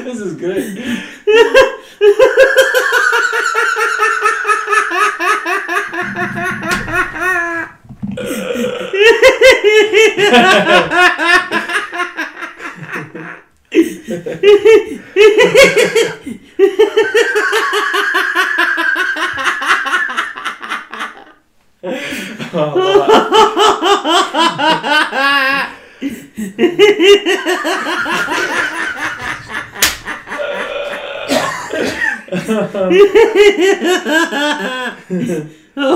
Speaker 5: This is great.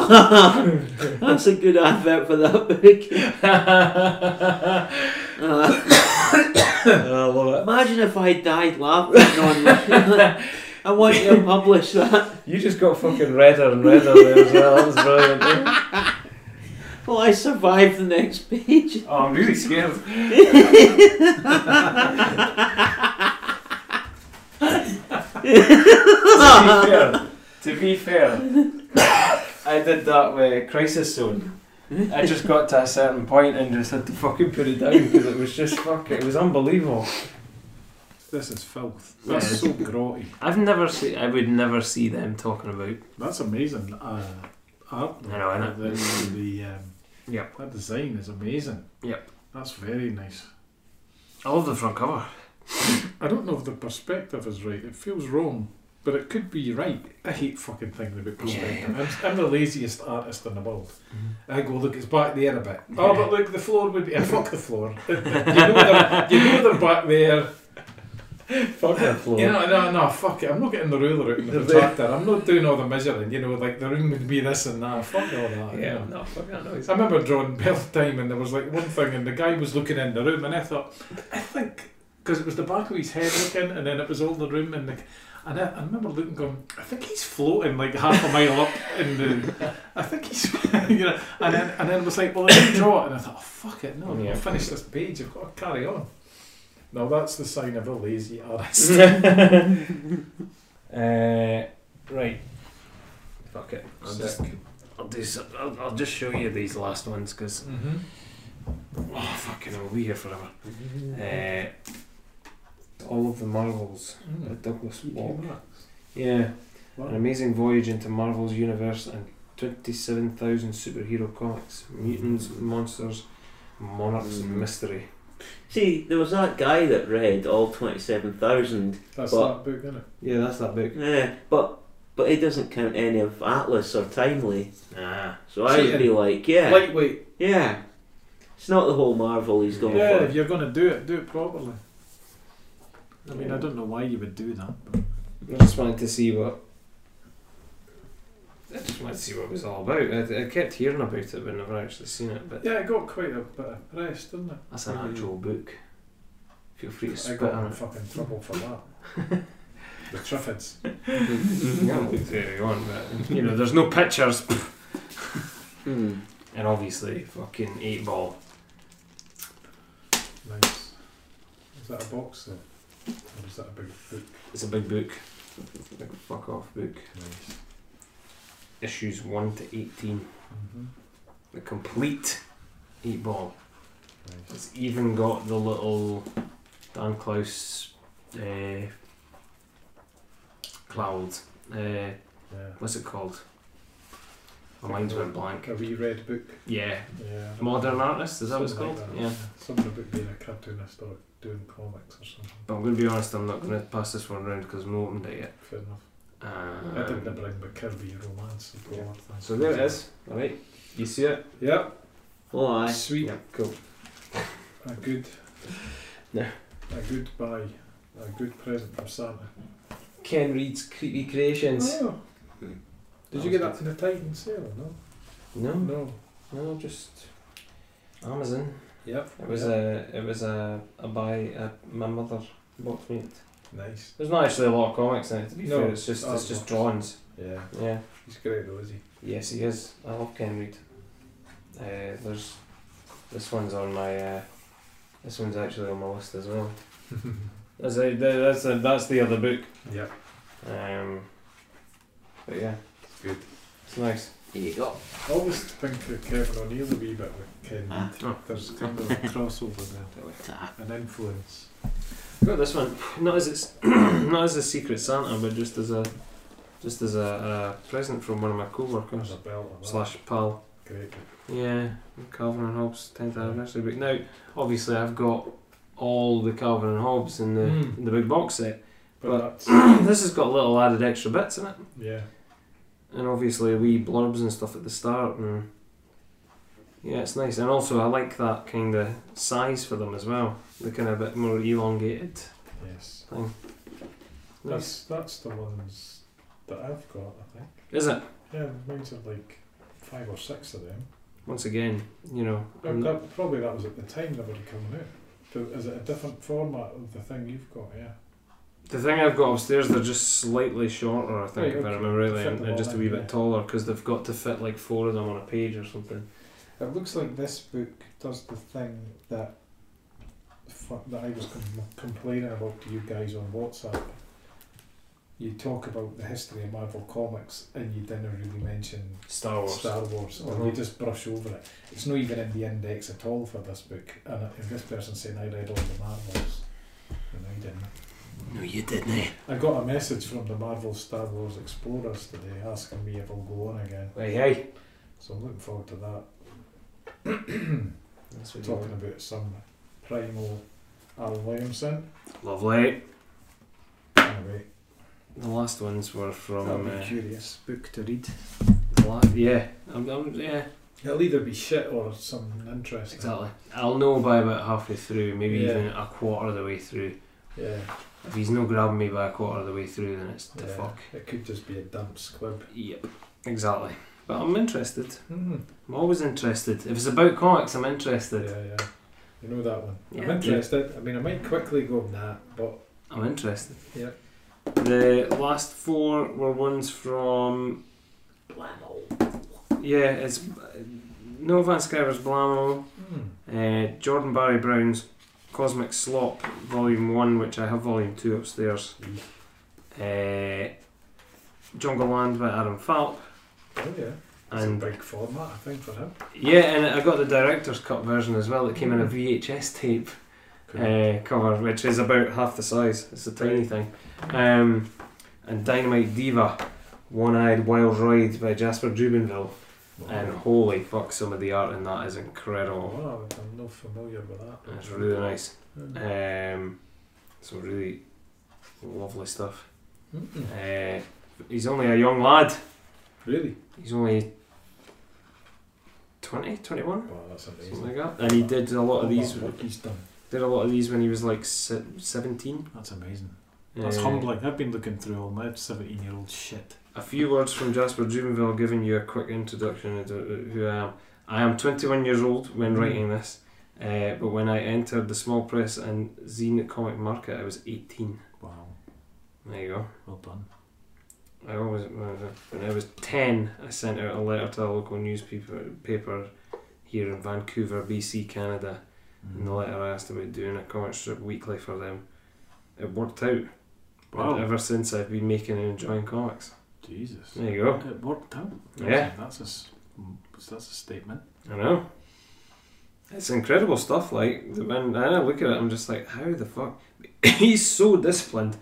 Speaker 4: That's a good advert for that
Speaker 5: (laughs)
Speaker 4: book. Uh,
Speaker 5: I love
Speaker 4: imagine if I died laughing on that. I want you to publish that.
Speaker 5: it. You just got fucking redder and redder there as well. That was brilliant. eh?
Speaker 4: Will I survive the next page?
Speaker 5: Oh, I'm really scared. to be fair, to be fair, I did that with Crisis Zone. I just got to a certain point and just had to fucking put it down because it was just fuck. It was unbelievable.
Speaker 2: This is filth.
Speaker 5: Yeah.
Speaker 2: That's so grotty.
Speaker 5: I've never see. I would never see them talking about.
Speaker 2: That's amazing. Uh, art.
Speaker 5: I know, I know.
Speaker 2: The, the, um,
Speaker 5: Yep.
Speaker 2: That design is amazing.
Speaker 5: Yep.
Speaker 2: That's very nice.
Speaker 5: I love the front cover.
Speaker 2: I don't know if the perspective is right. It feels wrong, but it could be right. I hate fucking things about perspective. I'm, I'm the laziest artist in the world. I go, look, it's back there a bit. Oh, but (laughs) look, the floor would be. fuck the floor. you, know they're, you know they're back there.
Speaker 7: Fuck the floor.
Speaker 2: You know, no, no, fuck it. I'm not getting the ruler out and
Speaker 7: (laughs)
Speaker 2: the protractor. I'm not doing all the measuring. You know, like the room would be this and that. Fuck all that. you know.
Speaker 5: no, fuck that noise.
Speaker 2: I remember drawing Birth Time and there was like one thing and the guy was looking in the room and I thought, I think, because it was the back of his head looking and then it was all the room and the, and I, I remember looking going, I think he's floating like half a mile up in the, I think he's, (laughs) you know, and then, and then it was like, well, let me draw it and I thought, oh, fuck it, no,
Speaker 5: Yeah.
Speaker 2: I'll finish this page, I've got to carry on. No, that's the sign of a lazy
Speaker 5: (laughs) (laughs)
Speaker 2: artist.
Speaker 5: Uh, right. Fuck it. I'll
Speaker 2: Sick.
Speaker 5: just, I'll, do some, I'll, I'll just show you these last ones because
Speaker 2: mm-hmm.
Speaker 5: oh fucking hell, we here forever. Uh, all of the Marvels.
Speaker 2: Hmm.
Speaker 5: by Douglas Walk. Yeah, an amazing voyage into Marvel's universe and twenty-seven thousand superhero comics, mutants,
Speaker 2: Hmm.
Speaker 5: monsters, monarchs, and mystery.
Speaker 4: See, there was that guy that read all 27,000.
Speaker 2: That's
Speaker 4: But-
Speaker 2: that book, isn't it?
Speaker 5: Yeah, that's that book.
Speaker 4: Yeah, Eh, but but it doesn't count any of Atlas or Timely.
Speaker 5: Ah,
Speaker 4: So I would be
Speaker 2: Cheating.
Speaker 4: like, yeah,
Speaker 2: Lightweight.
Speaker 4: yeah. It's not the whole Marvel he's going
Speaker 2: Yeah,
Speaker 4: for.
Speaker 2: if you're going to do it, do it properly. I mean, I don't know why you would do that. But
Speaker 5: I just wanted to see what. I just wanted to see what it was all about. I, I kept hearing about it, but never actually seen it. But
Speaker 2: yeah, it got quite a bit of press, didn't it?
Speaker 5: that's an actual book. Feel free to
Speaker 2: Hmm. I
Speaker 5: spit
Speaker 2: got
Speaker 5: on
Speaker 2: in
Speaker 5: it.
Speaker 2: fucking trouble for that.
Speaker 5: (laughs)
Speaker 2: the Triffids.
Speaker 5: Yeah, I'll do you want, but you know, there's no pictures.
Speaker 4: Hmm.
Speaker 5: And obviously, fucking eight ball.
Speaker 2: Nice. Is that a box then? Or is that a big book?
Speaker 5: It's a big book. Big fuck off book.
Speaker 2: Nice.
Speaker 5: Issues one to eighteen.
Speaker 2: Mm-hmm.
Speaker 5: The complete eight ball.
Speaker 2: Nice.
Speaker 5: It's even got the little Dan Klaus uh, cloud. Uh,
Speaker 2: Yeah.
Speaker 5: what's it called? My mind's went blank.
Speaker 2: A wee red book.
Speaker 5: Yeah,
Speaker 2: Yeah.
Speaker 5: modern artist. Is that what it's
Speaker 2: Something
Speaker 5: called?
Speaker 2: like that.
Speaker 5: Yeah.
Speaker 2: Something about being a cartoonist or doing comics or something.
Speaker 5: But I'm gonna be honest. I'm not gonna pass this one around because I've not opened it yet.
Speaker 2: Fair enough.
Speaker 5: Um,
Speaker 2: I didn't bring the Kirby romance. and all that thing.
Speaker 5: So there it is. All right. You see it?
Speaker 2: Yep.
Speaker 4: Oh, aye.
Speaker 2: Sweet.
Speaker 5: Yeah. Cool.
Speaker 2: A good.
Speaker 5: No.
Speaker 2: A good buy. A good present from Santa.
Speaker 5: Ken Reed's creepy creations.
Speaker 2: Oh. Did
Speaker 5: That
Speaker 2: you
Speaker 5: was
Speaker 2: get that from the Titan sale? No.
Speaker 5: No,
Speaker 2: No.
Speaker 5: no, just Amazon.
Speaker 2: Yep.
Speaker 5: It was uh, a, it was a, a buy. A, my mother bought me. It.
Speaker 2: Nice.
Speaker 5: There's not actually a lot of comics in it. To be
Speaker 2: No,
Speaker 5: fair, it's just, it's
Speaker 2: uh,
Speaker 5: just drawings.
Speaker 2: Yeah.
Speaker 5: Yeah.
Speaker 2: He's great though, is he?
Speaker 5: Yes, he is. I love Ken Reed. Uh, there's, this one's on my, uh, this one's actually on my list as well. (laughs) that's a, that's a, that's the other book.
Speaker 2: Yep.
Speaker 5: Um, but yeah,
Speaker 2: Good.
Speaker 5: it's nice.
Speaker 4: Here you go.
Speaker 2: I always think of Kevin O'Neill a wee bit with Ken.
Speaker 4: Ah.
Speaker 2: Oh, There's kind of a crossover there,
Speaker 5: (laughs)
Speaker 2: an influence.
Speaker 5: Got this one, not as it's (clears throat) not as a secret Santa, but just as a just as a, a present from one of my
Speaker 2: There's a
Speaker 5: co-workers
Speaker 2: belt of that.
Speaker 5: slash pal.
Speaker 2: Great.
Speaker 5: Yeah, Calvin and Hobbes 10th anniversary. But now, obviously, I've got all the Calvin and Hobbes in the
Speaker 2: Mm.
Speaker 5: in the big box set.
Speaker 2: But (coughs) that's,
Speaker 5: (clears throat) this has got little added extra bits in it,
Speaker 2: yeah.
Speaker 5: and obviously wee blurbs and stuff at the start. And yeah, it's nice. And also, I like that kind of size for them as well. They're kind of a bit more elongated.
Speaker 2: Yes.
Speaker 5: Thing. Nice.
Speaker 2: That's, that's the ones that I've got, I think.
Speaker 5: Is it?
Speaker 2: Yeah, mine's are like five or six of them.
Speaker 5: Once again, you know,
Speaker 2: But
Speaker 5: I'm-
Speaker 2: that, probably that was at the time they were coming out. So Is it a different format of the thing you've got? Yeah.
Speaker 5: The thing I've got upstairs, they're just slightly shorter, I think,
Speaker 2: Right,
Speaker 5: if I
Speaker 2: Oh, okay.
Speaker 5: remember rightly,
Speaker 2: Fit
Speaker 5: and,
Speaker 2: them
Speaker 5: and
Speaker 2: all
Speaker 5: just a
Speaker 2: in,
Speaker 5: wee
Speaker 2: yeah.
Speaker 5: bit taller because they've got to fit like four of them on a page or something.
Speaker 2: It looks like this book does the thing that fu- that I was com- complaining about to you guys on WhatsApp. You talk about the history of Marvel Comics and you didn't really mention
Speaker 5: Star Wars.
Speaker 2: Star Wars, or you
Speaker 5: Mhm.
Speaker 2: just brush over it. It's not even in the index at all for this book. And uh, if this person's saying, I read all the Marvels. And I didn't.
Speaker 4: No, you didn't.
Speaker 2: I got a message from the Marvel Star Wars Explorers today asking me if I'll go on again.
Speaker 5: Hey, hey.
Speaker 2: So I'm looking forward to that.
Speaker 5: That's what you
Speaker 2: talking
Speaker 5: want.
Speaker 2: about some primal Al Williamson.
Speaker 5: Lovely.
Speaker 2: Anyway,
Speaker 5: The last ones were
Speaker 2: that'll
Speaker 5: from.
Speaker 2: be
Speaker 5: Uh,
Speaker 2: curious book to read.
Speaker 5: the la- yeah. I'm, I'm, yeah,
Speaker 2: It'll either be shit or something interesting.
Speaker 5: exactly. I'll know by about halfway through, maybe
Speaker 2: Yeah.
Speaker 5: even a quarter of the way through.
Speaker 2: Yeah.
Speaker 5: If he's not grabbing me by a quarter of the way through, then it's the
Speaker 7: Yeah,
Speaker 5: fuck.
Speaker 7: It could just be a damp squib.
Speaker 5: Yep. Exactly. But I'm interested.
Speaker 7: Mm.
Speaker 5: I'm always interested. If it's about comics, I'm
Speaker 7: Yeah,
Speaker 5: interested.
Speaker 7: yeah. You know that one. I'm
Speaker 5: Yeah.
Speaker 7: interested. I mean, I might quickly go nah, but
Speaker 5: I'm interested.
Speaker 7: Yeah.
Speaker 5: The last four were ones from. Blamo. Yeah, it's uh, No Van Skyver's Blamo,
Speaker 2: hmm.
Speaker 7: mm.
Speaker 5: uh, Jordan Barry Brown's Cosmic Slop, Volume 1, which I have Volume 2 upstairs, uh, Jungle Land by Adam Falp,
Speaker 7: oh yeah, it's
Speaker 5: and Eh,
Speaker 7: a big format I think for him.
Speaker 5: yeah, and I got the director's cut version as well that came in a VHS tape. uh, cover, which is about half the size. It's a tiny thing. Um, and Dynamite Diva, One Eyed Wild Ride by Jasper Jubinville. And
Speaker 7: wow.
Speaker 5: holy fuck, some of the art in that is incredible.
Speaker 7: wow, I'm not familiar with that.
Speaker 5: It's really nice.
Speaker 7: Mm.
Speaker 5: Um, some really lovely stuff.
Speaker 7: Mm-mm.
Speaker 5: Uh, he's only a young lad.
Speaker 7: Really?
Speaker 5: He's only 20, 21,
Speaker 7: Wow, that's
Speaker 5: something
Speaker 7: amazing.
Speaker 5: like that. And he did a lot of
Speaker 7: All
Speaker 5: these.
Speaker 7: that work he's done.
Speaker 5: Did a lot of these when he was like se- seventeen.
Speaker 10: That's amazing. That's
Speaker 5: Uh,
Speaker 10: humbling. I've been looking through all my 17 year old shit.
Speaker 5: A few words from Jasper Jubenville giving you a quick introduction into who I am. I am 21 years old when writing this, uh, but when I entered the small press and zine comic market, I was 18.
Speaker 10: Wow.
Speaker 5: There you go.
Speaker 10: Well done.
Speaker 5: I always when I was 10, I sent out a letter to a local newspaper paper here in Vancouver, BC,
Speaker 10: Mm.
Speaker 5: Canada. In
Speaker 2: Mm-hmm.
Speaker 5: the letter, I asked about doing a comic strip weekly for them. It worked out.
Speaker 10: Wow.
Speaker 5: And ever since, I've been making and enjoying comics.
Speaker 10: Jesus.
Speaker 5: There you go.
Speaker 10: It worked out.
Speaker 5: Yeah.
Speaker 10: That's a, s- mm, that's a
Speaker 5: (coughs)
Speaker 10: statement.
Speaker 5: I know. It's incredible stuff. Like the- when I look at it, I'm just like, how the fuck? (laughs) He's so disciplined.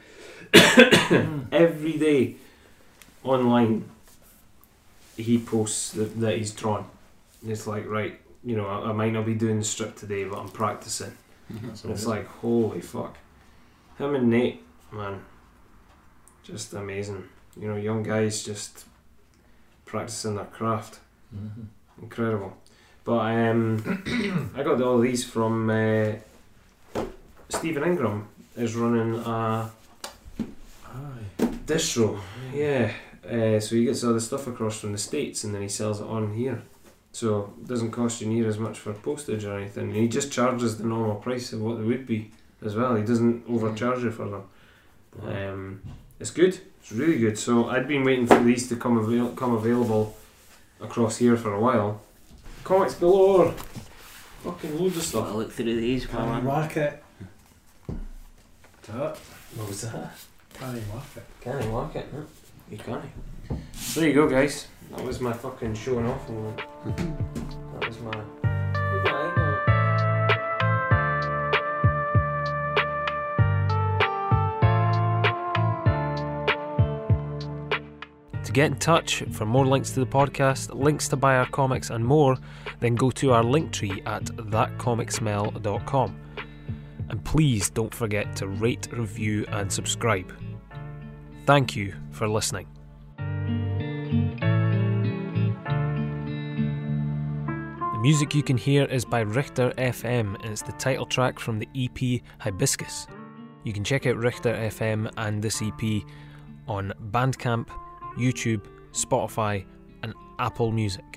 Speaker 5: Every day, online, he posts that, that he's drawn. It's like right, you know, I, I might not be doing the strip today, but I'm practicing.
Speaker 2: Mm-hmm.
Speaker 10: Mm. That's
Speaker 5: And it's
Speaker 10: amazing.
Speaker 5: like holy fuck. Him and Nate, man, just amazing. You know, young guys just practicing their craft
Speaker 10: Mhm.
Speaker 5: incredible. But um, (coughs) I got all these from uh, Stephen Ingram is running a
Speaker 10: Aye.
Speaker 5: distro. Yeah, uh, so he gets all the stuff across from the states and then he sells it on here. So it doesn't cost you near as much for postage or anything. And he just charges the normal price of what they would be as well. He doesn't overcharge you for them. Um, it's good. It's really good. So I'd been waiting for these to come avail- come available across here for a while. Comics galore. Fucking loads of
Speaker 4: So I
Speaker 5: stuff.
Speaker 4: look through these while
Speaker 7: Can
Speaker 4: I'm.
Speaker 7: you whack it? Tut.
Speaker 5: What was that?
Speaker 7: Can you whack it?
Speaker 5: Can I walk it? You can. So there you go, guys. That was my fucking showing off moment. that was my. Goodbye.
Speaker 1: To get in touch for more links to the podcast, links to buy our comics, and more, then go to our link tree at thatcomicsmell.com. And please don't forget to rate, review, and subscribe. Thank you for listening. The music you can hear is by Richter FM and it's the title track from the EP Hibiscus. You can check out Richter FM and this E EP on Bandcamp, YouTube, Spotify, and Apple Music.